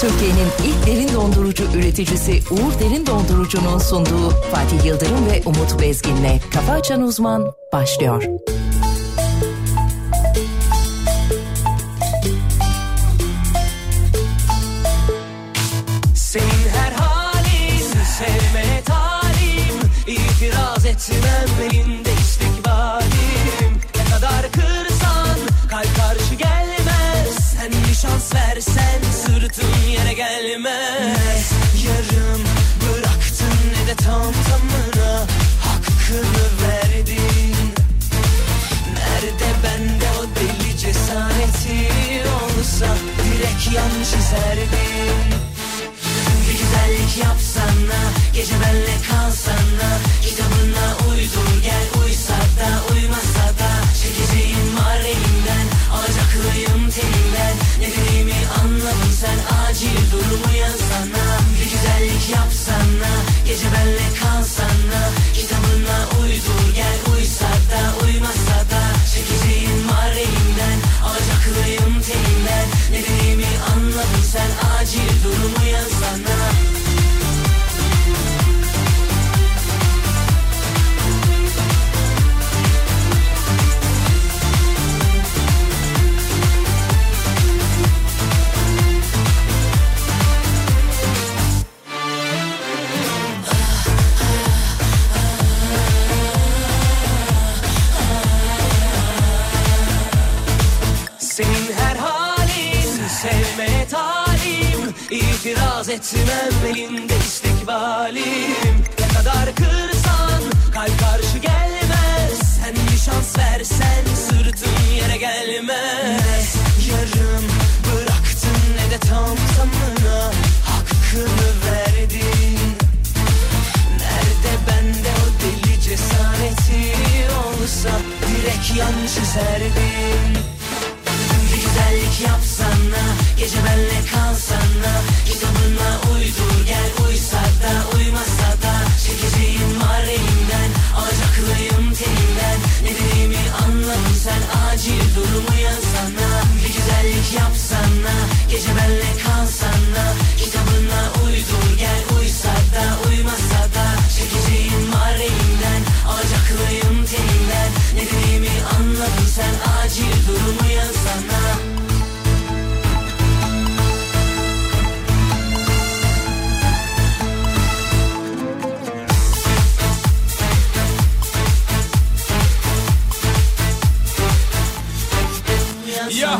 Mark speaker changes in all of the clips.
Speaker 1: Türkiye'nin ilk derin dondurucu üreticisi Uğur Derin Dondurucu'nun sunduğu Fatih Yıldırım ve Umut Bezgin'le Kafa Açan Uzman başlıyor.
Speaker 2: Senin her halin sevmeye talim İtiraz etmem elinde istikbalim Ne kadar kırsan kalp karşı gelmez Sen bir şans versen sırtım yere gelmez Ne yarım bıraktın ne de tam tamına Hakkını verdin Nerede bende o deli cesareti olsa Direkt yan çizerdim bir güzellik yapsana Gece benle kalsana Kitabına uydur gel Uysa da uymasa da Çekeceğim var elimden Alacaklıyım teninden Ne dediğimi anladın sen Acil durumu yazsana Bir güzellik yapsana Gece benle kalsana Kitabına uydur gel Uysa da uymasa da Çekeceğim var elimden Alacaklıyım teninden Ne dediğimi anladın sen Acil durumu yazsana Senin her halin sevmeye talim İtiraz etmem elinde istikbalim Ne kadar kırsan kalp karşı gelmez Sen bir şans versen sırtım yere gelmez Ne yarım bıraktın ne de tam tamına Hakkını verdin Nerede bende o deli cesareti olsa Direkt yan çizerdim bir güzellik yapsana Gece benle kalsana Kitabına uydur gel Uysa da uymasa da Çekeceğim var elimden Alacaklıyım teninden Ne dediğimi anladın sen Acil durumu yazsana Bir güzellik yapsana Gece benle kalsana Kitabına uydur gel Uysa da uymasa da Çekeceğim var elimden Alacaklıyım teninden Ne dediğimi anladın sen Acil durumu yazsana
Speaker 3: Ya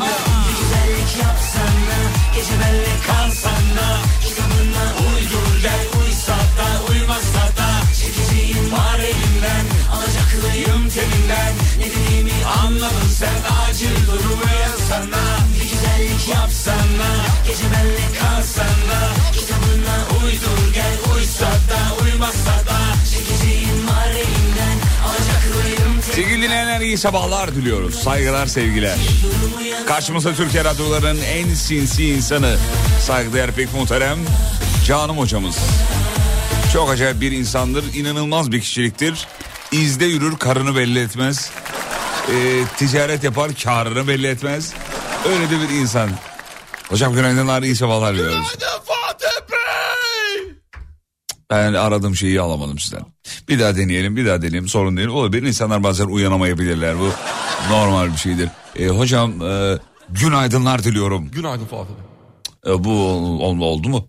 Speaker 2: Güzellik yapsana Gece benle kalsana Kitabına uydur gel Uysa da uymasa da Çekeceğim var elimden Alacaklıyım teninden Ne dediğimi anladın sen Acil durumu yazsana Bir güzellik yapsana Gece benle kalsana Kitabına uydur gel Uysa da uymasa da Çekeceğim var elimden Alacaklıyım
Speaker 3: sevgili dinleyenler iyi sabahlar diliyoruz. Saygılar sevgiler. Karşımızda Türkiye radyolarının en sinsi insanı saygıdeğer pek muhterem Canım hocamız. Çok acayip bir insandır, inanılmaz bir kişiliktir. İzde yürür, karını belli etmez. Ee, ticaret yapar, karını belli etmez. Öyle de bir insan. Hocam günaydınlar, iyi sabahlar diliyoruz. Ben aradığım şeyi alamadım sizden. Bir daha deneyelim, bir daha deneyelim. Sorun değil. Olabilir. İnsanlar bazen uyanamayabilirler. Bu normal bir şeydir. E, hocam e, günaydınlar diliyorum.
Speaker 4: Günaydın Fatih Bey.
Speaker 3: E, bu ol- oldu mu?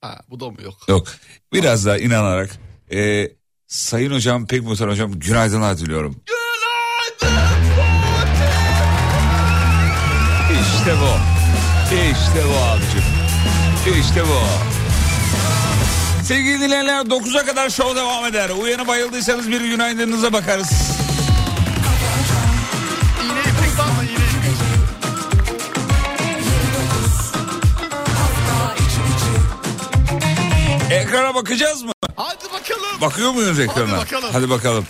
Speaker 4: Ha, bu da mı yok?
Speaker 3: Yok. Biraz daha inanarak. e, sayın hocam, pek muhtemelen hocam günaydınlar diliyorum. İşte bu. İşte bu abicim. İşte bu. Sevgili dinleyenler 9'a kadar şov devam eder. Uyanıp bayıldıysanız bir günaydınınıza bakarız.
Speaker 4: İğneyi tek basma iğneyi.
Speaker 3: Ekrana bakacağız mı?
Speaker 4: Hadi bakalım.
Speaker 3: Bakıyor muyuz ekrana?
Speaker 4: Hadi bakalım.
Speaker 3: Hadi bakalım.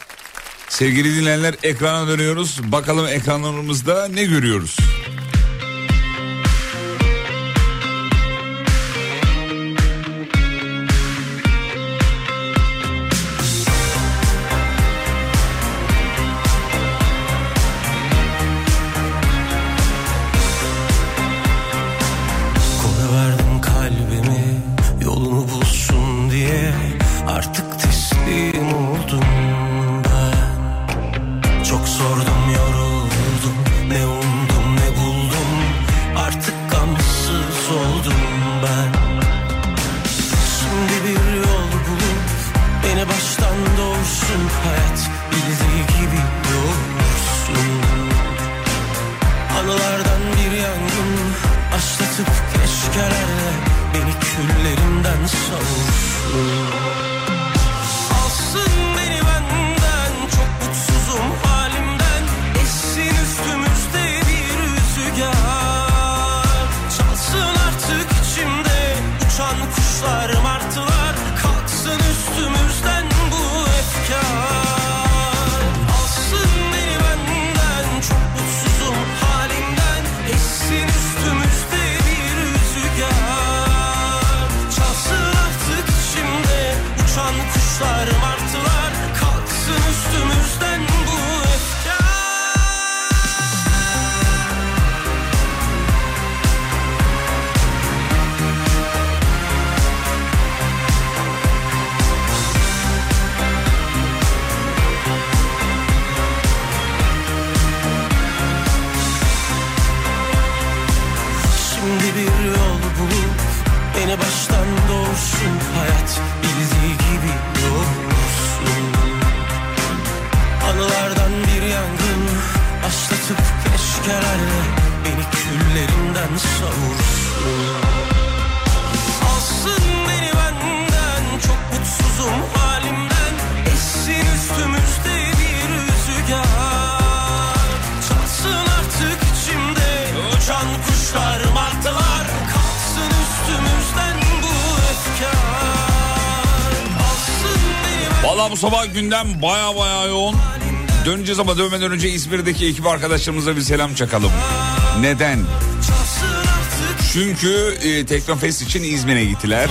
Speaker 3: Sevgili dinleyenler ekrana dönüyoruz. Bakalım ekranlarımızda ne görüyoruz?
Speaker 2: Konu
Speaker 5: Şimdi bir yol bulup Beni baştan doğursun hayat Bildiği gibi yorulsun Anılardan bir yangın Başlatıp keşkelerle Beni küllerinden savursun Alsın beni benden Çok mutsuzum halimden Essin üstümüzde bir rüzgar Çalsın artık içimde Uçan kuşlar martılar Kalksın üstümüzden bu efkar Alsın beni
Speaker 3: Valla bu sabah gündem baya baya yoğun. Döneceğiz ama dönmeden önce İzmir'deki ekip arkadaşlarımıza bir selam çakalım. Neden? Çünkü e, Teknofest için İzmir'e gittiler.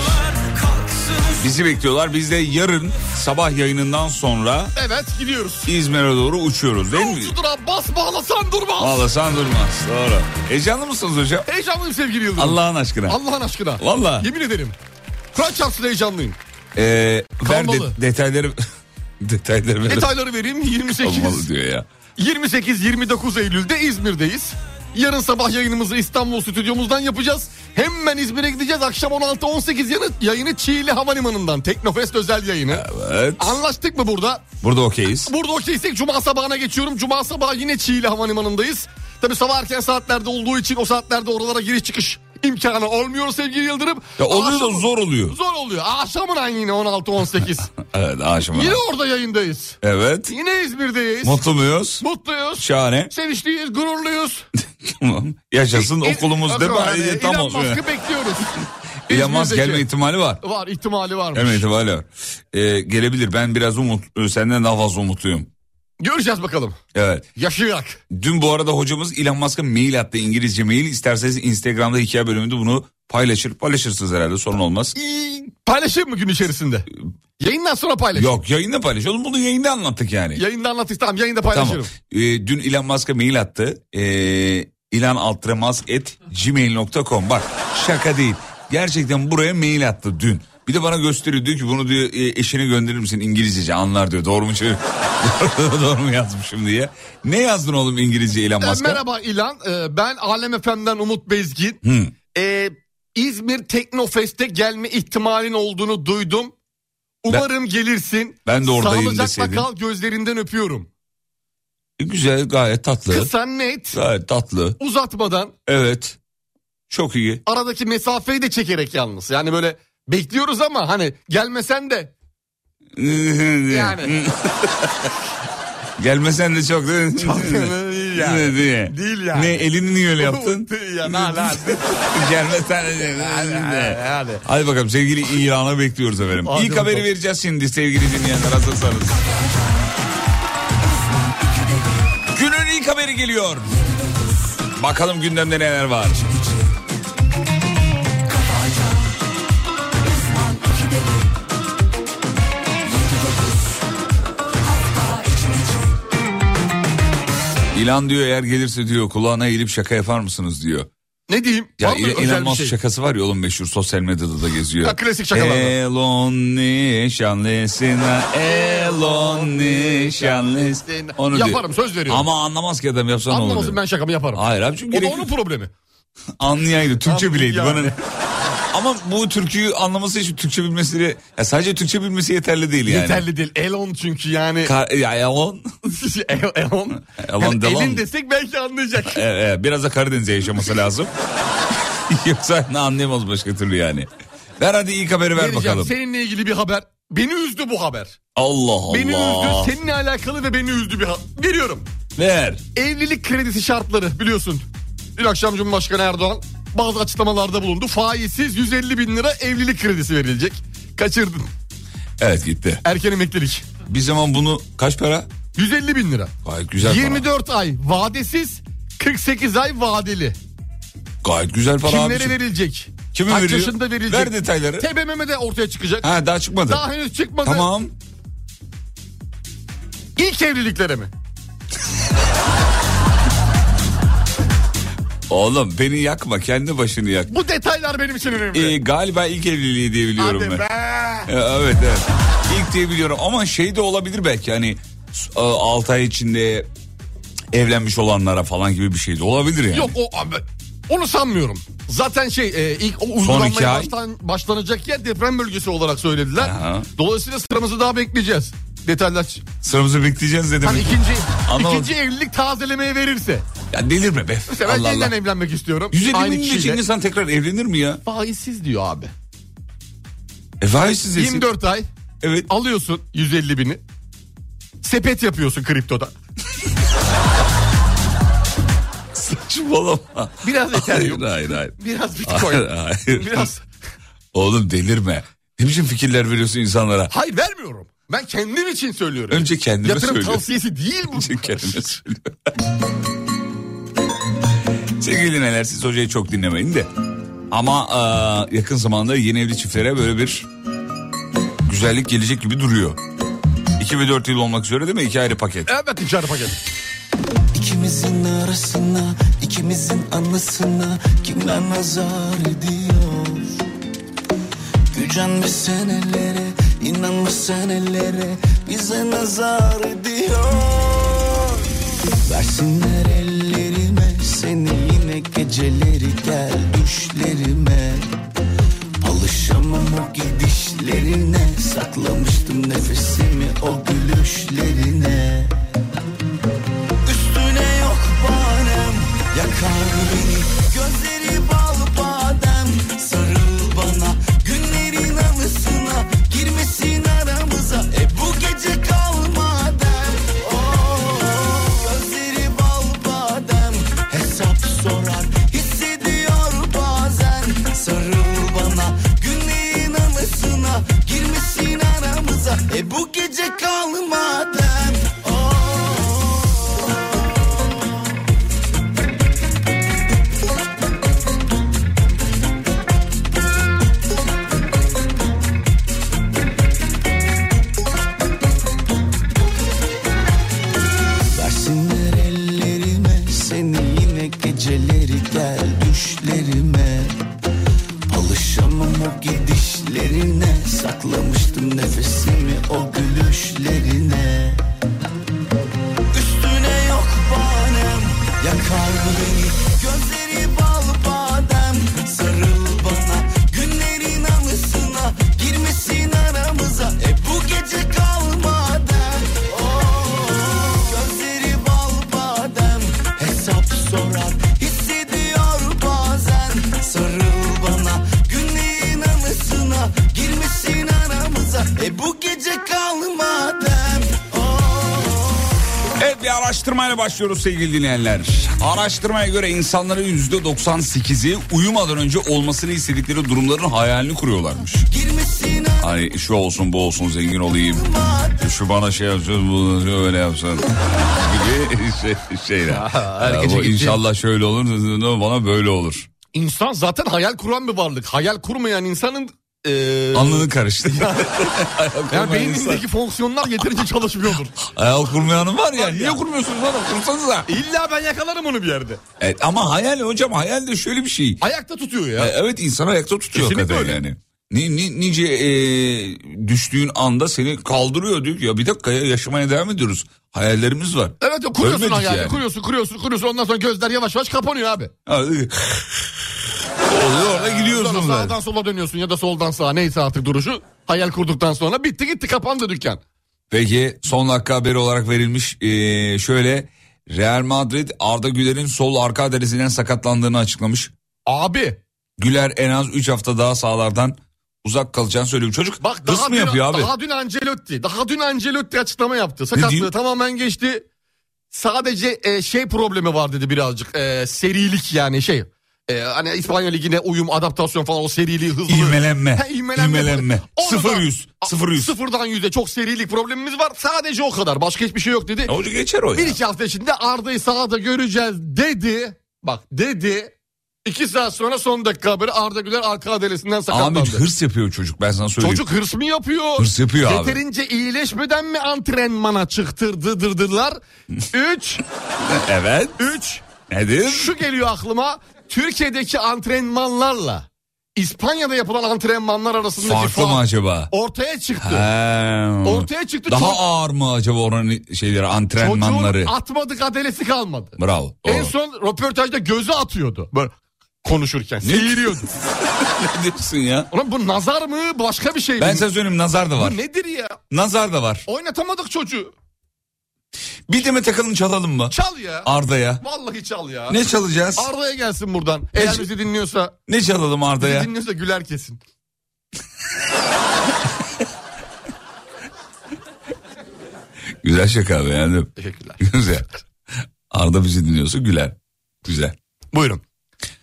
Speaker 3: Bizi bekliyorlar. Biz de yarın sabah yayınından sonra
Speaker 4: Evet gidiyoruz.
Speaker 3: İzmir'e doğru uçuyoruz değil mi?
Speaker 4: Yolcudur Abbas bağlasan durmaz.
Speaker 3: Ağlasan durmaz. Doğru. Heyecanlı mısınız hocam?
Speaker 4: Heyecanlıyım sevgili Yıldırım.
Speaker 3: Allah'ın aşkına.
Speaker 4: Allah'ın aşkına.
Speaker 3: Valla.
Speaker 4: Yemin ederim. Kur'an çarpsın heyecanlıyım.
Speaker 3: Ee, ver
Speaker 4: Kalmalı.
Speaker 3: de- detayları detayları ver.
Speaker 4: Detayları vereyim. 28,
Speaker 3: Kalmalı diyor ya.
Speaker 4: 28-29 Eylül'de İzmir'deyiz. Yarın sabah yayınımızı İstanbul stüdyomuzdan yapacağız. Hemen İzmir'e gideceğiz. Akşam 16-18 yanı, yayını Çiğli Havalimanı'ndan. Teknofest özel yayını.
Speaker 3: Evet.
Speaker 4: Anlaştık mı burada?
Speaker 3: Burada okeyiz.
Speaker 4: Burada okteysek Cuma sabahına geçiyorum. Cuma sabahı yine Çiğli Havalimanı'ndayız. Tabii sabah erken saatlerde olduğu için o saatlerde oralara giriş çıkış imkanı olmuyor sevgili Yıldırım.
Speaker 3: Ya oluyor da
Speaker 4: Akşam-
Speaker 3: zor oluyor.
Speaker 4: Zor oluyor. Akşamın aynı yine 16-18.
Speaker 3: Evet aşımına.
Speaker 4: yine orada yayındayız.
Speaker 3: Evet.
Speaker 4: Yine İzmir'deyiz.
Speaker 3: Mutlu muyuz?
Speaker 4: Mutluyuz.
Speaker 3: Şahane.
Speaker 4: Sevinçliyiz, gururluyuz.
Speaker 3: Tamam. Yaşasın okulumuz de
Speaker 4: Bakın
Speaker 3: bari
Speaker 4: hani
Speaker 3: de tam
Speaker 4: Elon
Speaker 3: olsun.
Speaker 4: Musk'ı bekliyoruz.
Speaker 3: Elon Musk
Speaker 4: İzmir'deki-
Speaker 3: gelme ihtimali var.
Speaker 4: Var ihtimali varmış.
Speaker 3: Gelme ihtimali var. Ee, gelebilir. Ben biraz umut, e, senden daha fazla umutluyum.
Speaker 4: Göreceğiz bakalım.
Speaker 3: Evet.
Speaker 4: Yaşayarak.
Speaker 3: Dün bu arada hocamız Elon Musk'a mail attı İngilizce mail. İsterseniz Instagram'da hikaye bölümünde bunu paylaşır. Paylaşırsınız herhalde sorun olmaz.
Speaker 4: İyi, Paylaşayım mı gün içerisinde?
Speaker 3: Ee,
Speaker 4: Yayından sonra paylaş.
Speaker 3: Yok yayında paylaş. Oğlum bunu yayında anlattık yani.
Speaker 4: Yayında anlattık tamam yayında paylaşırım.
Speaker 3: Ee, dün Elon Musk'a mail attı. Ee, Elon Altremaz et gmail.com. Bak şaka değil. Gerçekten buraya mail attı dün. Bir de bana gösteriyor diyor ki bunu diyor e, eşine gönderir misin İngilizcece anlar diyor. Doğru mu çevir? Doğru mu yazmışım diye. Ne yazdın oğlum İngilizce Elon
Speaker 4: Ee,
Speaker 3: Musk'a?
Speaker 4: Merhaba İlan. Ee, Ben Alem Efem'den Umut Bezgin.
Speaker 3: Hı.
Speaker 4: Ee, İzmir Teknofest'e gelme ihtimalin olduğunu duydum. Umarım gelirsin.
Speaker 3: Ben de oradayım
Speaker 4: Sağlıcakla
Speaker 3: deseydin.
Speaker 4: kal gözlerinden öpüyorum.
Speaker 3: E, Güzel gayet tatlı.
Speaker 4: Kısa net
Speaker 3: Gayet tatlı.
Speaker 4: uzatmadan
Speaker 3: Evet. Çok iyi.
Speaker 4: aradaki mesafeyi de çekerek yalnız. Yani böyle bekliyoruz ama hani gelmesen de yani
Speaker 3: Gelmesen de çok değil mi? Ne diye?
Speaker 4: Değil yani.
Speaker 3: Ne elini niye öyle yaptın?
Speaker 4: Ya, na, na.
Speaker 3: Gelmesen de-
Speaker 4: yani.
Speaker 3: Hadi bakalım sevgili İlhan'a bekliyoruz efendim.
Speaker 4: Hadi
Speaker 3: İlk haberi
Speaker 4: bakalım.
Speaker 3: vereceğiz şimdi sevgili dinleyenler hazırsanız. Günün ilk haberi geliyor. Bakalım gündemde neler var. İlan diyor eğer gelirse diyor kulağına eğilip şaka yapar mısınız diyor.
Speaker 4: Ne diyeyim?
Speaker 3: Ya
Speaker 4: Var mı
Speaker 3: İl-
Speaker 4: özel
Speaker 3: Elon
Speaker 4: bir
Speaker 3: Musk
Speaker 4: şey?
Speaker 3: şakası var ya oğlum meşhur sosyal medyada da geziyor.
Speaker 4: Ha, klasik şakalardan.
Speaker 3: Elon nişanlısına, Elon nişanlısına. Onu diyor.
Speaker 4: Ee, Yaparım, söz veriyorum.
Speaker 3: Ama anlamaz ki adam yapsa ne olur.
Speaker 4: Anlamasın ben şakamı yaparım.
Speaker 3: Hayır abi çünkü
Speaker 4: O da
Speaker 3: gerek
Speaker 4: onun problemi.
Speaker 3: anlayaydı. Türkçe
Speaker 4: Anladım
Speaker 3: bileydi.
Speaker 4: yani.
Speaker 3: Bana... ne? Ama bu türküyü anlaması için Türkçe bilmesi ya sadece Türkçe bilmesi yeterli değil yani.
Speaker 4: Yeterli değil. Elon çünkü yani. Şey,
Speaker 3: Ka- ya Elon.
Speaker 4: El- Elon.
Speaker 3: Elon
Speaker 4: Yani
Speaker 3: Delon.
Speaker 4: elin desek belki anlayacak.
Speaker 3: Ee, e, biraz da Karadeniz'e yaşaması lazım. Yoksa ne anlayamaz başka türlü yani. Ver hadi ilk haberi ver
Speaker 4: Vereceğim.
Speaker 3: bakalım.
Speaker 4: Seninle ilgili bir haber. Beni üzdü bu haber.
Speaker 3: Allah Allah.
Speaker 4: Beni üzdü. Seninle alakalı ve beni üzdü bir haber. Veriyorum.
Speaker 3: Ver.
Speaker 4: Evlilik kredisi şartları biliyorsun. Dün akşam Cumhurbaşkanı Erdoğan bazı açıklamalarda bulundu. Faizsiz 150 bin lira evlilik kredisi verilecek. Kaçırdın.
Speaker 3: Evet gitti.
Speaker 4: Erken emeklilik.
Speaker 3: Bir zaman bunu kaç para?
Speaker 4: 150 bin lira.
Speaker 3: Gayet güzel
Speaker 4: 24 ay vadesiz 48 ay vadeli.
Speaker 3: para. Gayet güzel para
Speaker 4: Kimlere
Speaker 3: abiciğim.
Speaker 4: verilecek?
Speaker 3: şey. Kime
Speaker 4: Kaç
Speaker 3: veriyor?
Speaker 4: yaşında verilecek?
Speaker 3: Ver detayları.
Speaker 4: TBMM'de ortaya çıkacak.
Speaker 3: Ha daha çıkmadı.
Speaker 4: Daha henüz çıkmadı.
Speaker 3: Tamam.
Speaker 4: İlk evliliklere mi?
Speaker 3: Oğlum beni yakma kendi başını yak.
Speaker 4: Bu detaylar benim için önemli.
Speaker 3: Ee, galiba ilk evliliği diye biliyorum
Speaker 4: Hadi
Speaker 3: ben.
Speaker 4: be.
Speaker 3: Ee, Evet evet. İlk diye biliyorum ama şey de olabilir belki hani 6 ay içinde evlenmiş olanlara falan gibi bir şey de olabilir yani.
Speaker 4: Yok o abi, Onu sanmıyorum. Zaten şey e, ilk o
Speaker 3: iki
Speaker 4: uygulanmaya
Speaker 3: ay.
Speaker 4: başlan, başlanacak yer deprem bölgesi olarak söylediler.
Speaker 3: Aha.
Speaker 4: Dolayısıyla sıramızı daha bekleyeceğiz. Detaylar.
Speaker 3: Sıramızı bekleyeceğiz dedim.
Speaker 4: Hani ikinci,
Speaker 3: Anlamadım.
Speaker 4: ikinci evlilik tazelemeye verirse.
Speaker 3: Ya delirme be.
Speaker 4: Mesela ben
Speaker 3: Allah
Speaker 4: yeniden
Speaker 3: Allah.
Speaker 4: evlenmek istiyorum.
Speaker 3: 150
Speaker 4: Aynı
Speaker 3: bin
Speaker 4: kişiyle.
Speaker 3: için insan tekrar evlenir mi ya?
Speaker 4: Faizsiz diyor abi.
Speaker 3: E faizsiz desin.
Speaker 4: 24 ay
Speaker 3: Evet.
Speaker 4: alıyorsun 150 bini. Sepet yapıyorsun kriptoda.
Speaker 3: Saçmalama.
Speaker 4: Biraz
Speaker 3: Hayır
Speaker 4: Ethereum,
Speaker 3: hayır hayır.
Speaker 4: biraz
Speaker 3: Hayır,
Speaker 4: Bitcoin,
Speaker 3: hayır.
Speaker 4: biraz...
Speaker 3: Oğlum delirme. Ne biçim fikirler veriyorsun insanlara?
Speaker 4: Hayır vermiyorum. Ben kendim için söylüyorum.
Speaker 3: Önce kendime
Speaker 4: Yatırım
Speaker 3: söylüyorum.
Speaker 4: tavsiyesi değil bu.
Speaker 3: Önce kendime söylüyorum. Sevgili dinleyenler siz hocayı çok dinlemeyin de. Ama eee, yakın zamanda yeni evli çiftlere böyle bir güzellik gelecek gibi duruyor. 2 ve 4 yıl olmak üzere değil mi? İki ayrı paket.
Speaker 4: Evet içeri paket.
Speaker 6: İkimizin arasına, ikimizin anısına kimler nazar ediyor? Gücenmesen ellere, inanmasan ellere bize nazar ediyor. Versinler ellerime seni yine geceleri gel düşlerime. Alışamam o gidişlerine saklamıştım nefesimi o gülüşlerine. Üstüne yok banem Yakar beni Gözleri bal badem Sarıl bana Günlerin anısına Girmesin aramıza E bu gece kal madem Oh, Gözleri bal badem Hesap sorar Hissediyor bazen Sarıl bana Günlerin anısına Girmesin aramıza E bu gece kal madem Oh. Versinler ellerime seni yine geceleri gel düşlerime Alışamam o gidişlerine saklamıştım nefesimi o gülüşlerine Üstüne yok banem yakar beni Gözleri bal badem sarıl bana Günlerin anısına girmesin aramıza E bu gece kal madem Oh, Gözleri bal badem hesap sorar Hissediyor bazen sarıl bana Günlerin anısına girmesin aramıza E bu gece kal madem Oh.
Speaker 3: Evet bir araştırmayla başlıyoruz sevgili dinleyenler. Araştırmaya göre insanların %98'i uyumadan önce olmasını istedikleri durumların hayalini kuruyorlarmış.
Speaker 6: Girmesin
Speaker 3: Hani şu olsun bu olsun zengin olayım. Şu bana şey yapsın bunu öyle yapsın. Gibi şey, şeyler.
Speaker 4: her
Speaker 3: Ya
Speaker 4: gece
Speaker 3: bu
Speaker 4: gittiğim-
Speaker 3: inşallah şöyle olur bana böyle olur.
Speaker 4: İnsan zaten hayal kuran bir varlık. Hayal kurmayan insanın... eee
Speaker 3: Anladın karıştı.
Speaker 4: yani
Speaker 3: yani
Speaker 4: beynindeki fonksiyonlar yeterince çalışmıyordur.
Speaker 3: Hayal kurmayanın var ya niye kurmuyorsunuz oğlum kursanıza.
Speaker 4: İlla ben yakalarım onu bir yerde.
Speaker 3: Evet, ama hayal hocam hayal de şöyle bir şey.
Speaker 4: Ayakta tutuyor ya.
Speaker 3: E, Evet insan ayakta tutuyor
Speaker 4: Kesinlikle
Speaker 3: hakikaten
Speaker 4: öyle.
Speaker 3: yani. Ni, ni- nice e, düştüğün anda seni kaldırıyor diyor ki ya bir dakika ya yaşamaya devam ediyoruz. Hayallerimiz var.
Speaker 4: Evet o kuruyorsun
Speaker 3: Ölmedik
Speaker 4: hayali.
Speaker 3: yani.
Speaker 4: Kuruyorsun kuruyorsun kuruyorsun ondan sonra gözler yavaş yavaş kapanıyor abi.
Speaker 3: Ha, e, Oluyor orada
Speaker 4: Sonra
Speaker 3: gidiyorsun zaten.
Speaker 4: sağdan sola dönüyorsun ya da soldan sağa neyse artık duruşu. Hayal kurduktan sonra bitti gitti kapandı dükkan.
Speaker 3: Peki son dakika haberi olarak verilmiş e, şöyle Real Madrid Arda Güler'in sol arka adresinden sakatlandığını açıklamış.
Speaker 4: Abi
Speaker 3: Güler en az 3 hafta daha sahalardan uzak kalacağını söylüyor. Çocuk
Speaker 4: bak
Speaker 3: hırs
Speaker 4: daha
Speaker 3: mı
Speaker 4: dün,
Speaker 3: yapıyor abi?
Speaker 4: daha dün Ancelotti daha dün Ancelotti açıklama yaptı.
Speaker 3: diyor?
Speaker 4: Sakatlığı tamamen geçti. Sadece e, şey problemi var dedi birazcık. E, serilik yani şey. E, hani İspanya Ligi'ne uyum, adaptasyon falan o seriliği hızlı.
Speaker 3: İvmelenme.
Speaker 4: Ha, İvmelenme.
Speaker 3: İvmelenme.
Speaker 4: Onu da-
Speaker 3: Sıfır yüz,
Speaker 4: A-
Speaker 3: sıfır yüz.
Speaker 4: Sıfırdan yüze çok serilik problemimiz var. Sadece o kadar. Başka hiçbir şey yok dedi.
Speaker 3: Ya Hoca geçer o ya.
Speaker 4: Bir iki hafta içinde Arda'yı sahada göreceğiz dedi. Bak dedi. İki saat sonra son dakika haberi Arda Güler arka adelesinden
Speaker 3: Abi
Speaker 4: sakatlandı.
Speaker 3: hırs yapıyor çocuk ben sana söyleyeyim.
Speaker 4: Çocuk hırs mı yapıyor?
Speaker 3: Hırs yapıyor abi.
Speaker 4: Yeterince iyileşmeden mi antrenmana çıktırdıdırdılar? Üç,
Speaker 3: Evet.
Speaker 4: üç.
Speaker 3: Nedir?
Speaker 4: Şu geliyor aklıma. Türkiye'deki antrenmanlarla İspanya'da yapılan antrenmanlar arasındaki
Speaker 3: Farklı mı
Speaker 4: fark
Speaker 3: acaba?
Speaker 4: ortaya çıktı.
Speaker 3: He.
Speaker 4: Ortaya çıktı.
Speaker 3: Daha
Speaker 4: Çok-
Speaker 3: ağır mı acaba oranın şeyleri antrenmanları?
Speaker 4: Çocuğun atmadık adelesi kalmadı.
Speaker 3: Bravo.
Speaker 4: En
Speaker 3: doğru.
Speaker 4: son röportajda gözü atıyordu. Böyle konuşurken. Seyiriyordu.
Speaker 3: ne diyorsun ya?
Speaker 4: Ulan bu nazar mı başka bir şey mi?
Speaker 3: Ben size söyleyeyim nazar da var.
Speaker 4: Bu nedir ya?
Speaker 3: Nazar da var.
Speaker 4: Oynatamadık çocuğu.
Speaker 3: Bildiğime takalım çalalım mı?
Speaker 4: Çal ya.
Speaker 3: Arda'ya.
Speaker 4: Vallahi çal ya.
Speaker 3: Ne çalacağız?
Speaker 4: Arda'ya gelsin buradan. Eğer bizi dinliyorsa,
Speaker 3: Ne çalalım
Speaker 4: bizi
Speaker 3: Arda'ya?
Speaker 4: dinliyorsa güler kesin.
Speaker 3: Güzel şaka beğendim.
Speaker 4: Teşekkürler.
Speaker 3: Güzel. Arda bizi dinliyorsa güler. Güzel.
Speaker 4: Buyurun.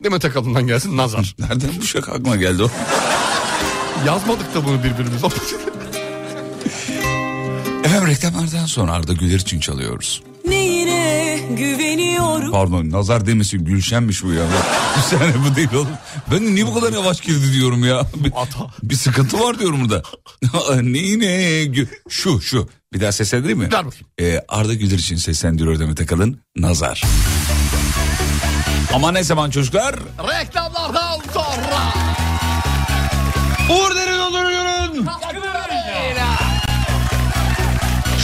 Speaker 4: Demet Akalın'dan gelsin nazar.
Speaker 3: Nereden bu şaka aklıma geldi o?
Speaker 4: Yazmadık da bunu birbirimize.
Speaker 3: Efendim reklamlardan sonra Arda Güler için çalıyoruz.
Speaker 6: Neyine güveniyorum
Speaker 3: Pardon nazar demesin Gülşenmiş bu ya. Bir saniye bu değil oğlum. Ben de niye bu kadar yavaş girdi diyorum ya. Bir,
Speaker 4: Ata.
Speaker 3: bir sıkıntı var diyorum burada. Neyine gü- Şu şu. Bir daha seslendireyim mi?
Speaker 4: Ver bakayım.
Speaker 3: Ee, Arda Güler için seslendiriyor Demet Akalın. Nazar. Ama ne zaman çocuklar?
Speaker 4: Reklamlardan sonra.
Speaker 3: Uğur Derin Onur'un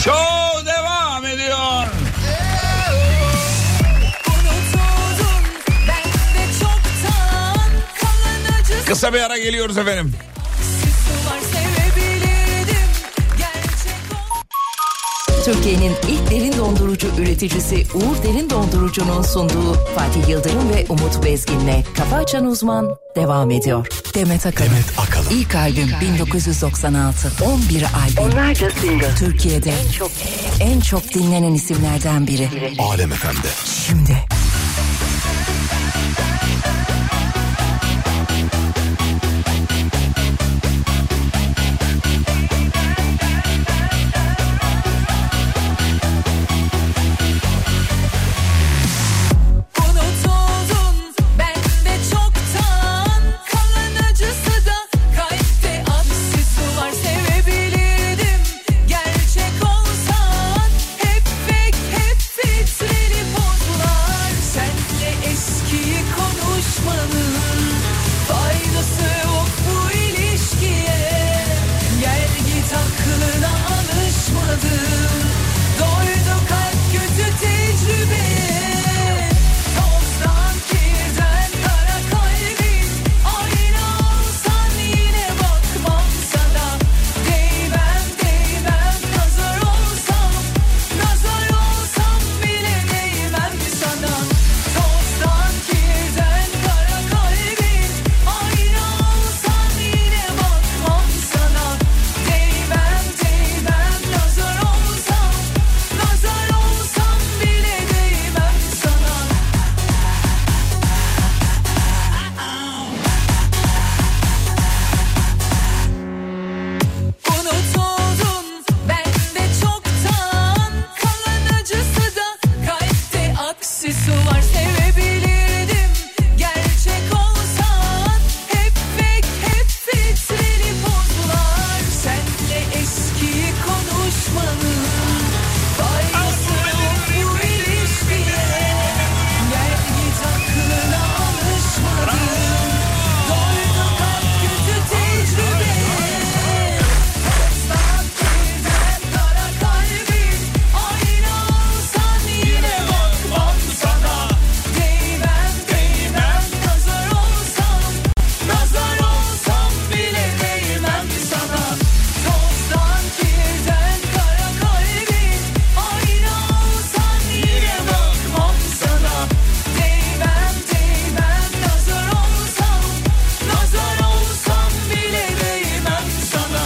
Speaker 3: Show devam ediyor.
Speaker 6: Unutuldum ben de çoktan Kalan acısı
Speaker 3: Kısa bir ara geliyoruz efendim.
Speaker 6: var sevebilirdim Gerçek o
Speaker 1: Türkiye'nin ilk derin dondurucu üreticisi Uğur Derin Dondurucu'nun sunduğu Fatih Yıldırım ve Umut Bezgin'le Kafa Açan Uzman devam ediyor. Demet Akalın. İlk albüm 1996. 11 albüm. Onlarca single. Türkiye'de en çok, en çok dinlenen isimlerden biri.
Speaker 7: Alem FM'de.
Speaker 1: Şimdi.
Speaker 6: Unutuldun ben de çoktan Kalan acısı da kalpte aksisi var Sevebilirdim gerçek olsan Hep pek hep fitleri bozlar Senle eskiyi konuşmanın Faydası yok bu ilişkiye Gel git aklına alışmadım Doydu kalp kötü tecrübeye Tozdan kirden kara kalbin Ayna olsan yine bakmam sana Değmem değmem nazar olsam Nazar olsam bile değmem sana Tozdan kirden kara kalbin Ayna olsan yine bakmam sana Değmem değmem nazar olsam Nazar olsam bile değmem sana Unutuldun ben de çoktan Kalan acısı da kalpte aksisi var Sevebilirdim gerçek olsan Hep pek hep fitleri bozlar Senle eskiyi konuşmanın Faydası yok bu ilişkiye Gel git aklına alışmadın Doydu kalp kötü tecrübe Sakinler kara kalbim Ayna olsan yine bakmam sana Değmem değmem nazar olsam Nazar olsam bile değmem sana Tozdan kirden kara kalbim Ayna olsan yine bakmam sana Değmem değmem nazar olsam Nazar olsam bile değmem sana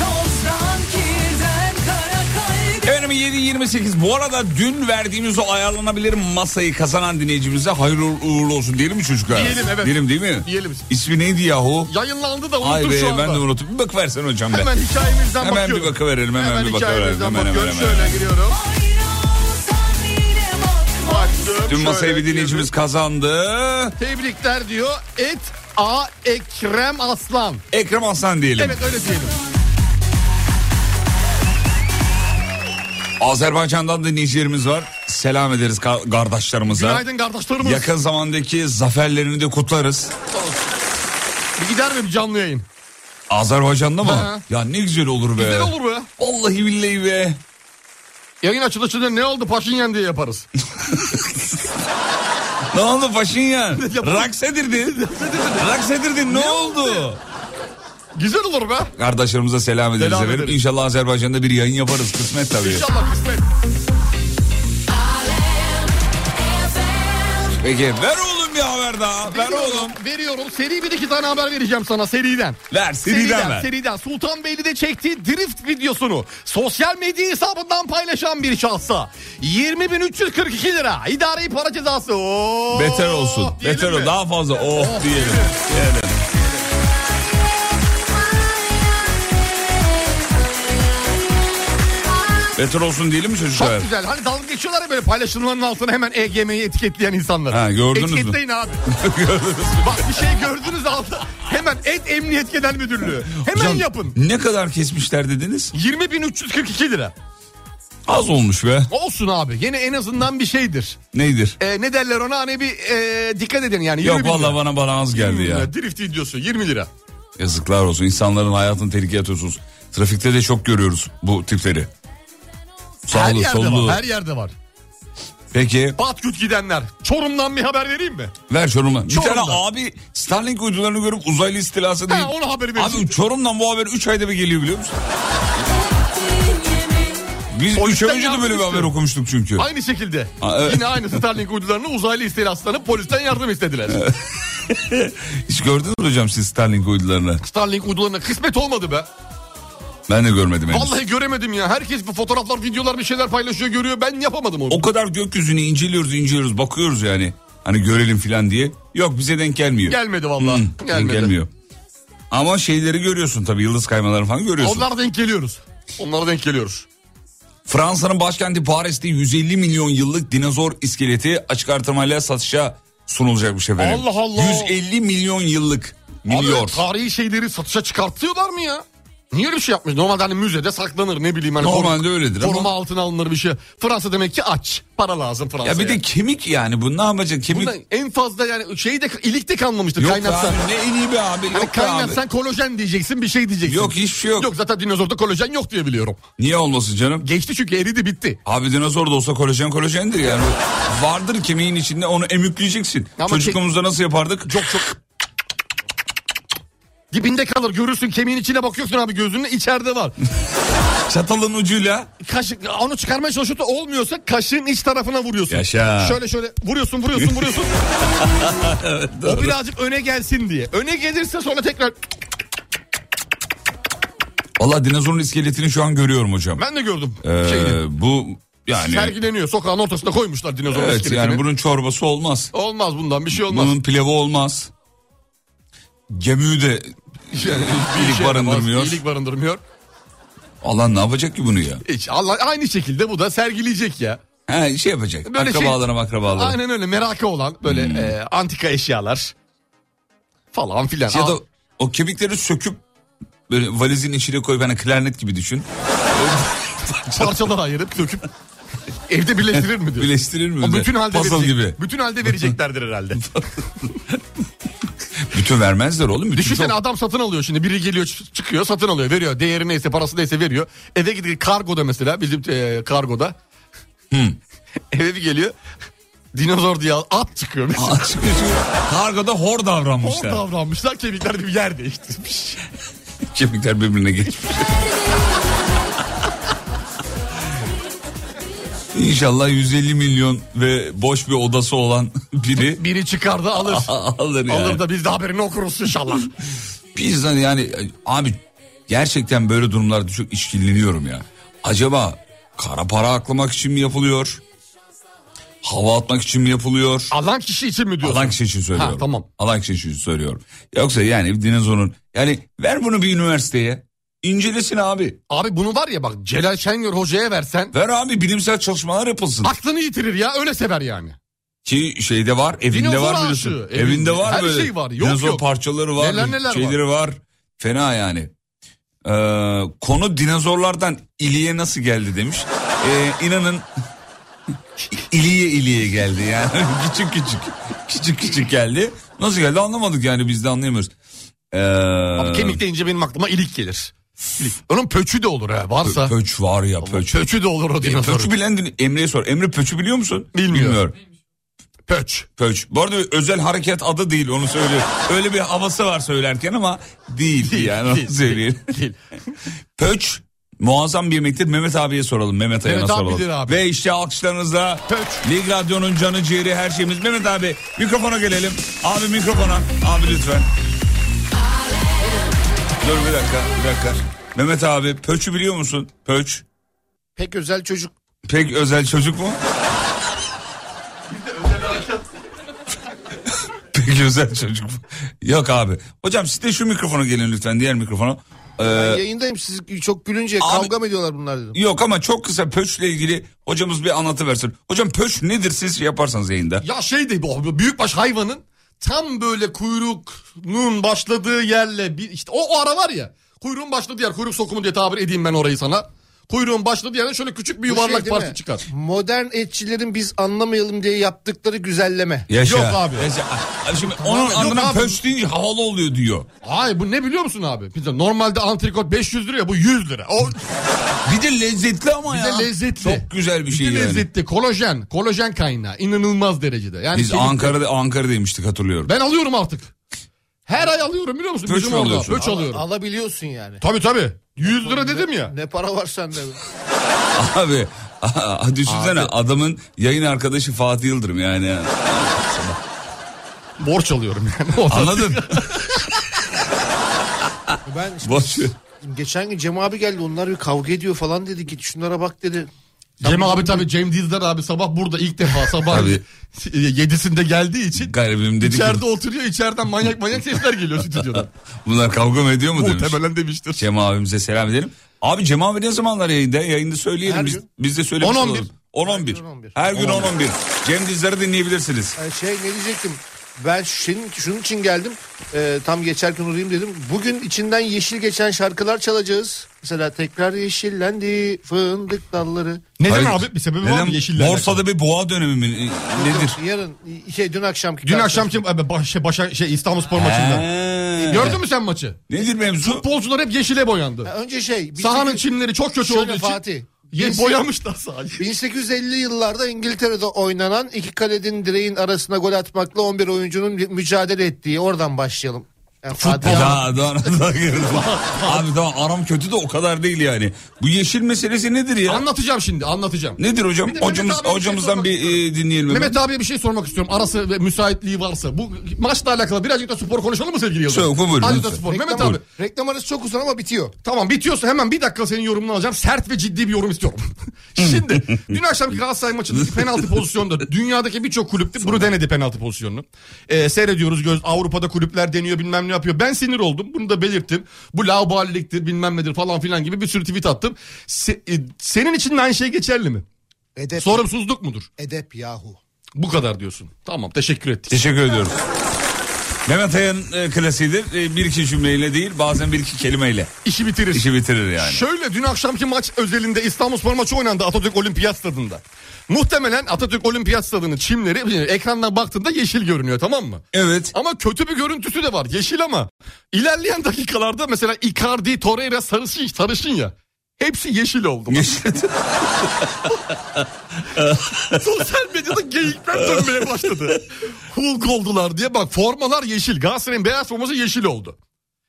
Speaker 6: Tozdan kirden kara kalbim
Speaker 3: Efendim 7.28 bu arada dün verdiğimiz o ayarlanabilir masayı kazanan dinleyicimize hayırlı uğurlu olsun diyelim mi çocuklar?
Speaker 4: Diyelim, evet.
Speaker 3: Diyelim değil mi?
Speaker 4: Diyelim.
Speaker 3: İsmi neydi yahu?
Speaker 4: Yayınlandı da
Speaker 3: Ay
Speaker 4: unuttum
Speaker 3: be
Speaker 4: şu anda.
Speaker 3: ben de unuttum. Bir bakıversen hocam be.
Speaker 4: Hemen hikayemizden
Speaker 3: Hemen
Speaker 4: bakıyorum.
Speaker 3: bir bakıverelim, hemen bir bakıverelim,
Speaker 4: hikayemizden
Speaker 3: hemen, hemen,
Speaker 4: bakıyorum.
Speaker 3: hemen.
Speaker 4: Şöyle giriyorum. Baktım,
Speaker 3: Dün masayı
Speaker 4: şöyle
Speaker 3: bir dinleyicimiz kazandı.
Speaker 4: giriyorum. Tebrikler diyor. Et A Ekrem Aslan.
Speaker 3: Ekrem Aslan diyelim.
Speaker 4: Evet öyle diyelim.
Speaker 3: Azerbaycan'dan dinleyicilerimiz var. selam ederiz ka- kardeşlerimize.
Speaker 4: Günaydın kardeşlerimiz.
Speaker 3: Yakın zamandaki zaferlerini de kutlarız.
Speaker 4: Bir gider mi bir canlı yayın?
Speaker 3: Azerbaycan'da mı?
Speaker 4: Ha.
Speaker 3: Ya ne güzel olur be.
Speaker 4: Güzel olur be.
Speaker 3: Vallahi billahi be.
Speaker 4: Yayın açılışında ne oldu Paşinyan diye yaparız.
Speaker 3: Ne oldu Paşinyan?
Speaker 4: Yapalım.
Speaker 3: Raks edirdin. Raks edirdin ne oldu?
Speaker 4: Güzel olur be.
Speaker 3: Kardeşlerimize selam ederiz
Speaker 4: Selam
Speaker 3: efendim.
Speaker 4: ederiz.
Speaker 3: İnşallah Azerbaycan'da bir yayın yaparız. Kısmet tabii.
Speaker 4: İnşallah kısmet.
Speaker 3: Peki ver oğlum bir haber daha. Ver oğlum.
Speaker 4: Veriyorum. Seri bir iki tane haber vereceğim sana seriden.
Speaker 3: Ver seriden ver.
Speaker 4: seriden. Sultanbeyli'de çektiği drift videosunu sosyal medya hesabından paylaşan bir şahsa 20.342 lira idari para cezası. Oo,
Speaker 3: Beter olsun.
Speaker 4: diyelim
Speaker 3: Beter
Speaker 4: mi?
Speaker 3: ol. Daha fazla. Oh diyelim. Diyelim. Beter olsun diyelim mi
Speaker 4: Çok
Speaker 3: çocuklar?
Speaker 4: güzel. Hani dalga geçiyorlar ya böyle paylaşımların altına hemen EGM'yi etiketleyen insanlar.
Speaker 3: Ha, gördünüz mü?
Speaker 4: Etiketleyin abi. Bak bir şey gördünüz altı. Hemen et emniyet genel müdürlüğü. Hemen
Speaker 3: Hocam,
Speaker 4: yapın.
Speaker 3: Ne kadar kesmişler dediniz?
Speaker 4: 20.342 lira.
Speaker 3: Az olmuş be.
Speaker 4: Olsun abi. Yine en azından bir şeydir.
Speaker 3: Neydir?
Speaker 4: Ee, ne derler ona hani bir ee, dikkat edin yani. 20
Speaker 3: Yok
Speaker 4: bin
Speaker 3: vallahi
Speaker 4: lira.
Speaker 3: bana bana az geldi
Speaker 4: 20 bin
Speaker 3: ya.
Speaker 4: lira. Drift videosu 20 lira.
Speaker 3: Yazıklar olsun. İnsanların hayatını tehlikeye atıyorsunuz. Trafikte de çok görüyoruz bu tipleri.
Speaker 4: her
Speaker 3: Sağlı
Speaker 4: yerde
Speaker 3: sollu.
Speaker 4: var. Her yerde var.
Speaker 3: Peki
Speaker 4: Batgüt gidenler. Çorum'dan bir haber vereyim mi?
Speaker 3: ver Çorum'a. Bir
Speaker 4: Çorum'da.
Speaker 3: tane abi Starlink uydularını görüp uzaylı istilası değil.
Speaker 4: Ha, onu haberi vereyim.
Speaker 3: Abi Çorum'dan bu haber 3 ayda bir geliyor biliyor musun? Biz
Speaker 4: O
Speaker 3: 3
Speaker 4: yüzden
Speaker 3: ay önce de böyle bir
Speaker 4: yapmıştım.
Speaker 3: haber okumuştuk çünkü.
Speaker 4: Aynı şekilde.
Speaker 3: Ha, evet.
Speaker 4: Yine aynı Starlink uydularını uzaylı istilaslanıp polisten yardım istediler.
Speaker 3: Hiç gördünüz mü hocam siz Starlink uydularını?
Speaker 4: Starlink uydularına kısmet olmadı be.
Speaker 3: Ben de görmedim henüz.
Speaker 4: Vallahi göremedim ya. Herkes bu fotoğraflar, videolar bir şeyler paylaşıyor, görüyor. Ben yapamadım onu.
Speaker 3: O kadar gökyüzünü inceliyoruz inceliyoruz bakıyoruz yani. Hani görelim filan diye. Yok bize denk gelmiyor.
Speaker 4: Gelmedi vallahi.
Speaker 3: Hı,
Speaker 4: Gelmedi.
Speaker 3: Gelmiyor. Ama şeyleri görüyorsun tabii yıldız kaymalarını falan görüyorsun.
Speaker 4: Onlara denk geliyoruz. Onlara denk geliyoruz.
Speaker 3: Fransa'nın başkenti Paris'te 150 milyon yıllık dinozor iskeleti açık artırmayla satışa sunulacakmış efendim.
Speaker 4: Allah Allah.
Speaker 3: 150 milyon yıllık
Speaker 4: Abi
Speaker 3: milyon.
Speaker 4: tarihi şeyleri satışa çıkartıyorlar mı ya? Niye öyle bir şey yapmış? Normalde hani müzede saklanır ne bileyim. Hani
Speaker 3: Normalde öyledir ama-
Speaker 4: koruma altına alınır bir şey. Fransa demek ki aç. Para lazım Fransa'ya.
Speaker 3: Ya bir de kemik yani bu ne yapacak kemik?
Speaker 4: Bundan en fazla yani şeyi de ilik de kanlamıştır
Speaker 3: Yok be
Speaker 4: kaynatsan.
Speaker 3: abi ne iliği be abi
Speaker 4: Hani
Speaker 3: yok be abi.
Speaker 4: kaynatsan kolajen diyeceksin bir şey diyeceksin.
Speaker 3: Yok hiçbir şey yok.
Speaker 4: Yok zaten dinozorda kolajen yok diye biliyorum.
Speaker 3: Niye olmasın canım?
Speaker 4: Geçti çünkü eridi bitti.
Speaker 3: Abi dinozor da olsa kolajen kolajendir yani. Vardır kemiğin içinde onu emükleyeceksin.
Speaker 4: Ama
Speaker 3: Çocukluğumuzda nasıl yapardık?
Speaker 4: Çok çok. Dibinde kalır görürsün kemiğin içine bakıyorsun abi gözünün içeride var.
Speaker 3: Çatalın ucuyla
Speaker 4: Kaşık onu çıkarmaya çalışıyorsun olmuyorsa kaşığın iç tarafına vuruyorsun.
Speaker 3: Yaşa.
Speaker 4: Şöyle şöyle vuruyorsun vuruyorsun vuruyorsun. o birazcık öne gelsin diye. Öne gelirse sonra tekrar
Speaker 3: Valla dinozorun iskeletini şu an görüyorum hocam.
Speaker 4: ben şey de gördüm.
Speaker 3: Ee,
Speaker 4: şeyini.
Speaker 3: bu yani
Speaker 4: Sergileniyor sokağın ortasına koymuşlar dinozor
Speaker 3: evet
Speaker 4: iskeletini.
Speaker 3: yani bunun çorbası olmaz.
Speaker 4: Olmaz bundan bir şey olmaz.
Speaker 3: Bunun pilavı olmaz. Gemiyi de
Speaker 4: Yani bir
Speaker 3: İyilik barındırmıyor.
Speaker 4: İyilik barındırmıyor.
Speaker 3: Allah ne yapacak ki bunu ya?
Speaker 4: Hiç. Allah, aynı şekilde bu da sergileyecek ya.
Speaker 3: He şey yapacak.
Speaker 4: Böyle şey-
Speaker 3: akrabalarına akrabalarına. Hmm.
Speaker 4: Aynen öyle merakı olan böyle e, antika eşyalar falan filan.
Speaker 3: Ya
Speaker 4: Al-
Speaker 3: da o kemikleri söküp böyle valizin içine koyup hani klarnet gibi düşün.
Speaker 4: parçalara ayırıp söküp evde birleştirir mi diyor.
Speaker 3: Birleştirir mi?
Speaker 4: O
Speaker 3: bize?
Speaker 4: bütün halde
Speaker 3: Puzzle
Speaker 4: verecek-
Speaker 3: gibi.
Speaker 4: Bütün halde vereceklerdir herhalde.
Speaker 3: Bütün vermezler oğlum. Bütün
Speaker 4: Düşünsene
Speaker 3: çok-
Speaker 4: adam satın alıyor şimdi. Biri geliyor ç- çıkıyor satın alıyor veriyor. Değeri neyse parası neyse veriyor. Eve gidiyor kargoda mesela bizim e, kargoda.
Speaker 3: Hmm.
Speaker 4: Eve bir geliyor. Dinozor diye at çıkıyor. mesela.
Speaker 3: Aa, çıkıyor, çıkıyor. Kargoda hor
Speaker 4: Hor
Speaker 3: davranmışlar.
Speaker 4: davranmışlar kemikler bir yer değiştirmiş.
Speaker 3: Kemikler birbirine geçmiş. İnşallah 150 milyon ve boş bir odası olan biri
Speaker 4: Biri çıkar da alır.
Speaker 3: alır yani.
Speaker 4: alır da biz de haberini okuruz inşallah.
Speaker 3: Biz de yani abi gerçekten böyle durumlarda çok işkilleniyorum ya. Acaba kara para aklamak için mi yapılıyor? Hava atmak için mi yapılıyor?
Speaker 4: Alan kişi için mi diyorsun?
Speaker 3: Alan kişi için söylüyorum.
Speaker 4: Ha, tamam.
Speaker 3: Alan kişi için söylüyorum. Yoksa yani dinozorun yani ver bunu bir üniversiteye. İncelesin abi.
Speaker 4: Abi bunu var ya bak Celal Şengör hocaya versen
Speaker 3: Ver abi bilimsel çalışmalar yapılsın.
Speaker 4: aklını yitirir ya öyle sever yani.
Speaker 3: Ki şeyde var, evinde
Speaker 4: Dinozor
Speaker 3: var
Speaker 4: aşığı,
Speaker 3: biliyorsun.
Speaker 4: evinde.
Speaker 3: Evinde var
Speaker 4: Her
Speaker 3: böyle.
Speaker 4: şey var, yok
Speaker 3: dinozor
Speaker 4: yok.
Speaker 3: parçaları var,
Speaker 4: Neler neler var.
Speaker 3: şeyleri var. Fena yani. Ee, konu dinozorlardan iliğe nasıl geldi demiş. Ee, inanın iliye iliye geldi yani. küçük küçük. Küçük küçük geldi. Nasıl geldi anlamadık yani biz de anlayamıyoruz. Ee,
Speaker 4: Abi kemik deyince benim aklıma ilik gelir. İlik. Onun pöçü de olur ha varsa.
Speaker 3: Pöç var ya pöç.
Speaker 4: Pöçü de olur o dinozorun.
Speaker 3: Pöçü bilen din- Emre'ye sor. Emre pöçü biliyor musun?
Speaker 4: Bilmiyor.
Speaker 3: Bilmiyorum.
Speaker 4: Pöç.
Speaker 3: Pöç. Bu arada özel hareket adı değil onu söylüyor. Öyle bir havası var söylerken ama değil, yani onu söyleyelim.
Speaker 4: Değil.
Speaker 3: Pöç muazzam bir yemektir. Mehmet abiye soralım. Mehmet Ayan'a
Speaker 4: Mehmet abi
Speaker 3: soralım.
Speaker 4: bilir abi.
Speaker 3: Ve işte alkışlarınızla
Speaker 4: Pöç.
Speaker 3: Lig Radyo'nun canı ciğeri her şeyimiz. Mehmet abi mikrofona gelelim. Abi mikrofona. Abi lütfen. Dur bir dakika bir dakika. Mehmet abi Pöç'ü biliyor musun? Pöç.
Speaker 7: Pek özel çocuk.
Speaker 3: Pek özel çocuk mu? Pek özel çocuk mu? Yok abi. Hocam siz de şu mikrofona gelin lütfen diğer mikrofona. Ee,
Speaker 7: Yayındayım siz çok gülünce
Speaker 3: Abi-
Speaker 7: kavga mı ediyorlar bunlar dedim.
Speaker 3: Yok ama çok kısa pöçle ilgili hocamız bir anlatı versin. Hocam pöç nedir siz şey yaparsanız yayında.
Speaker 4: Ya şey de bu büyükbaş hayvanın tam böyle kuyruğunun başladığı yerle bir işte o, o ara var ya. Kuyruğun başladığı yer kuyruk sokumu diye tabir edeyim ben orayı sana. Kuyruğun başladığı yerden şöyle küçük bir
Speaker 7: Bu şey
Speaker 4: yuvarlak
Speaker 7: değil
Speaker 4: parça
Speaker 7: mi?
Speaker 4: çıkar.
Speaker 7: Modern etçilerin biz anlamayalım diye yaptıkları güzelleme.
Speaker 3: Yaşa.
Speaker 4: Yok abi.
Speaker 3: Yaşa. Abi şimdi onun
Speaker 4: yok
Speaker 3: adına
Speaker 4: abi.
Speaker 3: pöç deyince havalı oluyor diyor.
Speaker 4: Ay bu ne biliyor musun abi? Pizza normalde antrikot 500 lira ya bu 100 lira. O
Speaker 3: Bir de lezzetli ama
Speaker 4: bir
Speaker 3: ya.
Speaker 4: de lezzetli.
Speaker 3: Çok güzel bir şey
Speaker 4: de
Speaker 3: yani.
Speaker 4: lezzetli. Kolajen. Kolajen kaynağı. inanılmaz derecede. Yani
Speaker 3: Biz
Speaker 4: kemik-
Speaker 3: Ankara'da Ankara'daymıştık hatırlıyorum.
Speaker 4: Ben alıyorum artık. Her ay alıyorum biliyor musun?
Speaker 3: Pöç
Speaker 4: Bizim
Speaker 3: mü
Speaker 4: orada.
Speaker 3: alıyorsun?
Speaker 4: Pöç alıyorum.
Speaker 7: Alabiliyorsun yani.
Speaker 4: Tabii tabii. 100 lira dedim ya.
Speaker 7: Ne para var sende? be?
Speaker 3: Abi düşünsene adamın yayın arkadaşı Fatih Yıldırım yani.
Speaker 4: Borç alıyorum yani. O da-
Speaker 3: Anladın?
Speaker 7: Ben şimdi-
Speaker 3: Boş. ver.
Speaker 7: geçen gün Cem abi geldi onlar bir kavga ediyor falan dedi git şunlara bak dedi.
Speaker 4: Cem abi tabii Cem Dizdar abi sabah burada ilk defa sabah
Speaker 3: Tabii.
Speaker 4: yedisinde geldiği için
Speaker 3: Garibim dedi ki
Speaker 4: içeride oturuyor içeriden manyak manyak sesler geliyor stüdyodan.
Speaker 3: bunlar kavga mı ediyor mu demiş.
Speaker 4: Muhtemelen demiştir.
Speaker 3: Cem abimize selam edelim. Abi Cem abi ne zamanlar yayında? Yayında söyleyelim.
Speaker 7: Her
Speaker 3: Biz,
Speaker 7: gün.
Speaker 3: biz de söylemiş
Speaker 4: 10-11.
Speaker 3: olalım. 10-11.
Speaker 7: Her gün 10-11.
Speaker 3: Her gün 10-11. Cem Dizler'i dinleyebilirsiniz.
Speaker 7: Ee, şey ne diyecektim? Ben şunun, şunun için geldim. Ee, tam geçerken uğrayayım dedim. Bugün içinden yeşil geçen şarkılar çalacağız. Mesela tekrar yeşillendi fındık dalları.
Speaker 4: Neden
Speaker 3: Hayır.
Speaker 4: abi? Bir sebebi var mı?
Speaker 3: Neden?
Speaker 4: Yeşillerle.
Speaker 3: Borsada bir boğa dönemi mi? E, Nedir?
Speaker 7: Yarın şey dün akşamki.
Speaker 4: Dün
Speaker 7: karşı-
Speaker 4: akşamki e, baş, şey, başa, şey, İstanbul Spor maçında.
Speaker 3: He.
Speaker 4: Gördün mü sen maçı?
Speaker 3: Nedir mevzu?
Speaker 4: Futbolcular hep yeşile boyandı.
Speaker 7: Önce şey.
Speaker 4: Sahanın
Speaker 7: 18
Speaker 4: çimleri çok kötü
Speaker 7: Şöyle
Speaker 4: olduğu için.
Speaker 7: Fatih.
Speaker 4: Ye,
Speaker 7: Biz-
Speaker 4: boyamışlar sahayı.
Speaker 7: 1850 yıllarda İngiltere'de oynanan iki kalenin direğin arasına gol atmakla 11 oyuncunun mücadele ettiği oradan başlayalım. Yani Fatih abi-
Speaker 3: Daha, daha, daha girdim. Abi tamam aram kötü de o kadar değil yani. Bu yeşil meselesi nedir ya?
Speaker 4: Anlatacağım şimdi anlatacağım.
Speaker 3: nedir hocam?
Speaker 4: Bir de Mehmet
Speaker 3: Hocamız,
Speaker 4: abi bir şey
Speaker 3: hocamızdan
Speaker 4: sormak
Speaker 3: bir e, dinleyelim. hemen.
Speaker 4: Mehmet abiye bir şey sormak istiyorum. Arası ve müsaitliği varsa. Bu maçla alakalı birazcık da spor konuşalım mı sevgili Yıldırım?
Speaker 3: Söyle, buyurun,
Speaker 4: Azıcık da
Speaker 3: lütfen.
Speaker 4: spor. Mehmet
Speaker 7: Reklam-
Speaker 4: abi
Speaker 7: Reklam arası çok uzun ama bitiyor.
Speaker 4: Tamam bitiyorsa hemen bir dakika senin yorumunu alacağım. Sert ve ciddi bir yorum istiyorum. Şimdi dün akşamki Galatasaray maçındaki penaltı pozisyonunda dünyadaki birçok kulüpte bunu denedi penaltı pozisyonunu. Ee, seyrediyoruz göz Avrupa'da kulüpler deniyor bilmem ne yapıyor. Ben sinir oldum bunu da belirttim. Bu laubaliliktir bilmem nedir falan filan gibi bir sürü tweet attım. Se- e, senin için de aynı şey geçerli mi?
Speaker 7: Edep,
Speaker 4: Sorumsuzluk mudur?
Speaker 7: edep yahu.
Speaker 4: Bu kadar diyorsun. Tamam teşekkür ettik.
Speaker 3: Teşekkür ediyorum. Mehmet Ay'ın e, klasiğidir. E, bir iki cümleyle değil bazen bir iki kelimeyle
Speaker 4: İşi bitirir.
Speaker 3: işi bitirir yani.
Speaker 4: Şöyle dün akşamki maç özelinde İstanbulspor maçı oynandı Atatürk Olimpiyat Stadında. Muhtemelen Atatürk Olimpiyat Stadı'nın çimleri e, ekrandan baktığında yeşil görünüyor tamam mı?
Speaker 3: Evet.
Speaker 4: Ama kötü bir görüntüsü de var yeşil ama ilerleyen dakikalarda mesela Icardi, Torreira, Sarışın, Sarışın ya hepsi yeşil oldu.
Speaker 3: Yeşil-
Speaker 4: Sosyal medyada geyikler dönmeye başladı. Hulk oldular diye bak formalar yeşil. Galatasaray'ın beyaz forması yeşil oldu.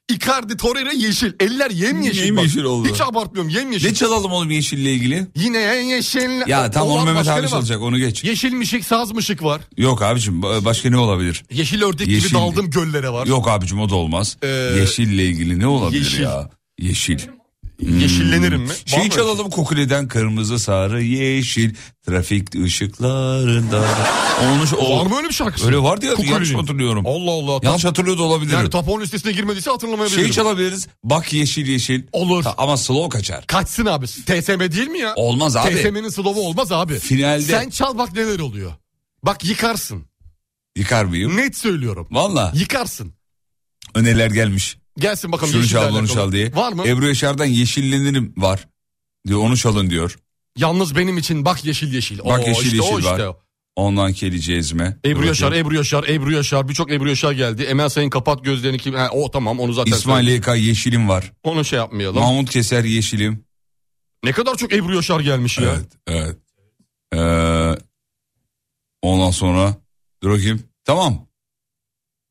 Speaker 4: Icardi, Torreira yeşil. Eller yemyeşil. bak.
Speaker 3: Yemyeşil oldu.
Speaker 4: Hiç abartmıyorum yemyeşil.
Speaker 3: Ne çalalım oğlum yeşille ilgili?
Speaker 4: Yine yeşil.
Speaker 3: Ya tam onu
Speaker 4: Olan
Speaker 3: Mehmet
Speaker 4: başka
Speaker 3: abi
Speaker 4: ne var?
Speaker 3: çalacak onu geç.
Speaker 4: Yeşilmişik, sazmışık var.
Speaker 3: Yok abicim ba- başka ne olabilir?
Speaker 4: Yeşil ördek
Speaker 3: Yeşil.
Speaker 4: gibi daldım göllere var.
Speaker 3: Yok abicim o da olmaz.
Speaker 4: Ee,
Speaker 3: Yeşille ilgili ne olabilir
Speaker 4: yeşil.
Speaker 3: ya? Yeşil. Hmm.
Speaker 4: Yeşillenirim mi? Var
Speaker 3: Şeyi
Speaker 4: mı? şey?
Speaker 3: çalalım kokuleden kırmızı sarı yeşil trafik ışıklarında. Onu
Speaker 4: Var
Speaker 3: o,
Speaker 4: mı öyle bir şarkısı?
Speaker 3: öyle vardı ya
Speaker 4: Kukuli'nin.
Speaker 3: yanlış hatırlıyorum.
Speaker 4: Allah Allah.
Speaker 3: Yanlış hatırlıyor da olabilir.
Speaker 4: yani top 10 listesine girmediyse hatırlamayabilirim.
Speaker 3: Şeyi Şey çalabiliriz. Bak yeşil yeşil.
Speaker 4: Olur.
Speaker 3: Ta- Ama slow kaçar.
Speaker 4: Kaçsın abi. TSM değil mi ya?
Speaker 3: Olmaz abi.
Speaker 4: TSM'nin slow'u olmaz abi.
Speaker 3: Finalde-
Speaker 4: Sen çal bak neler oluyor. Bak yıkarsın.
Speaker 3: Yıkar mıyım?
Speaker 4: Net söylüyorum.
Speaker 3: Valla
Speaker 4: Yıkarsın.
Speaker 3: öneriler gelmiş.
Speaker 4: Gelsin bakalım
Speaker 3: Şunu
Speaker 4: yeşille
Speaker 3: çal bunu
Speaker 4: alakalı.
Speaker 3: çal diye.
Speaker 4: Var mı?
Speaker 3: Ebru Yaşar'dan yeşillenirim var. Diyor onu çalın diyor.
Speaker 4: Yalnız benim için bak yeşil yeşil.
Speaker 3: Bak
Speaker 4: Oo,
Speaker 3: yeşil
Speaker 4: işte o
Speaker 3: yeşil var.
Speaker 4: işte o.
Speaker 3: Ondan kelici ezme.
Speaker 4: Ebru Yaşar, Ebru Yaşar, Ebru Yaşar. Birçok Ebru Yaşar geldi. Emel Sayın kapat gözlerini kim? Ha, o tamam onu zaten.
Speaker 3: İsmail YK yeşilim var.
Speaker 4: Onu şey yapmayalım.
Speaker 3: Mahmut Keser yeşilim.
Speaker 4: Ne kadar çok Ebru Yaşar gelmiş ya.
Speaker 3: Evet, evet. Ee, ondan sonra dur bakayım. Tamam.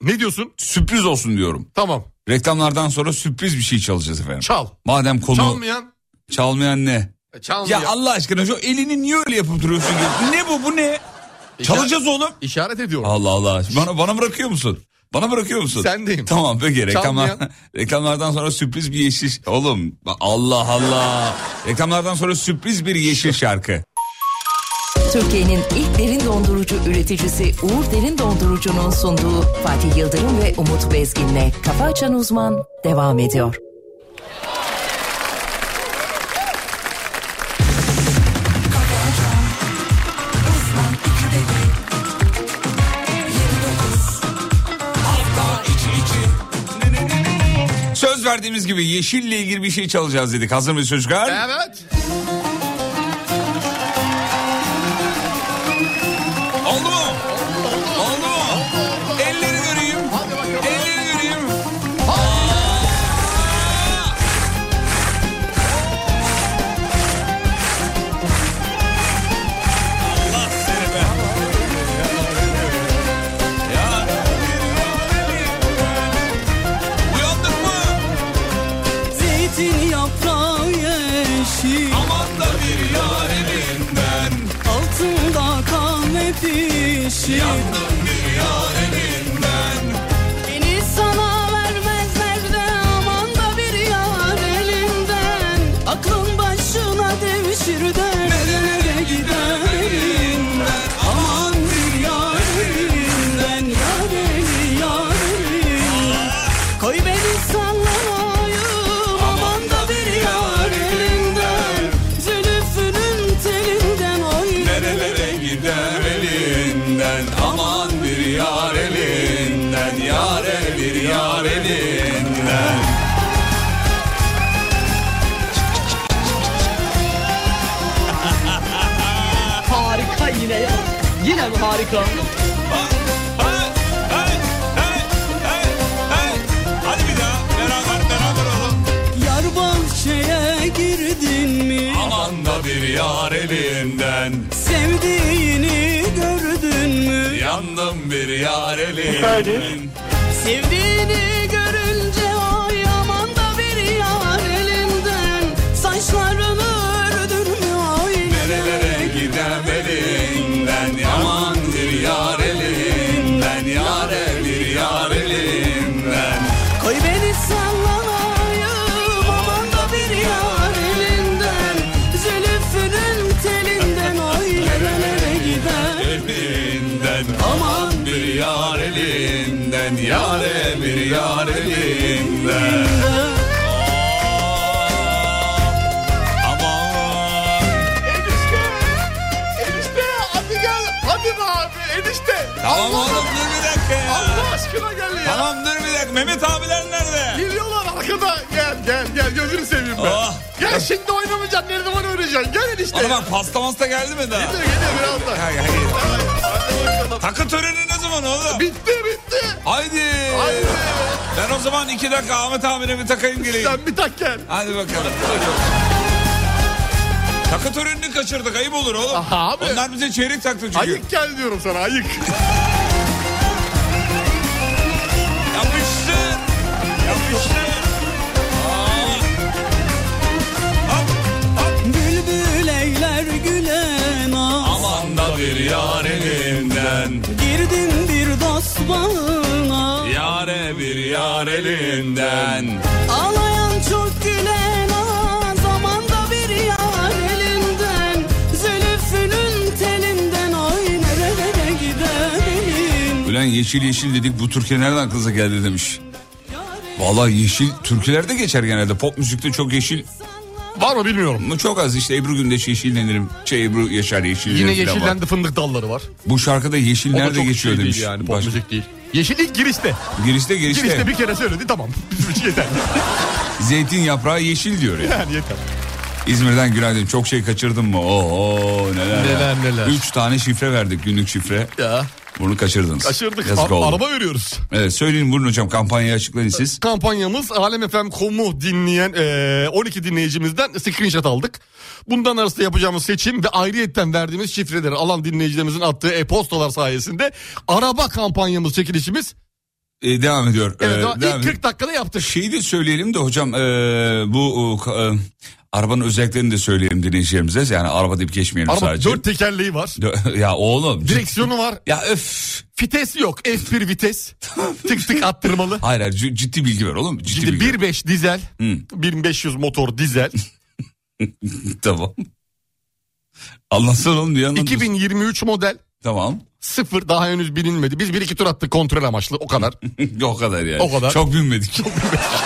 Speaker 4: Ne diyorsun?
Speaker 3: Sürpriz olsun diyorum.
Speaker 4: Tamam.
Speaker 3: Reklamlardan sonra sürpriz bir şey çalacağız efendim.
Speaker 4: Çal.
Speaker 3: Madem konu
Speaker 4: Çalmayan.
Speaker 3: çalmayan ne?
Speaker 4: e, Çalmayan.
Speaker 3: Ya Allah aşkına şu elini niye öyle yapıp duruyorsun? ki? Ne bu bu ne? Çalacağız oğlum.
Speaker 4: İşaret ediyorum.
Speaker 3: Allah Allah. Bana bana bırakıyor musun? Bana bırakıyor musun?
Speaker 4: Sendeyim.
Speaker 3: Tamam peki reklamlar,
Speaker 4: Çalmayan.
Speaker 3: reklamlardan sonra sürpriz bir yeşil oğlum Allah Allah reklamlardan sonra sürpriz bir yeşil şarkı
Speaker 1: Türkiye'nin ilk derin dondurucu üreticisi Uğur Derin Dondurucu'nun sunduğu Fatih Yıldırım ve Umut Bezgin'le Kafa Açan Uzman devam ediyor.
Speaker 3: söz verdiğimiz gibi yeşille ilgili bir şey çalacağız dedik hazır mıyız çocuklar?
Speaker 4: Evet.
Speaker 3: Oldu mu? Oldu mu? Elleri göreyim. Elleri göreyim. Allah seni be. Ya. Uyandık mı?
Speaker 6: Zeytin yaprağı yeşil
Speaker 3: Aman da bir yar elinden.
Speaker 6: Altında kahve pişir Beni sana vermezler de aman da bir yar elinden Aklın başına devşir de nerelere gider elinden Aman bir yar elinden yar eli yar elinden Koy beni sallamayım aman da bir yar elinden Zülfü'nün telinden oy
Speaker 3: Nerelere gider elinden Aman bir yar elinden Yare bir yar elinden
Speaker 6: Harika yine ya. Yine mi harika?
Speaker 3: Hey, hey, hey, hey, hey. Hadi bir daha beraber beraber olun
Speaker 6: Yar bahçeye girdin mi?
Speaker 3: Aman da bir yar elinden
Speaker 6: Sevdiğini gördün mü?
Speaker 3: Yandım bir yar elinden
Speaker 6: Sevdiğini görünce ay aman da bir yar elinden Saçlarını ördün mü ay
Speaker 3: Nerelere gider elinden Aman bir yar elinden Yare bir yar elinden
Speaker 6: Koy beni sallanayım aman da bir yar elinden Zülfü'nün telinden ay nerelere gider
Speaker 3: elinden
Speaker 6: Aman
Speaker 3: bir yar elinden yare bir yar elinden aman
Speaker 7: Enişte. Enişte hadi gel. Hadi be abi enişte.
Speaker 3: tamam oğlum dur bir dakika ya.
Speaker 7: Allah aşkına gel ya.
Speaker 3: tamam dur bir dakika Mehmet abiler nerede
Speaker 7: Geliyorlar arkada. Gel gel gel gözünü seveyim ben.
Speaker 3: Ah.
Speaker 7: Gel şimdi oynamayacaksın. Ne zaman oynayacaksın? Gel enişte.
Speaker 3: Oğlum bak pasta masta geldi mi daha
Speaker 7: Geliyor geliyor birazdan.
Speaker 3: Hay, hay.
Speaker 7: Hadi bakalım.
Speaker 3: takı töreni ne zaman oğlum
Speaker 7: Bitti bitti.
Speaker 3: haydi
Speaker 7: Haydi.
Speaker 3: ben o zaman iki dakika Ahmet abine bir takayım geleyim
Speaker 7: Sen bir tak gel.
Speaker 3: hadi bakalım Takı törenini kaçırdık ayıp olur oğlum.
Speaker 7: Aha abi.
Speaker 3: Onlar bize çeyrek taktı çünkü.
Speaker 7: Ayık gel diyorum sana ayık.
Speaker 3: Yapıştır. Yapıştır.
Speaker 6: Bülbül eyler gülen ah
Speaker 3: Aman da bir yar elinden.
Speaker 6: Girdim bir dost bağına
Speaker 3: Yare bir yar elinden.
Speaker 6: Ağlayan çok gülen ah Zamanda bir yar elinden Zülfü'nün telinden Oy nerelere gider elin
Speaker 3: Ulan yeşil yeşil dedik bu Türkiye nereden aklınıza geldi demiş. Valla yeşil türkülerde geçer genelde. Pop müzikte çok yeşil
Speaker 4: Var mı bilmiyorum.
Speaker 3: ama çok az işte Ebru Gündeş yeşillenirim. Şey Ebru Yaşar yeşillenirim.
Speaker 4: Yine
Speaker 3: falan var.
Speaker 4: yeşillendi fındık dalları var.
Speaker 3: Bu şarkıda yeşil
Speaker 4: O da
Speaker 3: nerede
Speaker 4: çok
Speaker 3: geçiyor
Speaker 4: şey değil
Speaker 3: demiş.
Speaker 4: Yani, pop
Speaker 3: Başka-
Speaker 4: müzik değil. Yeşil ilk girişte.
Speaker 3: Girişte girişte.
Speaker 4: Girişte bir kere söyledi tamam. Bizim için yeter.
Speaker 3: Zeytin yaprağı yeşil diyor ya.
Speaker 4: Yani yeter.
Speaker 3: İzmir'den günaydın. Çok şey kaçırdım mı? Oo neler
Speaker 4: Neler,
Speaker 3: ya.
Speaker 4: neler.
Speaker 3: Üç tane şifre verdik günlük şifre.
Speaker 4: Ya.
Speaker 3: Bunu kaçırdınız.
Speaker 4: Kaçırdık.
Speaker 3: Yazık
Speaker 4: Ar-
Speaker 3: oldu.
Speaker 4: araba veriyoruz.
Speaker 3: Evet söyleyin buyurun hocam kampanyayı açıklayın siz.
Speaker 4: Kampanyamız alemfm.com'u dinleyen e, 12 dinleyicimizden screenshot aldık. Bundan arasında yapacağımız seçim ve ayrıyetten verdiğimiz şifreleri alan dinleyicilerimizin attığı e-postalar sayesinde araba kampanyamız çekilişimiz
Speaker 3: Ee, devam ediyor.
Speaker 4: evet, daha
Speaker 3: Ee, devam
Speaker 4: ilk
Speaker 3: ediyor.
Speaker 4: 40 dakikada yaptık.
Speaker 3: Şeyi de söyleyelim de hocam e, bu e, ka- e, arabanın özelliklerini de söyleyelim dinleyicilerimize. Yani araba deyip geçmeyelim
Speaker 4: Araba
Speaker 3: sadece.
Speaker 4: 4 tekerleği var.
Speaker 3: Dö- ya oğlum.
Speaker 4: Direksiyonu var.
Speaker 3: Ya öf.
Speaker 4: Vites yok. F1 vites. tık tık attırmalı.
Speaker 3: Hayır hayır c- ciddi bilgi ver oğlum. Ciddi,
Speaker 4: Şimdi
Speaker 3: bilgi. ver.
Speaker 4: 1.5 dizel.
Speaker 3: Hı.
Speaker 4: 1500 motor dizel.
Speaker 3: Tamam. Anlatsana oğlum diye
Speaker 4: 2023 model.
Speaker 3: Tamam.
Speaker 4: Sıfır daha henüz bilinmedi. Biz bir iki tur attık kontrol amaçlı o kadar.
Speaker 3: o kadar yani.
Speaker 4: O kadar.
Speaker 3: Çok bilmedik.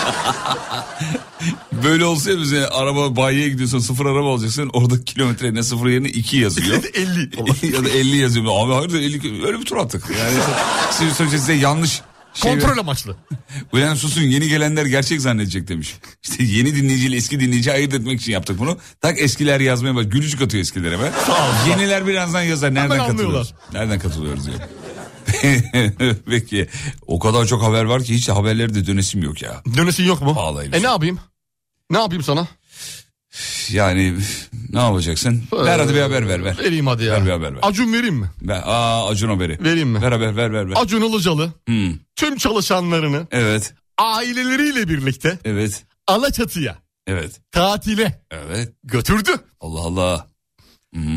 Speaker 3: Böyle olsa bize araba bayiye gidiyorsun sıfır araba alacaksın. Orada kilometre ne sıfır yerine iki yazıyor.
Speaker 4: 50 falan.
Speaker 3: ya da 50 yazıyor. Abi hayır da 50 ki- öyle bir tur attık. Yani siz söyleyeceğiz size yanlış şey
Speaker 4: Kontrol amaçlı.
Speaker 3: Ulan susun yeni gelenler gerçek zannedecek demiş. İşte yeni dinleyiciyle eski dinleyici ayırt etmek için yaptık bunu. Tak eskiler yazmaya bak gülücük atıyor eskilere be. Yeniler birazdan yazar nereden
Speaker 4: Hemen
Speaker 3: katılıyoruz. Nereden katılıyoruz diyor. Peki o kadar çok haber var ki hiç haberleri de dönesim yok ya.
Speaker 4: Dönüşün yok mu?
Speaker 3: Pahalıymış.
Speaker 4: E ne yapayım? Ne yapayım sana?
Speaker 3: Yani ne yapacaksın? Ver hadi bir haber ver ver.
Speaker 4: Vereyim hadi ya.
Speaker 3: Ver bir haber ver.
Speaker 4: Acun vereyim mi?
Speaker 3: ver. Aa Acun haberi.
Speaker 4: Vereyim mi?
Speaker 3: Ver haber ver ver. ver.
Speaker 4: Acun Ilıcalı
Speaker 3: Hmm,
Speaker 4: tüm çalışanlarını
Speaker 3: Evet
Speaker 4: aileleriyle birlikte
Speaker 3: evet
Speaker 4: Alaçatı'ya
Speaker 3: evet
Speaker 4: tatile
Speaker 3: evet.
Speaker 4: götürdü.
Speaker 3: Allah Allah.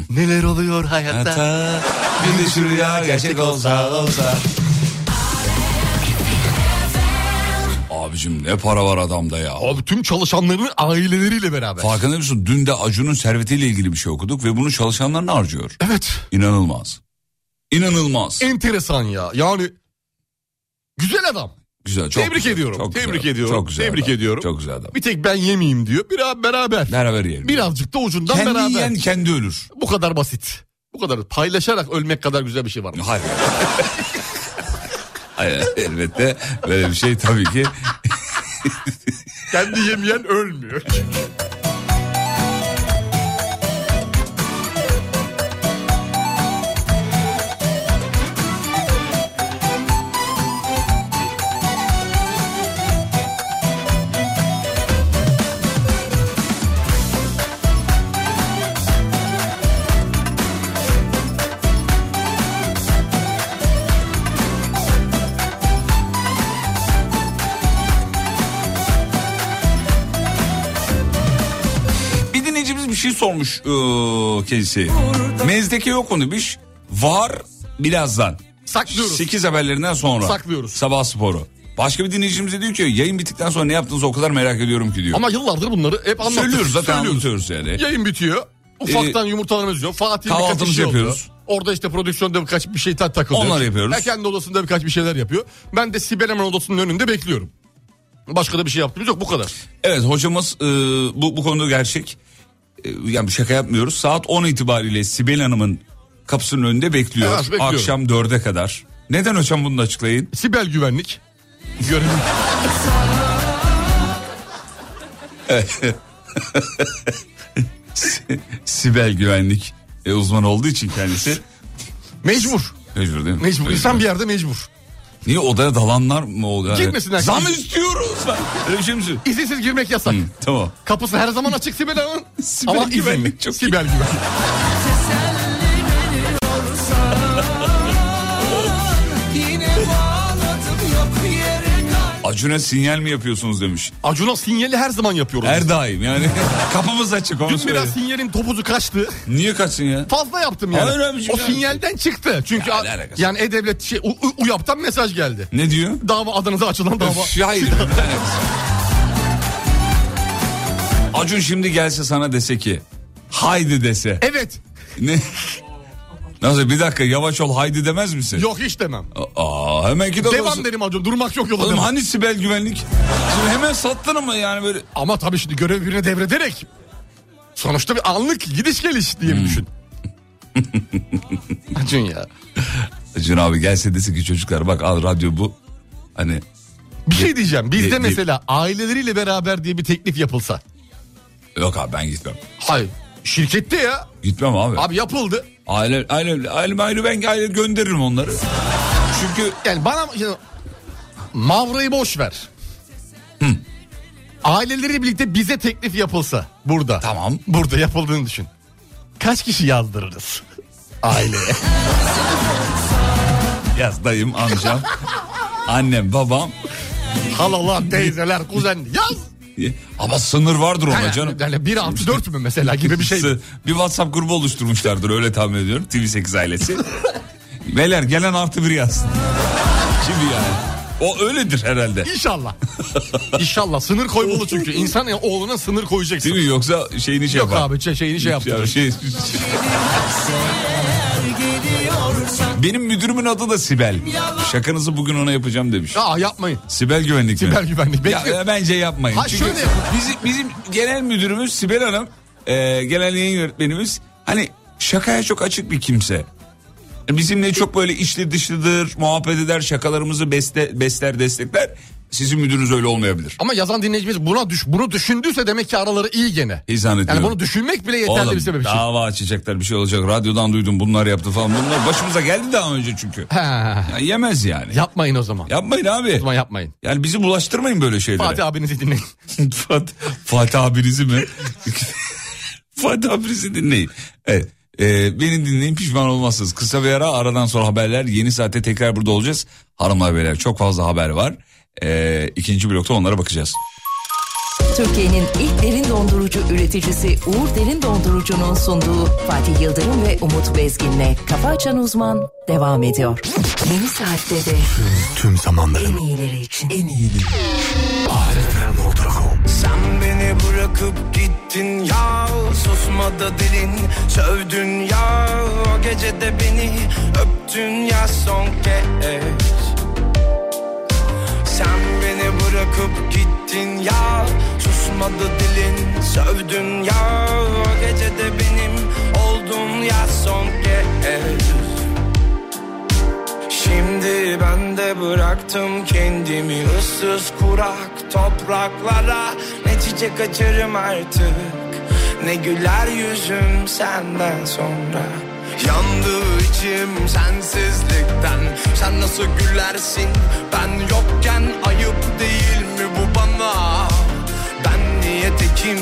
Speaker 4: Neler oluyor hayatta?
Speaker 3: Hatta bir de şu rüya gerçek olsa olsa. Abicim ne para var adamda ya.
Speaker 4: Abi tüm çalışanlarını aileleriyle beraber.
Speaker 3: Farkında mısın? Dün de Acun'un servetiyle ilgili bir şey okuduk ve bunu çalışanlarına harcıyor.
Speaker 4: Evet.
Speaker 3: İnanılmaz. İnanılmaz.
Speaker 4: Enteresan ya. Yani güzel adam.
Speaker 3: Güzel. Çok
Speaker 4: Tebrik
Speaker 3: güzel,
Speaker 4: ediyorum,
Speaker 3: çok
Speaker 4: tebrik
Speaker 3: güzel,
Speaker 4: ediyorum,
Speaker 3: Çok güzel
Speaker 4: tebrik
Speaker 3: adam,
Speaker 4: ediyorum.
Speaker 3: Çok güzel adam.
Speaker 4: Bir tek ben yemeyeyim diyor. Bir beraber.
Speaker 3: Beraber yiyelim.
Speaker 4: Birazcık da ucundan
Speaker 3: kendi
Speaker 4: beraber.
Speaker 3: yiyen kendi ölür.
Speaker 4: Bu kadar basit. Bu kadar paylaşarak ölmek kadar güzel bir şey var mı?
Speaker 3: Hayır. Hayır elbette böyle bir şey tabii ki
Speaker 4: Kendi yemeyen ölmüyor.
Speaker 3: Bir dinleyicimiz bir şey sormuş ee, kendisi. Mezdeke yok mu demiş. Var birazdan.
Speaker 4: Saklıyoruz.
Speaker 3: 8 haberlerinden sonra.
Speaker 4: Saklıyoruz.
Speaker 3: Sabah sporu. Başka bir dinleyicimiz de diyor ki yayın bittikten sonra ne yaptığınızı o kadar merak ediyorum ki diyor.
Speaker 4: Ama yıllardır bunları hep anlattık.
Speaker 3: Söylüyoruz zaten
Speaker 4: Söylüyoruz.
Speaker 3: anlatıyoruz yani.
Speaker 4: Yayın bitiyor. Ufaktan yumurtalarımız yok. Fatih birkaç bir
Speaker 3: Kahvaltımızı
Speaker 4: şey
Speaker 3: yapıyoruz.
Speaker 4: yapıyoruz. Orada işte prodüksiyonda birkaç bir şeyler takılıyor.
Speaker 3: Onları yapıyoruz.
Speaker 4: Ha, kendi odasında birkaç bir şeyler yapıyor. Ben de Sibel Eman odasının önünde bekliyorum. Başka da bir şey yaptığımız yok bu kadar.
Speaker 3: Evet hocamız e, bu, bu konuda gerçek. E, yani bir şaka yapmıyoruz. Saat 10 itibariyle Sibel Hanım'ın kapısının önünde bekliyor.
Speaker 4: Evet, bekliyorum.
Speaker 3: Akşam 4'e kadar. Neden hocam bunu da açıklayın?
Speaker 4: Sibel güvenlik. Görelim.
Speaker 3: Sibel güvenlik e, uzmanı olduğu için kendisi.
Speaker 4: Mecbur.
Speaker 3: Mecbur değil mi?
Speaker 4: Mecbur. İnsan bir yerde mecbur.
Speaker 3: Niye odaya dalanlar mı oldu? Yani?
Speaker 4: Girmesinler.
Speaker 3: Zam istiyoruz ben. Öyle bir şey mi söylüyorsun?
Speaker 4: İzinsiz girmek yasak.
Speaker 3: Tamam.
Speaker 4: Kapısı her zaman açık Sibel Hanım.
Speaker 3: Hmm. Sibel güvenlik çok iyi.
Speaker 4: Sibel güvenlik.
Speaker 3: Acun'a sinyal mi yapıyorsunuz demiş.
Speaker 4: Acun'a sinyali her zaman yapıyoruz.
Speaker 3: Her daim yani. Kapımız açık. onu
Speaker 4: Dün
Speaker 3: söyle.
Speaker 4: biraz sinyalin topuzu kaçtı.
Speaker 3: Niye kaçsın ya?
Speaker 4: Fazla yaptım yani.
Speaker 3: Hayır abiciğim
Speaker 4: o
Speaker 3: ya.
Speaker 4: sinyalden çıktı. Çünkü
Speaker 3: Ya
Speaker 4: a-
Speaker 3: ne alakası?
Speaker 4: yani e-devlet şey U- U- UYAP'tan mesaj geldi.
Speaker 3: Ne diyor?
Speaker 4: Dava adınıza açılan dava.
Speaker 3: Öf, hayır. ne alakası? Acun şimdi gelse sana dese ki haydi dese.
Speaker 4: Evet.
Speaker 3: Ne? Nasıl bir dakika yavaş ol haydi demez misin?
Speaker 4: Yok hiç demem.
Speaker 3: Aa, hemen ki
Speaker 4: Devam derim Acun. Durmak yok yola
Speaker 3: Oğlum
Speaker 4: demem.
Speaker 3: hani Sibel güvenlik? Şimdi hemen sattın ama yani böyle
Speaker 4: Ama tabii şimdi görev birine devrederek sonuçta bir anlık gidiş geliş
Speaker 3: Hmm.
Speaker 4: diye bir düşün. Acun ya.
Speaker 3: Acun abi gelse dese ki çocuklar bak al radyo bu. Hani
Speaker 4: Bir şey diyeceğim.
Speaker 3: Ye-
Speaker 4: Bizde
Speaker 3: ye-
Speaker 4: mesela aileleriyle beraber diye bir teklif yapılsa.
Speaker 3: Yok abi ben gitmem.
Speaker 4: Hayır. Şirkette ya.
Speaker 3: Gitmem abi.
Speaker 4: Abi yapıldı.
Speaker 3: Aile, aile, aile, aile, ben aile gönderirim onları. Çünkü
Speaker 4: Yani bana yani, Mavra'yı boş ver. Aileleriyle birlikte bize teklif yapılsa burada.
Speaker 3: Tamam.
Speaker 4: Burada yapıldığını düşün. Kaç kişi yazdırırız aileye?
Speaker 3: yaz dayım, amcam, annem, babam.
Speaker 4: Halalar, teyzeler, kuzen yaz.
Speaker 3: Ama sınır vardır ona
Speaker 4: Yani,
Speaker 3: canım.
Speaker 4: Yani 1 artı 4 mü mesela gibi bir şey.
Speaker 3: Sı- Bir WhatsApp grubu oluşturmuşlardır öyle tahmin ediyorum. TV8 ailesi. Beyler gelen artı bir yazsın. Şimdi yani. O öyledir herhalde.
Speaker 4: İnşallah. İnşallah sınır koymalı çünkü. İnsan ya, oğluna sınır koyacaksın.
Speaker 3: Değil mi? Yoksa şeyini şey
Speaker 4: Yok
Speaker 3: yapar.
Speaker 4: abi şey- şeyini şey yaptırır.
Speaker 3: Şey- Benim müdürümün adı da Sibel. Şakanızı bugün ona yapacağım demiş.
Speaker 4: Aa yapmayın.
Speaker 3: Sibel güvenlik mi?
Speaker 4: Sibel güvenlik.
Speaker 3: Ya,
Speaker 4: Bekle.
Speaker 3: e, bence yapmayın.
Speaker 4: Ha,
Speaker 3: Çünkü
Speaker 4: şöyle yapın.
Speaker 3: bizim, bizim genel müdürümüz Sibel Hanım, e, genel yayın yönetmenimiz hani şakaya çok açık bir kimse. Bizimle çok böyle içli dışlıdır, muhabbet eder, şakalarımızı beste, besler, destekler. Sizin müdürünüz öyle olmayabilir.
Speaker 4: Ama yazan dinleyicimiz buna düş, bunu düşündüyse demek ki araları iyi gene.
Speaker 3: İyi zannediyorum.
Speaker 4: Yani bunu düşünmek bile yeterli
Speaker 3: Oğlum
Speaker 4: bir sebep için.
Speaker 3: dava açacaklar bir şey olacak. Radyodan duydum bunlar yaptı falan. Bunlar başımıza geldi daha önce çünkü.
Speaker 4: Ha,
Speaker 3: Ya yemez yani.
Speaker 4: yapmayın o zaman.
Speaker 3: Yapmayın abi.
Speaker 4: O zaman yapmayın.
Speaker 3: Yani bizi bulaştırmayın böyle şeylere.
Speaker 4: Fatih abinizi dinleyin.
Speaker 3: Fat, Fatih abinizi mi? Fatih abinizi dinleyin. Evet. Ee, beni dinleyin pişman olmazsınız. Kısa bir ara aradan sonra haberler. Yeni saate tekrar burada olacağız. Hanımlar beyler çok fazla haber var. Ee, ikinci blokta onlara bakacağız.
Speaker 1: Türkiye'nin ilk derin dondurucu üreticisi Uğur Derin Dondurucu'nun sunduğu Fatih Yıldırım ve Umut Bezgin'le Kafa Açan Uzman devam ediyor. Yeni saatte de
Speaker 4: Tüm
Speaker 1: en
Speaker 4: zamanların
Speaker 1: iyileri için.
Speaker 5: Sen beni bırakıp gittin ya Susmadı dilin sövdün ya O gece de beni öptün ya son kez Sen beni bırakıp gittin ya Susmadı dilin sövdün ya O gece de benim oldun ya son kez Şimdi ben de bıraktım kendimi ıssız kurak topraklara Ne çiçek açarım artık ne güler yüzüm senden sonra Yandı içim sensizlikten Sen nasıl gülersin ben yokken Ayıp değil mi bu bana Ben niye tekim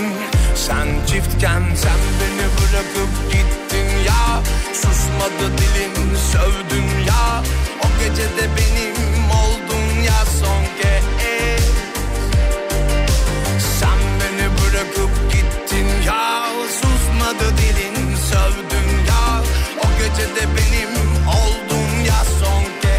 Speaker 5: sen çiftken Sen beni bırakıp gittin ya Susmadı dilin sövdün ya O gece de benim oldun ya son kez Sen beni bırakıp gittin ya Susmadı dilin sövdün ya O gece de benim oldun ya son kez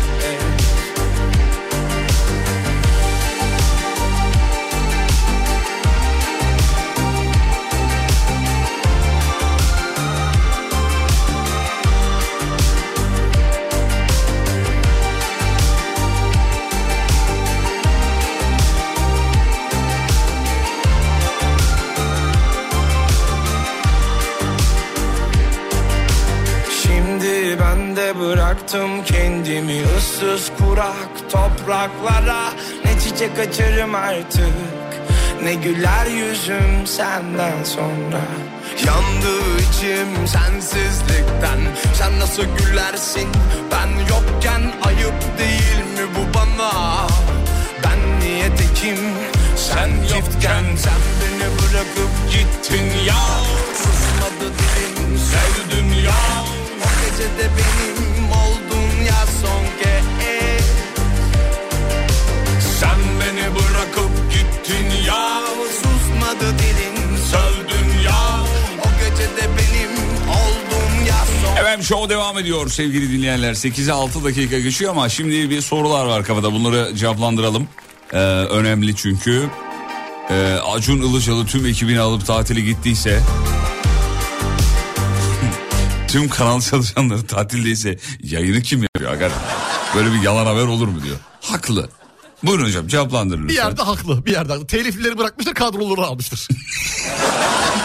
Speaker 5: Şimdi ben de bıraktım kendimi ıssız kurak topraklara Ne çiçek açarım artık ne güler yüzüm senden sonra Yandı içim sensizlikten Sen nasıl gülersin ben yokken Ayıp değil mi bu bana Ben niye tekim sen çiftken Sen beni bırakıp gittin ya Susmadı dilim sevdin ya o gece de benim oldun ya son kez Sen beni bırakıp gittin ya Susmadı dilin sövdün ya O gece de benim oldun ya son
Speaker 3: Efendim show devam ediyor sevgili dinleyenler. 8'e 6 dakika geçiyor ama şimdi bir sorular var kafada. Bunları cevaplandıralım. Ee, önemli çünkü. Ee, Acun Ilıcalı tüm ekibini alıp tatile gittiyse... tüm kanal çalışanları tatildeyse yayını kim yapıyor? Aga? Böyle bir yalan haber olur mu diyor. Haklı. Buyurun hocam cevaplandırın
Speaker 4: Bir
Speaker 3: lütfen.
Speaker 4: yerde haklı bir yerde haklı. Telifleri bırakmıştır kadroları almıştır.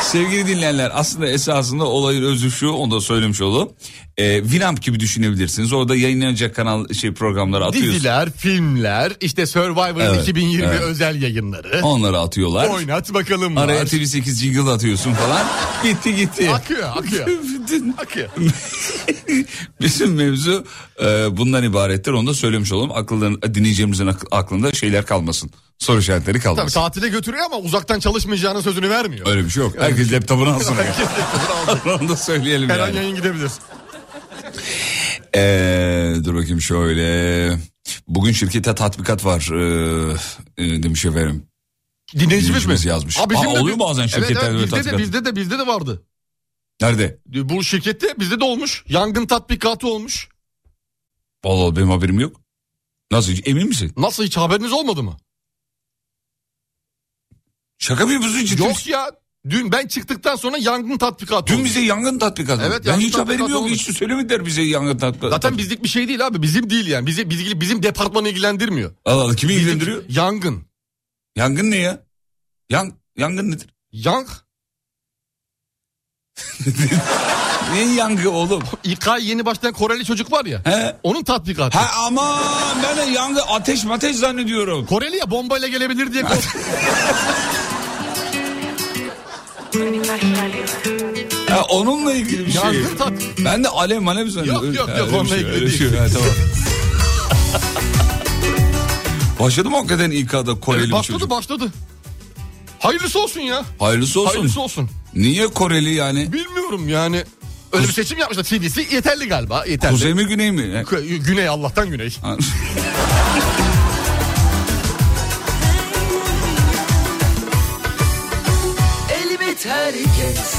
Speaker 3: Sevgili dinleyenler aslında esasında olayın özü şu onu da söylemiş olalım. Ee, Winamp gibi düşünebilirsiniz. Orada yayınlanacak kanal şey programları atıyoruz.
Speaker 4: Diziler, filmler, işte Survivor'ın
Speaker 3: Evet,
Speaker 4: 2020
Speaker 3: evet.
Speaker 4: özel yayınları.
Speaker 3: Onları atıyorlar.
Speaker 4: Oynat bakalım.
Speaker 3: Araya
Speaker 4: var.
Speaker 3: TV8 jingle atıyorsun falan. Gitti gitti.
Speaker 4: Akıyor, akıyor. Akıyor.
Speaker 3: Bizim mevzu e, bundan ibarettir. Onu da söylemiş olalım. Akılların, dinleyeceğimizin ak- aklında şeyler kalmasın. Soru işaretleri
Speaker 4: Tabii
Speaker 3: kalmasın.
Speaker 4: tatile götürüyor ama uzaktan çalışmayacağının sözünü vermiyor.
Speaker 3: Öyle bir şey yok. Herkes laptopunu alsın. Onu da söyleyelim
Speaker 4: Her an
Speaker 3: yani.
Speaker 4: yayın gidebilir.
Speaker 3: Ee, dur bakayım şöyle. Bugün şirkete tatbikat var ee, e, demiş efendim.
Speaker 4: Dinleyicimiz
Speaker 3: Dinleyicimiz
Speaker 4: mi?
Speaker 3: yazmış.
Speaker 4: Aa, bizim
Speaker 3: Aa,
Speaker 4: de-
Speaker 3: oluyor bazen şirketlerde
Speaker 4: evet,
Speaker 3: böyle
Speaker 4: evet, bizde de,
Speaker 3: tatbikat.
Speaker 4: bizde de bizde de vardı.
Speaker 3: Nerede?
Speaker 4: Bu şirkette bizde de olmuş. Yangın tatbikatı olmuş.
Speaker 3: Vallahi benim haberim yok. Nasıl emin misin?
Speaker 4: Nasıl hiç haberiniz olmadı mı?
Speaker 3: Şaka mı yapıyorsun ciddi misin?
Speaker 4: Yok ya. Dün ben çıktıktan sonra yangın tatbikatı
Speaker 3: Dün
Speaker 4: oldu.
Speaker 3: bize yangın tatbikatı.
Speaker 4: Evet,
Speaker 3: ben
Speaker 4: yangın
Speaker 3: hiç haberim
Speaker 4: tatbikatı
Speaker 3: yok.
Speaker 4: olmuş.
Speaker 3: Hiç söylemediler bize yangın tatbikatı.
Speaker 4: Zaten bizlik bir şey değil abi. Bizim değil yani. Bizi, bizim, bizim departmanı ilgilendirmiyor.
Speaker 3: Allah Allah kimi
Speaker 4: Bizim-
Speaker 3: ilgilendiriyor?
Speaker 4: Yangın.
Speaker 3: Yangın ne ya? Yang, yangın nedir?
Speaker 4: Yang,
Speaker 3: Ne yangı oğlum?
Speaker 4: İK'ya yeni başlayan Koreli çocuk var ya.
Speaker 3: He?
Speaker 4: Onun tatbikatı.
Speaker 3: Ha aman ben de yangı ateş mateş zannediyorum.
Speaker 4: Koreli ya bombayla gelebilir diye
Speaker 3: Şey,
Speaker 4: kork-
Speaker 3: Ha, onunla ilgili bir şey.
Speaker 4: Yangın tat.
Speaker 3: Ben de alev malev
Speaker 4: Yok,
Speaker 3: zannediyorum.
Speaker 4: yok,
Speaker 3: Ha,
Speaker 4: yok,
Speaker 3: öyle bir
Speaker 4: onunla
Speaker 3: şey,
Speaker 4: ilgili
Speaker 3: öyle bir
Speaker 4: değil.
Speaker 3: şey. Ha, tamam. Başladı mı hakikaten İK'da Koreli bir
Speaker 4: başladı
Speaker 3: çocuk?
Speaker 4: başladı. Hayırlısı olsun ya.
Speaker 3: Hayırlısı olsun.
Speaker 4: Hayırlısı olsun.
Speaker 3: Niye Koreli yani?
Speaker 4: Bilmiyorum yani. Öyle bir seçim yapmışlar. TV'si yeterli galiba. Yeterli.
Speaker 3: Kuzey mi güney mi?
Speaker 4: Kü- Güney Allah'tan güney.
Speaker 3: Ha.
Speaker 2: Elimi herkes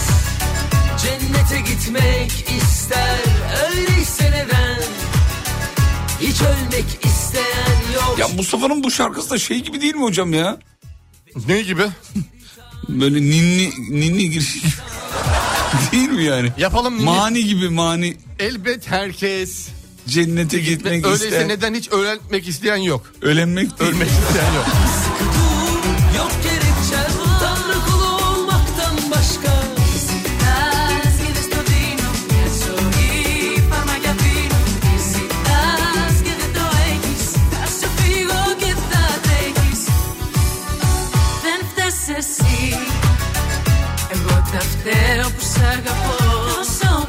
Speaker 2: Cennete gitmek ister Öyleyse neden Hiç ölmek isteyen yok
Speaker 3: ya Mustafa'nın bu şarkısı da şey gibi değil mi hocam ya?
Speaker 4: Ne gibi?
Speaker 3: Böyle ninni ninni giriş gibi. Değil mi yani?
Speaker 4: Yapalım ninni.
Speaker 3: Mani gibi mani
Speaker 4: Elbet herkes.
Speaker 3: cennete gitmek
Speaker 4: Öyleyse
Speaker 3: ister.
Speaker 4: neden hiç öğrenmek isteyen yok.
Speaker 3: Ölenmek değil.
Speaker 4: Ölmek isteyen yok.
Speaker 2: Yok gerekçem Tanrı kulu olmaktan başka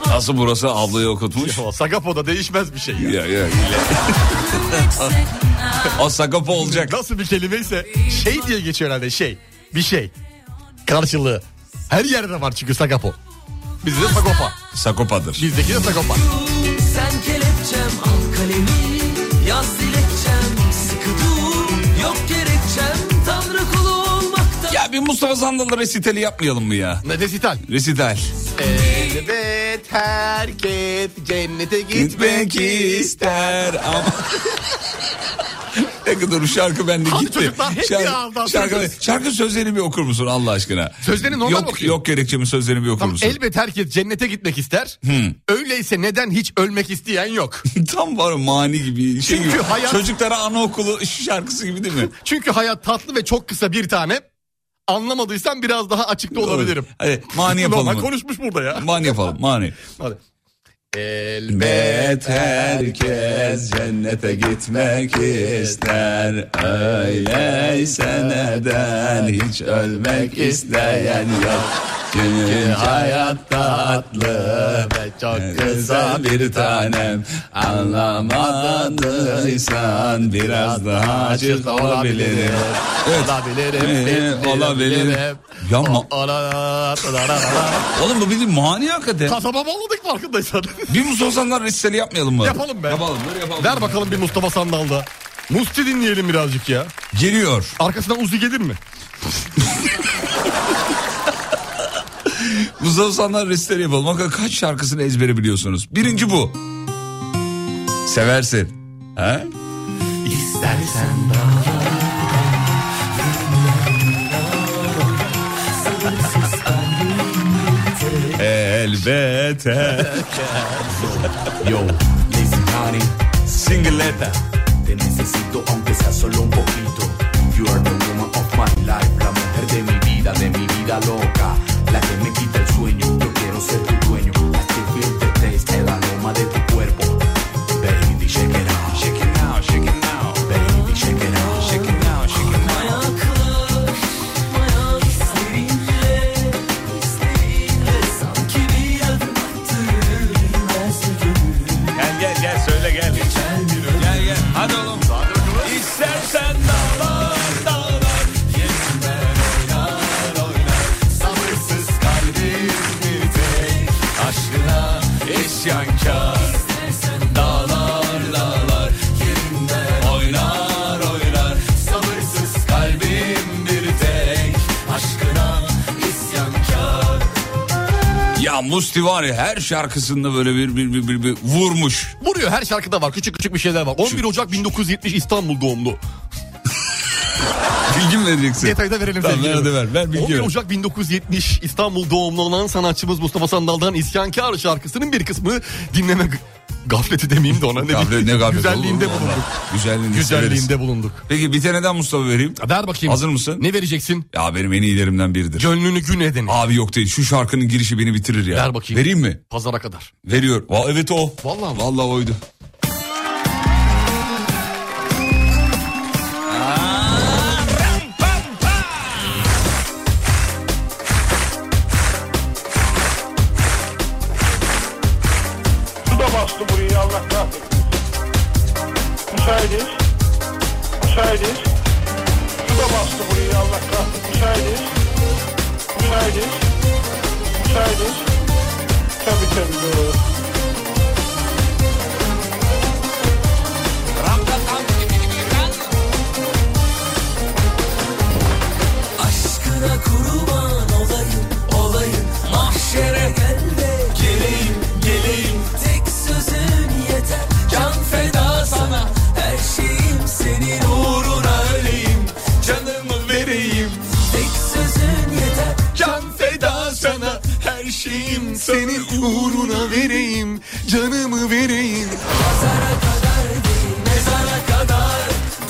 Speaker 3: Nasıl burası ablayı okutmuş?
Speaker 4: Ya, Sagapo'da değişmez bir şey ya.
Speaker 3: ya ya. O Sagopa olacak.
Speaker 4: Nasıl bir kelimeyse şey diye geçiyor herhalde şey. Bir şey. Karşılığı. Her yerde var çünkü Sagapo. Bizde de Sagopa.
Speaker 3: Sagopadır.
Speaker 4: Bizdeki de Sagopa.
Speaker 2: Sen kelepçem al kalemi Yaz dilekçem sıkı dur Yok gerekçem Tanrı kulu olmaktan
Speaker 3: Ya bir Mustafa Sandal'la resitali yapmayalım mı ya?
Speaker 4: Ne desital.
Speaker 3: Resital.
Speaker 4: Elbet herkes cennete
Speaker 3: Gitmek ister ama... Ne kadar bu şarkı bende
Speaker 4: Hadi
Speaker 3: gitti.
Speaker 4: çocuklar, hep bir ağızdan
Speaker 3: şarkı, şarkı,
Speaker 4: söylüyoruz.
Speaker 3: şarkı sözlerini bir okur musun Allah aşkına?
Speaker 4: Sözlerini normal
Speaker 3: yok,
Speaker 4: okuyayım.
Speaker 3: Yok gerekçemin sözlerini bir okur
Speaker 4: Tamam,
Speaker 3: musun?
Speaker 4: elbet herkes cennete gitmek ister.
Speaker 3: Hmm.
Speaker 4: Öyleyse neden hiç ölmek isteyen yok?
Speaker 3: Tam var mani gibi. Şey
Speaker 4: Çünkü
Speaker 3: gibi.
Speaker 4: hayat-
Speaker 3: Çocuklara anaokulu şarkısı gibi değil mi?
Speaker 4: Çünkü hayat tatlı ve çok kısa bir tane. Anlamadıysan biraz daha açıkta olabilirim.
Speaker 3: Hadi mani
Speaker 4: Normal
Speaker 3: yapalım. mı?
Speaker 4: konuşmuş burada ya.
Speaker 3: Mani yapalım mani.
Speaker 4: Hadi.
Speaker 3: Bet herkes cennete gitmek ister Öyleyse neden hiç ölmek isteyen yok Çünkü hayat tatlı
Speaker 4: çok
Speaker 3: kısa bir tanem Anlamadıysan biraz daha açık olabilirim
Speaker 4: Olabilirim.
Speaker 3: Ee, olabilirim. Ya ma- Oğlum bu bizim mani hakikaten
Speaker 4: Kasaba bağladık farkındaysan.
Speaker 3: Bir Mustafa Sandal resitali yapmayalım mı?
Speaker 4: Yapalım be.
Speaker 3: Yapalım dur yapalım.
Speaker 4: Ver bakalım bir Mustafa Sandal'da. Musti dinleyelim birazcık ya.
Speaker 3: Geliyor.
Speaker 4: Arkasından Uzi gelir mi?
Speaker 3: Mustafa Sandal resitali yapalım. Bakın kaç şarkısını ezbere biliyorsunuz. Birinci bu. Seversin. Ha? Elbette. Yo. Singleta.
Speaker 2: Deniz
Speaker 8: necesito, aunque sea solo un poquito. You are the woman of my life, la mujer de mi vida, de mi vida loca. La que me quita el sueño, yo quiero ser tu dueño. I can feel the taste, el aroma de tu cuerpo. Baby, shake it out, shake it out, shake it out. Baby, shake it out, shake it out, shake it out.
Speaker 3: Gel gel gel söyle gel. Gel gel hadi oğlum. İstersen dağlar dağlar. Yesinler oynar oynar. Sabırsız kalbim bir tek aşkına isyankar. İstersen dağlar dağlar. Yerinden oynar oynar. Sabırsız kalbim bir tek aşkına isyankar. Ya Musti var ya her şarkısında böyle bir bir bir, bir, bir vurmuş.
Speaker 4: Vuruyor her şarkıda var. Küçük küçük bir şeyler var. 11 Ocak 1970 İstanbul doğumlu.
Speaker 3: Bilgi mi vereceksin?
Speaker 4: Detayı da verelim
Speaker 3: Tamam,
Speaker 4: sevgili.
Speaker 3: ver hadi ver, ver bilgi
Speaker 4: 11
Speaker 3: ver.
Speaker 4: Ocak 1970 İstanbul doğumlu olan sanatçımız Mustafa Sandal'dan İsyankar şarkısının bir kısmı dinleme g- gafleti demeyeyim de ona. Ne
Speaker 3: Gaflet, ne gaflet
Speaker 4: Güzelliğinde
Speaker 3: olur mu?
Speaker 4: bulunduk.
Speaker 3: Güzelliğinde, severiz.
Speaker 4: Güzelliğinde bulunduk.
Speaker 3: Peki bir tane daha Mustafa vereyim.
Speaker 4: Ver bakayım.
Speaker 3: Hazır mısın?
Speaker 4: Ne vereceksin?
Speaker 3: Ya benim en iyilerimden biridir.
Speaker 4: Gönlünü gün edin.
Speaker 3: Abi yok değil şu şarkının girişi beni bitirir ya.
Speaker 4: Ver bakayım.
Speaker 3: Vereyim mi?
Speaker 4: Pazara kadar.
Speaker 3: Veriyor. Va evet o.
Speaker 4: Vallahi mi?
Speaker 3: Vallahi oydu.
Speaker 9: Su da bastı burayı Allah kahretsin. Müsaitiz. Müsaitiz. Su da bastı burayı Allah kahretsin. Müsaitiz. Müsaitiz. Müsaitiz. Tabii tabii doğru.
Speaker 2: Aşkına kurban olayım, olayım Mahşere gel de geleyim, geleyim Tek sözün yeter, can feda sana Her şeyim senin uğruna öleyim Canımı vereyim Tek sözün yeter,
Speaker 4: Can feda sana her şeyim senin uğruna vereyim canımı vereyim.
Speaker 2: pazara kadar değil Mezara kadar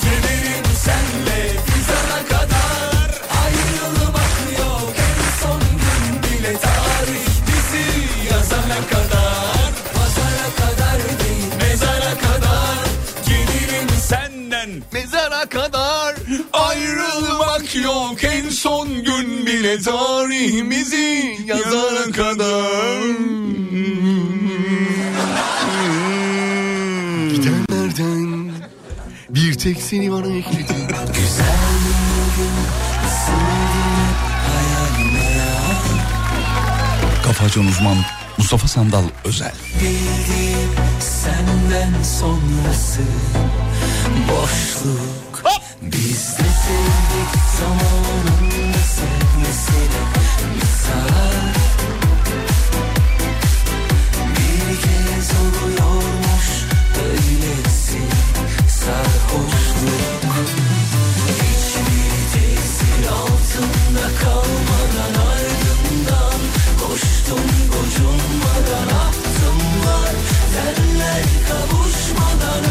Speaker 2: gelirim senle Fizana kadar ayrılmak yok En son gün bile tarih bizi yazana kadar Pazara kadar değil Mezara kadar gelirim
Speaker 3: Senden
Speaker 4: Mezara kadar
Speaker 3: ayrılmak yok en son gün bile tarihimizi yazana kadar.
Speaker 4: Gidenlerden bir tek seni bana ekledin.
Speaker 3: Kafacan uzman Mustafa Sandal özel.
Speaker 2: bildiğim senden sonrası boşluk Biz de sevdik zamanında sevmesine misal Bir kez oluyormuş böylesi sarhoşluk Hiçbir tesir altında kalmadan ardından Koştum gocunmadan ahtım var Senler kavuşmadan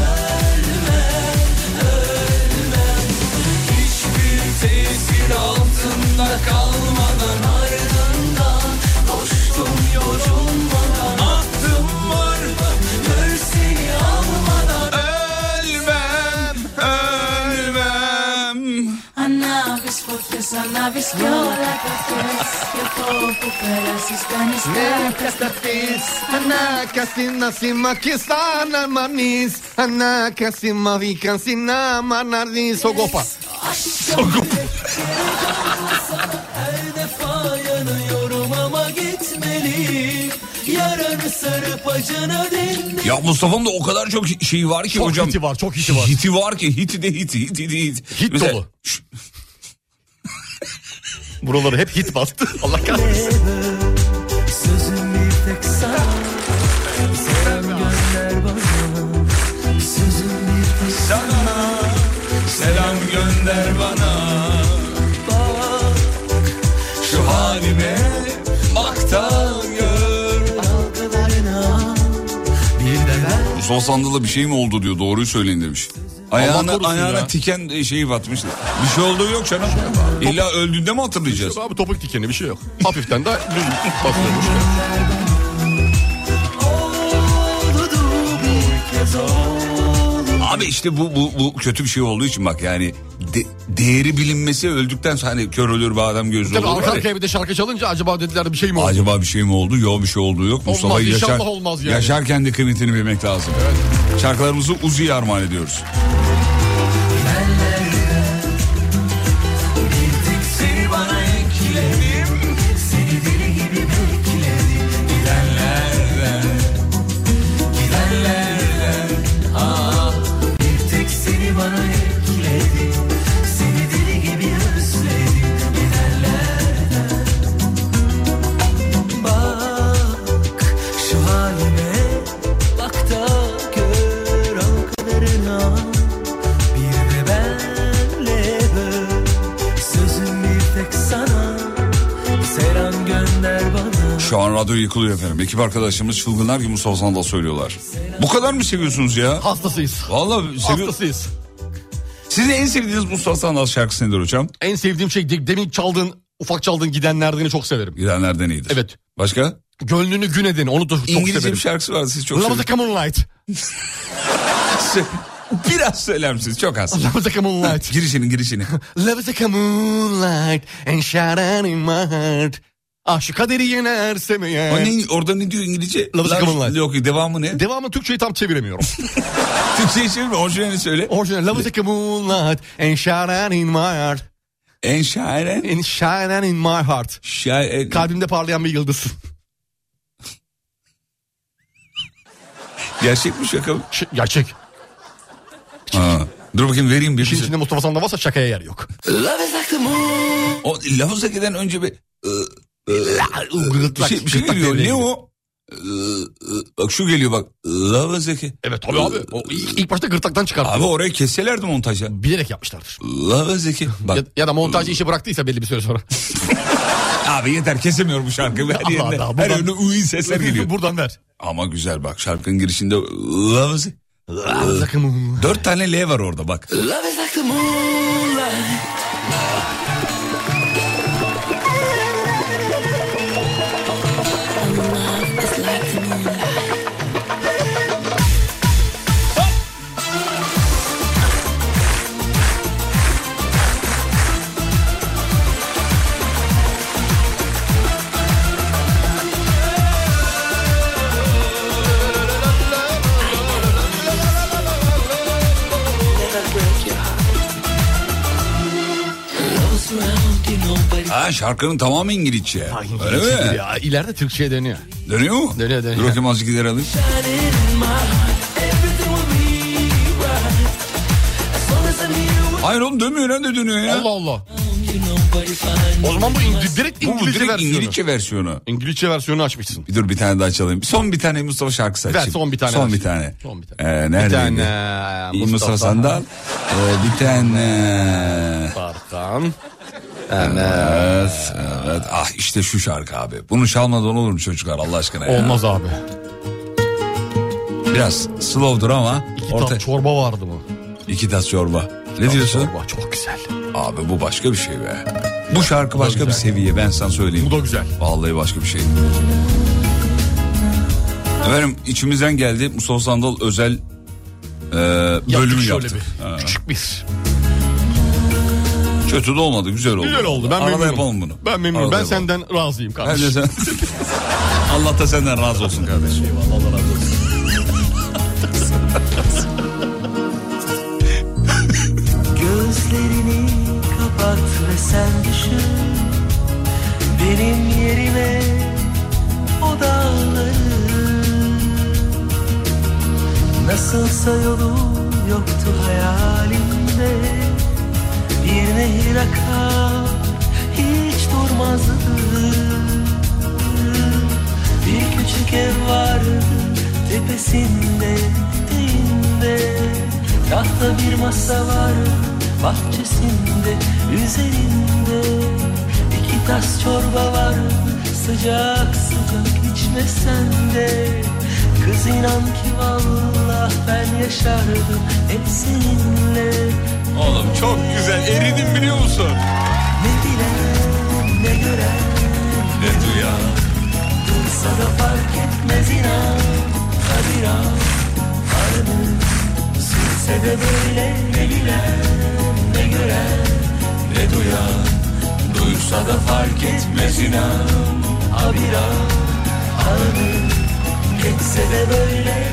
Speaker 2: ölmem, ölmem Hiçbir tesir altında kalmadan ardından Koştum yolculmadan ahtım var Gör seni almadan
Speaker 3: Ölmem, ölmem.
Speaker 10: Ανάβεις φωτιές, ανάβεις κι όλα τα θες Και το που πέρασες κάνεις τα
Speaker 4: Nefes, anakasi nasima kisana manis, anakasi mavikansina manardi sogopa.
Speaker 2: Her defa yanıyorum ama gitmeliyim Yaranı sarıp acına dinle
Speaker 3: Ya Mustafa'nın da o kadar çok şeyi var ki
Speaker 4: Çok
Speaker 3: hocam.
Speaker 4: hiti var, çok hiti var.
Speaker 3: Hiti var ki hiti de hiti, hiti de hiti.
Speaker 4: Hit
Speaker 3: Mesela-
Speaker 4: dolu.
Speaker 3: Şş,
Speaker 4: Buraları hep hit bastı. Allah kahretsin.
Speaker 2: Sözüm bir tek sana Selam gönder bana Sözüm bir tek
Speaker 3: Sana selam gönder bana.
Speaker 2: bak
Speaker 3: Şu halime bak da gör.
Speaker 2: Algılarına Bir de ben
Speaker 3: Mustafa Sandal'a bir şey mi oldu diyor. Doğruyu söyleyin demiş. Ayağına,
Speaker 4: korusun
Speaker 3: ayağına
Speaker 4: ya.
Speaker 3: tiken e, şeyi batmış. Bir şey olduğu yok canım. İlla öldüğünde mi hatırlayacağız?
Speaker 4: Abi topuk dikeni bir şey yok. Hafiften de düz basıyormuş.
Speaker 3: Abi işte bu, bu, bu kötü bir şey olduğu için bak yani de- değeri bilinmesi öldükten sonra hani kör ölür badem gözlü
Speaker 4: Tabii
Speaker 3: olur. Hani var
Speaker 4: arka
Speaker 3: ya.
Speaker 4: arkaya bir de şarkı çalınca acaba dediler bir şey mi oldu?
Speaker 3: Acaba bir şey mi oldu? Yok bir şey olduğu yok.
Speaker 4: Olmaz,
Speaker 3: Mustafa'yı
Speaker 4: inşallah
Speaker 3: yaşar,
Speaker 4: olmaz yani.
Speaker 3: yaşarken de kıymetini bilmek lazım. Şarkılarımızı Uzi'ye armağan ediyoruz.
Speaker 2: Seni bana ekledim Seni deli gibi bekledim Gidenlerden Gidenlerden Ah Bir tek seni bana ekledim Seni deli gibi özledim Gidenlerden Bak şu halime Bak da gör o kadarına Bir de benle böl Sözüm bir tek sana Selam gönder bana
Speaker 3: Şu an radyo yıkılıyor efendim. Ekip arkadaşımız çılgınlar gibi Mustafa Sandal söylüyorlar. Bu kadar mı seviyorsunuz ya?
Speaker 4: Hastasıyız.
Speaker 3: Vallahi seviyor.
Speaker 4: Hastasıyız.
Speaker 3: Sizin en sevdiğiniz Mustafa Sandal şarkısı nedir hocam?
Speaker 4: En sevdiğim şey de- demin çaldığın ufak çaldığın gidenlerden'i çok severim.
Speaker 3: Gidenlerden iyidir.
Speaker 4: Evet.
Speaker 3: Başka?
Speaker 4: Gönlünü gün edin onu da çok
Speaker 3: İngilizce bir şey
Speaker 4: severim.
Speaker 3: şarkısı vardı siz çok
Speaker 4: Love is a common light.
Speaker 3: seviyorsunuz. Biraz söyler misiniz? Çok az.
Speaker 4: Love is a common light.
Speaker 3: girişini girişini.
Speaker 4: Love is like a moonlight and shine in my heart. Ah şu kaderi yenersem
Speaker 3: O
Speaker 4: eğer.
Speaker 3: ne- orada ne diyor İngilizce?
Speaker 4: Love is a common light.
Speaker 3: Yok devamı ne?
Speaker 4: Devamını Türkçe'yi tam çeviremiyorum.
Speaker 3: Türkçe çevirme orijinalini söyle.
Speaker 4: Orijinal Love is like a moonlight and shine in my heart.
Speaker 3: En şairen.
Speaker 4: And shine in my heart.
Speaker 3: Şair,
Speaker 4: Kalbimde parlayan bir yıldız.
Speaker 3: gerçek mi şaka mı?
Speaker 4: Ş- Gerçek.
Speaker 3: Ha. Dur bakayım vereyim bir. şey.
Speaker 4: İşin içinde Mustafa Sandal varsa şakaya yer yok.
Speaker 2: Love is like the moon
Speaker 3: O lavuza giden önce bir... ı, ı, bir şey, bir şey
Speaker 4: gırtlak devreye
Speaker 3: geliyor. Ne
Speaker 4: giriyor.
Speaker 3: o? Iı, ı, Bak şu geliyor bak. Lavazaki.
Speaker 4: Evet tabii abi. O ilk, ilk başta gırtlaktan
Speaker 3: Abi
Speaker 4: çıkarttı.
Speaker 3: orayı kesselerdi montaja.
Speaker 4: Bilerek yapmışlardır.
Speaker 3: Lavazaki. Bak
Speaker 4: Ya, ya da montajcı işi bıraktıysa belli bir süre sonra.
Speaker 3: abi yeter kesemiyorum bu şarkıyı. Her
Speaker 4: Allah
Speaker 3: yerine,
Speaker 4: Allah,
Speaker 3: her
Speaker 4: buradan-
Speaker 3: yerine uyu sesler geliyor.
Speaker 4: Buradan ver.
Speaker 3: Ama güzel bak şarkının girişinde lavazaki.
Speaker 4: Sakın.
Speaker 3: Dört tane L var orada bak.
Speaker 2: Love is like the moonlight Goes round you nobody
Speaker 3: Ha şarkının tamamı İngilizce. Öyle mi?
Speaker 4: Ya ileride Türkçe'ye dönüyor.
Speaker 3: Dönüyor mu?
Speaker 4: Dönüyor, dönüyor.
Speaker 3: Dur bakayım azıcık ileri alayım.
Speaker 2: shining in my heart Everything will be right As long as I'm here with
Speaker 3: Hayır oğlum dönmüyor. Nerede dönüyor ya?
Speaker 4: Allah Allah.
Speaker 2: you nobody find
Speaker 4: O zaman bu İngi- direkt
Speaker 3: Bu, bu
Speaker 4: İngilizce
Speaker 3: direkt
Speaker 4: versiyonu.
Speaker 3: İngilizce versiyonu.
Speaker 4: İngilizce versiyonu açmışsın.
Speaker 3: Bir dur bir tane daha çalayım. Son bir tane Mustafa şarkısı
Speaker 4: Ver,
Speaker 3: açayım.
Speaker 4: son bir tane
Speaker 3: Son
Speaker 4: ver.
Speaker 3: bir tane.
Speaker 4: Son bir tane.
Speaker 3: Ee,
Speaker 4: Bir
Speaker 3: nerede?
Speaker 4: tane
Speaker 3: İyi, Mustafa,
Speaker 4: Mustafa
Speaker 3: Sandal. Ee, bir tane.
Speaker 4: Barkan.
Speaker 3: Evet, evet. Ah işte şu şarkı abi. Bunu çalmadan olur mu çocuklar Allah aşkına ya?
Speaker 4: Olmaz abi.
Speaker 3: Biraz slow'dur ama.
Speaker 4: İki
Speaker 3: orta...
Speaker 4: tane çorba vardı mı?
Speaker 3: İki tas çorba. Ne diyorsun?
Speaker 4: Çorba çok güzel.
Speaker 3: Abi bu başka bir şey be. Bu şarkı başka bir seviye ben sana söyleyeyim.
Speaker 4: Bu da güzel.
Speaker 3: Vallahi başka bir şey. Efendim içimizden geldi Mustafa Sandal özel e, bölümü
Speaker 4: şöyle
Speaker 3: yaptık.
Speaker 4: bir.
Speaker 3: Ha.
Speaker 4: Küçük bir.
Speaker 3: Kötü de olmadı güzel oldu.
Speaker 4: Güzel oldu. Ben
Speaker 3: Arada
Speaker 4: memnunum.
Speaker 3: yapalım bunu.
Speaker 4: Ben memnunum.
Speaker 3: Arada
Speaker 4: ben
Speaker 3: yapalım.
Speaker 4: senden razıyım
Speaker 3: Ben
Speaker 4: kardeşim.
Speaker 3: de sen... Allah da senden razı olsun kardeşim.
Speaker 2: Gözlerini kapat ve sen düşün Benim yerime o dağları Nasılsa yolu yoktu hayalimde Bir nehir akar hiç durmazdı Bir küçük ev vardı tepesinde eteğinde Tahta bir masa vardı bahçesinde üzerinde iki tas çorba vardı sıcak sıcak içmesen de Kız inan ki vallah ben yaşardım hep seninle
Speaker 3: Oğlum çok güzel eridim biliyor musun?
Speaker 2: Ne bilen ne gören
Speaker 3: Ne duyan
Speaker 2: dursa da fark etmez inan Haziran karnı sürse de böyle ne bilen ne gören
Speaker 6: Ne duyan Duysa da fark etmez inan Abira Anı Geçse de böyle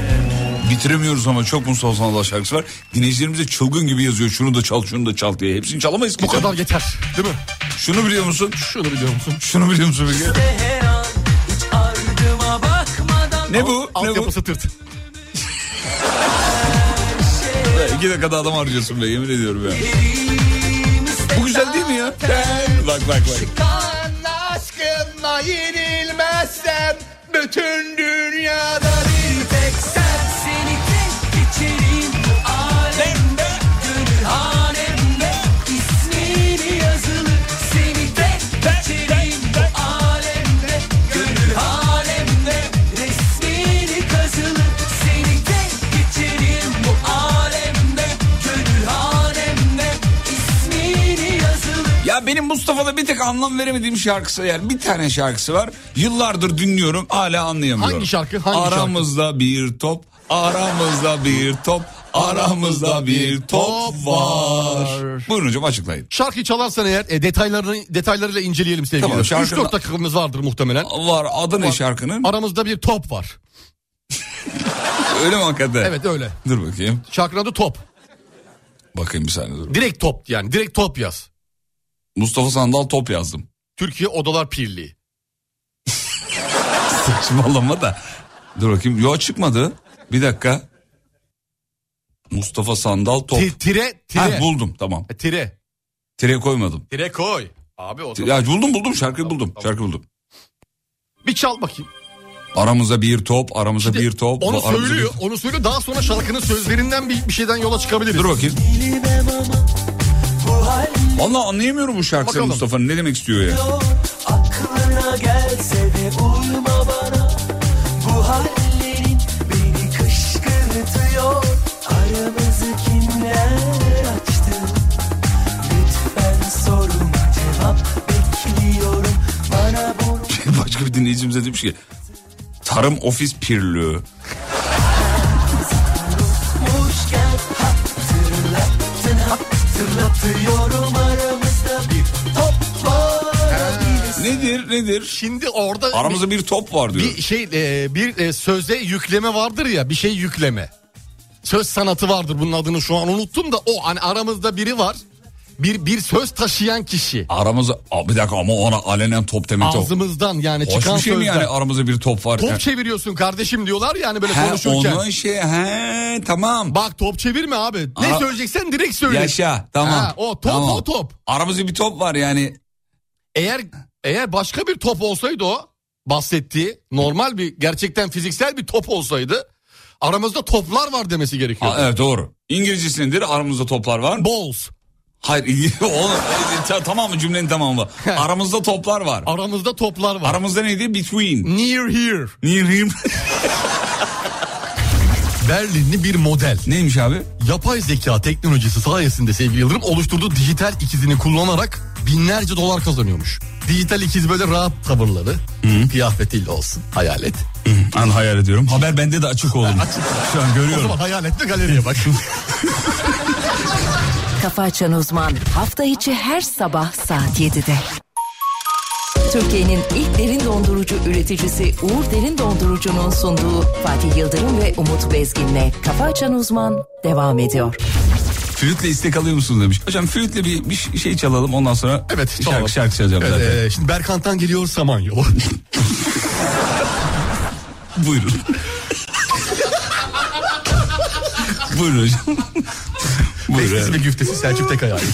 Speaker 3: Bitiremiyoruz ama çok Mustafa Sandal şarkısı var. Dinleyicilerimiz de çılgın gibi yazıyor. Şunu da çal, şunu da çal diye. Hepsini çalamayız ki. Bu kadar
Speaker 4: yeter. Değil mi?
Speaker 3: Şunu biliyor musun?
Speaker 4: Şunu biliyor musun?
Speaker 3: Şunu biliyor musun Bilge?
Speaker 2: her an hiç ardıma bakmadan
Speaker 3: Ne bu? ne bu?
Speaker 4: tırt.
Speaker 3: İki dakikada adam harcıyorsun be yemin ediyorum ya. Bu güzel değil mi ya? Bak bak bak.
Speaker 6: Kan aşkınla yenilmezsem Bütün dünyada bir tek sen Seni tek geçerim bu alemde Gönül hanemde ismini yazılı Seni tek geçerim bu alemde Gönül hanemde resmini kazılı Seni tek geçerim bu alemde Gönül hanemde ismini yazılı
Speaker 3: Ya benim Mustafa'da bir tek anlam veremediğim şarkısı yani bir tane şarkısı var. Yıllardır dinliyorum hala anlayamıyorum.
Speaker 4: Hangi şarkı? Hangi şarkı?
Speaker 3: aramızda bir top, aramızda bir top, aramızda bir top var. Buyurun hocam açıklayın.
Speaker 4: Şarkıyı çalarsan eğer e, detaylarını detaylarıyla inceleyelim sevgili.
Speaker 3: Tamam,
Speaker 4: Tamam,
Speaker 3: şarkının-
Speaker 4: 3-4 dakikamız vardır muhtemelen.
Speaker 3: Var adı ne şarkının?
Speaker 4: Aramızda bir top var.
Speaker 3: Öyle mi hakikaten?
Speaker 4: Evet öyle.
Speaker 3: Dur bakayım.
Speaker 4: Şarkının adı top.
Speaker 3: Bakayım bir saniye dur.
Speaker 4: Direkt top yani direkt top yaz.
Speaker 3: Mustafa Sandal top yazdım.
Speaker 4: Türkiye Odalar Pirliği.
Speaker 3: Saçmalama da. Dur bakayım. Yo çıkmadı. Bir dakika. Mustafa Sandal top.
Speaker 4: Ti- tire tire.
Speaker 3: Ha, buldum tamam.
Speaker 4: E, tire.
Speaker 3: Tire koymadım.
Speaker 4: Tire koy. Abi o
Speaker 3: Ya buldum buldum şarkıyı buldum. Şarkı buldum.
Speaker 4: Bir çal bakayım.
Speaker 3: Aramıza bir top, aramıza bir top.
Speaker 4: Onu
Speaker 3: aramıza bir-
Speaker 4: söylüyor. Onu söylüyor. Daha sonra şarkının sözlerinden bir, bir şeyden yola çıkabiliriz.
Speaker 3: Dur bakayım.
Speaker 2: Dilime bana bu hal
Speaker 3: Vallahi anlayamıyorum bu şarkıyı
Speaker 4: Bakalım.
Speaker 3: Mustafa'nın ne demek istiyor ya.
Speaker 2: yok Aklına gelse de uyma bana Bu hallerin beni kışkırtıyor Aramızı kimler açtı Lütfen sorma cevap bekliyorum Bana bunu
Speaker 3: Başka bir dinleyicimize demiş ki tarım ofis pirlüğü.
Speaker 2: Hoşken hatırlattın hatırlatıyorum aramızda bir top var
Speaker 3: Nedir nedir?
Speaker 4: Şimdi orada
Speaker 3: Aramızda bir top var diyor.
Speaker 4: bir şey e, bir e, söze yükleme vardır ya bir şey yükleme. Söz sanatı vardır bunun adını şu an unuttum da o hani aramızda biri var. Bir bir söz taşıyan kişi.
Speaker 3: Aramızda Aa, bir dakika ama ona alenen top demek o.
Speaker 4: Ağzımızdan yani
Speaker 3: Hoş
Speaker 4: çıkan
Speaker 3: bir şey mi
Speaker 4: sözden.
Speaker 3: yani aramızda bir top var?
Speaker 4: Top
Speaker 3: Yani-
Speaker 4: çeviriyorsun kardeşim diyorlar yani böyle
Speaker 3: He,
Speaker 4: konuşurken.
Speaker 3: onun şey he tamam.
Speaker 4: Bak top çevirme abi. Ne
Speaker 3: Ara- şey
Speaker 4: söyleyeceksen direkt söyle.
Speaker 3: Yaşa tamam.
Speaker 4: Ha, o top
Speaker 3: Tamam.
Speaker 4: o top.
Speaker 3: Aramızda bir top var yani.
Speaker 4: Eğer eğer başka bir top olsaydı o bahsettiği normal bir gerçekten fiziksel bir top olsaydı aramızda toplar var demesi gerekiyor.
Speaker 3: Aa, evet doğru. İngilizcesi nedir? Aramızda toplar var.
Speaker 4: Balls.
Speaker 3: Hayır iyi- oğlum, e, ta- tamamı cümlenin tamamı. Aramızda toplar var.
Speaker 4: Aramızda toplar var.
Speaker 3: Aramızda neydi? Between.
Speaker 4: Near here.
Speaker 3: Near him.
Speaker 4: Berlinli bir model.
Speaker 3: Neymiş abi?
Speaker 4: Yapay zeka teknolojisi sayesinde sevgili Yıldırım oluşturduğu dijital ikizini kullanarak binlerce dolar kazanıyormuş. Dijital ikiz böyle rahat tavırları, kıyafetiyle olsun hayal et.
Speaker 3: An hayal ediyorum. Haber bende de açık oldu. Şu an
Speaker 4: Hmm. O
Speaker 3: görüyorum.
Speaker 4: zaman hayal et de galeriye bak.
Speaker 1: Kafa Açan Uzman hafta içi her sabah saat 7'de. Türkiye'nin ilk derin dondurucu üreticisi Uğur Derin Dondurucu'nun sunduğu Fatih Yıldırım ve Umut Bezgin'le Kafa Açan Uzman devam ediyor.
Speaker 3: Flütle istek alıyor musun demiş. Hocam flütle bir, bir şey çalalım ondan sonra
Speaker 4: Evet,
Speaker 3: şarkı,
Speaker 4: çalalım.
Speaker 3: şarkı çalacağım
Speaker 4: Evet,
Speaker 3: zaten.
Speaker 4: e, şimdi Berkant'tan geliyor Samanyolu.
Speaker 3: Buyurun. Buyurun hocam.
Speaker 4: Bestesi
Speaker 3: Buyurun.
Speaker 4: ve güftesi Selçuk Tekaya ait.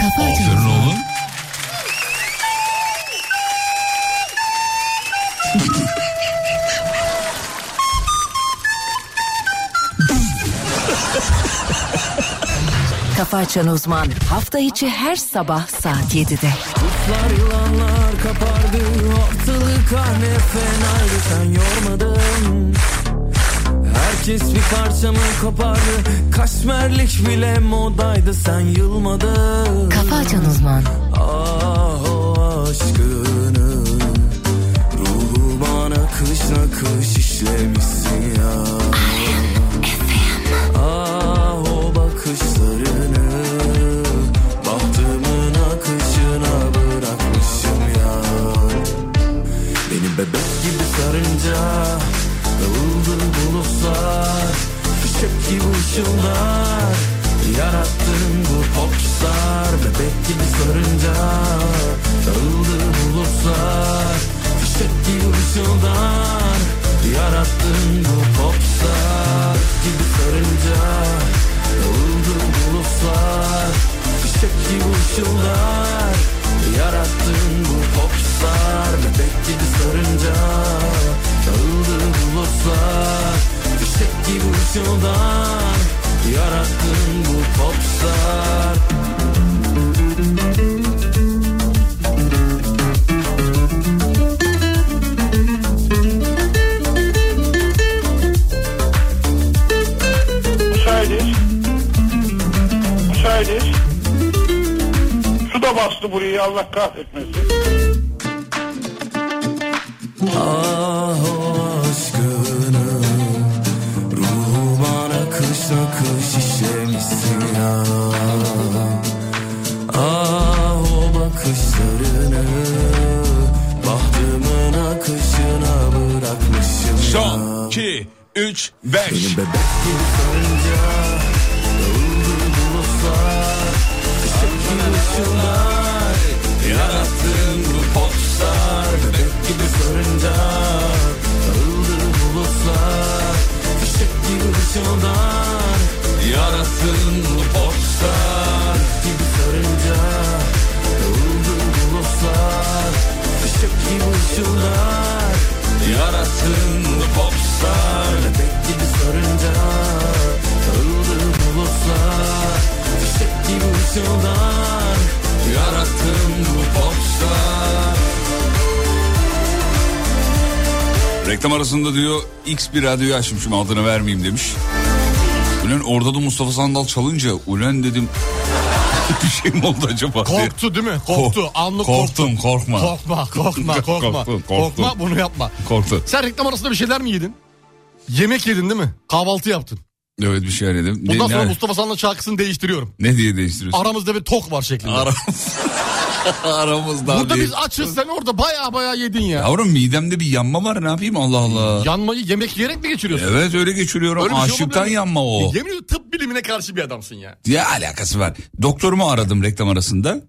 Speaker 1: Kafa Açan
Speaker 3: Buyurun oğlum.
Speaker 1: Kafa Açan Uzman hafta içi her sabah saat 7'de.
Speaker 2: Kuşlar yılanlar kapardı ortalık ah ne fenaydı sen yormadın Herkes bir parçamı kopardı kaşmerlik bile modaydı sen yılmadın
Speaker 1: Kafa Açan Uzman
Speaker 2: Ah o aşkını Ruhuma nakış nakış işlemişsin ya Ah o bakışlarını Bahtımın akışına bırakmışım ya Beni bebek gibi sarınca Dağıldı bulutlar Fişek gibi ışınlar Yarattın bu popstar Bebek gibi sarınca Dağıldı bulutlar Fişek gibi ışınlar Yarattın bu popstar Gibi sarınca Dağıldı bulutlar Fişek gibi ışınlar Yarattın bu popstar Bebek gibi sarınca Dağıldı bulutlar Fişek gibi ışıldan Yarattın bu popstar
Speaker 6: Müsaitiz. Müsaitiz. Su da bastı burayı Allah kahretmesin.
Speaker 2: Ah o aşkını Ruhuma nakış nakış işlemişsin ya Ah o bakışlarını Bahtımın akışına bırakmışım ya
Speaker 3: Son 2, 3, 5.
Speaker 2: Yarattığın bu popstar Bebek gibi sarınca Dağıldı bulutlar Fişek gibi ışıldan Yarattığın bu popstar Bebek gibi sarınca Dağıldı bulutlar Fişek gibi ışıldan Yarattığın bu popstar Bebek gibi sarınca Dağıldı bulutlar Fişek gibi ışıldan Yarattığın bu popstar
Speaker 3: Reklam arasında diyor X bir radyoyu açmışım adını vermeyeyim demiş. Ulan orada da Mustafa Sandal çalınca ulan dedim bir şey mi oldu acaba? diye.
Speaker 4: Korktu değil mi? Korktu.
Speaker 3: Kork-
Speaker 4: Anlık korktu.
Speaker 3: korktum, korkma.
Speaker 4: Korkma, korkma, korkma.
Speaker 3: Korktum, korktum.
Speaker 4: Korkma, bunu yapma.
Speaker 3: Korktu.
Speaker 4: Sen reklam arasında bir şeyler mi yedin? Yemek yedin değil mi? Kahvaltı yaptın.
Speaker 3: Evet bir şey dedim. Ne,
Speaker 4: Bundan sonra
Speaker 3: ne,
Speaker 4: Mustafa Sandal şarkısını değiştiriyorum.
Speaker 3: ne diye değiştiriyorsun?
Speaker 4: Aramızda bir tok var şeklinde.
Speaker 3: Aramızda
Speaker 4: Burada
Speaker 3: diye.
Speaker 4: biz açız sen orada baya baya yedin ya.
Speaker 3: Yavrum midemde bir yanma var ne yapayım Allah Allah.
Speaker 4: Yanmayı yemek yiyerek mi geçiriyorsun?
Speaker 3: Evet öyle geçiriyorum.
Speaker 4: Öyle bir şey
Speaker 3: Aşıktan
Speaker 4: olabilir mi?
Speaker 3: yanma o.
Speaker 4: Ya, Yemin ediyorum tıp bilimine karşı bir adamsın ya.
Speaker 3: Ne alakası var? Doktorumu aradım reklam arasında.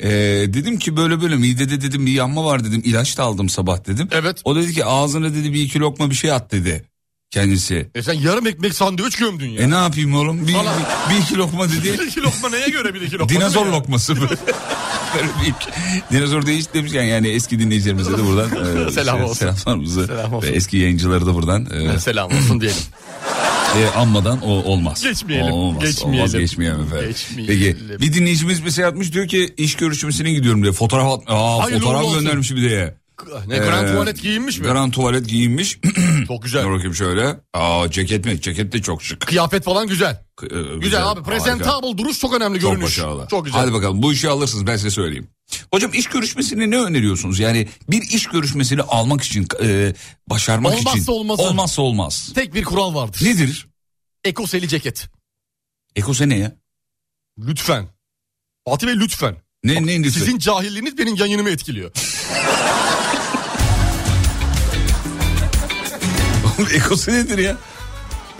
Speaker 3: Ee, dedim ki böyle böyle midede dedim bir yanma var dedim. İlaç da aldım sabah dedim. Evet. O dedi ki ağzına dedi bir iki lokma bir şey at dedi. Kendisi.
Speaker 4: E sen yarım ekmek sandviç gömdün ya.
Speaker 3: E ne yapayım oğlum? Bir,
Speaker 4: Sana-
Speaker 3: bir, bir iki lokma dedi.
Speaker 4: Bir iki lokma neye göre bir iki lokma? değil mi
Speaker 3: Dinozor
Speaker 4: ya?
Speaker 3: lokması böyle. Böyle bir iki- Dinozor değiş demişken yani eski dinleyicilerimize de buradan e,
Speaker 4: Selam
Speaker 3: şey-
Speaker 4: olsun.
Speaker 3: selamlarımızı
Speaker 4: Selam olsun.
Speaker 3: ve eski yayıncıları da buradan e,
Speaker 4: Selam olsun diyelim.
Speaker 3: e, anmadan o olmaz.
Speaker 4: Geçmeyelim,
Speaker 3: O olmaz.
Speaker 4: geçmeyelim.
Speaker 3: Olmaz geçmeyelim efendim.
Speaker 4: Geçmeyelim.
Speaker 3: Peki bir dinleyicimiz bir şey atmış diyor ki iş görüşmesine gidiyorum diye fotoğraf at Aa,
Speaker 4: Hayırlı
Speaker 3: fotoğraf
Speaker 4: olsun.
Speaker 3: göndermiş bir de.
Speaker 4: Ne grand tuvalet giyinmiş mi?
Speaker 3: Ee, Grand tuvalet giyinmiş. çok güzel. Dur bakayım şöyle. Aa ceket mi? Ceket de çok şık.
Speaker 4: Kıyafet falan güzel.
Speaker 3: K- e,
Speaker 4: Güzel abi.
Speaker 3: harika.
Speaker 4: Presentable duruş çok önemli
Speaker 3: Çok
Speaker 4: görünüş.
Speaker 3: başarılı.
Speaker 4: Çok güzel.
Speaker 3: Hadi bakalım bu işi alırsınız ben size söyleyeyim. Hocam iş görüşmesini ne öneriyorsunuz? Yani bir iş görüşmesini almak için, e, başarmak
Speaker 4: Olmazsa
Speaker 3: için.
Speaker 4: olmazı.
Speaker 3: Olmazsa olmaz.
Speaker 4: Tek bir kural vardır.
Speaker 3: Nedir?
Speaker 4: Ekoseli ceket.
Speaker 3: Ekose ne ya?
Speaker 4: Lütfen. Fatih Bey lütfen.
Speaker 3: Ne, ne lütfen?
Speaker 4: Sizin cahilliğiniz benim yayınımı etkiliyor.
Speaker 3: Ekose nedir ya?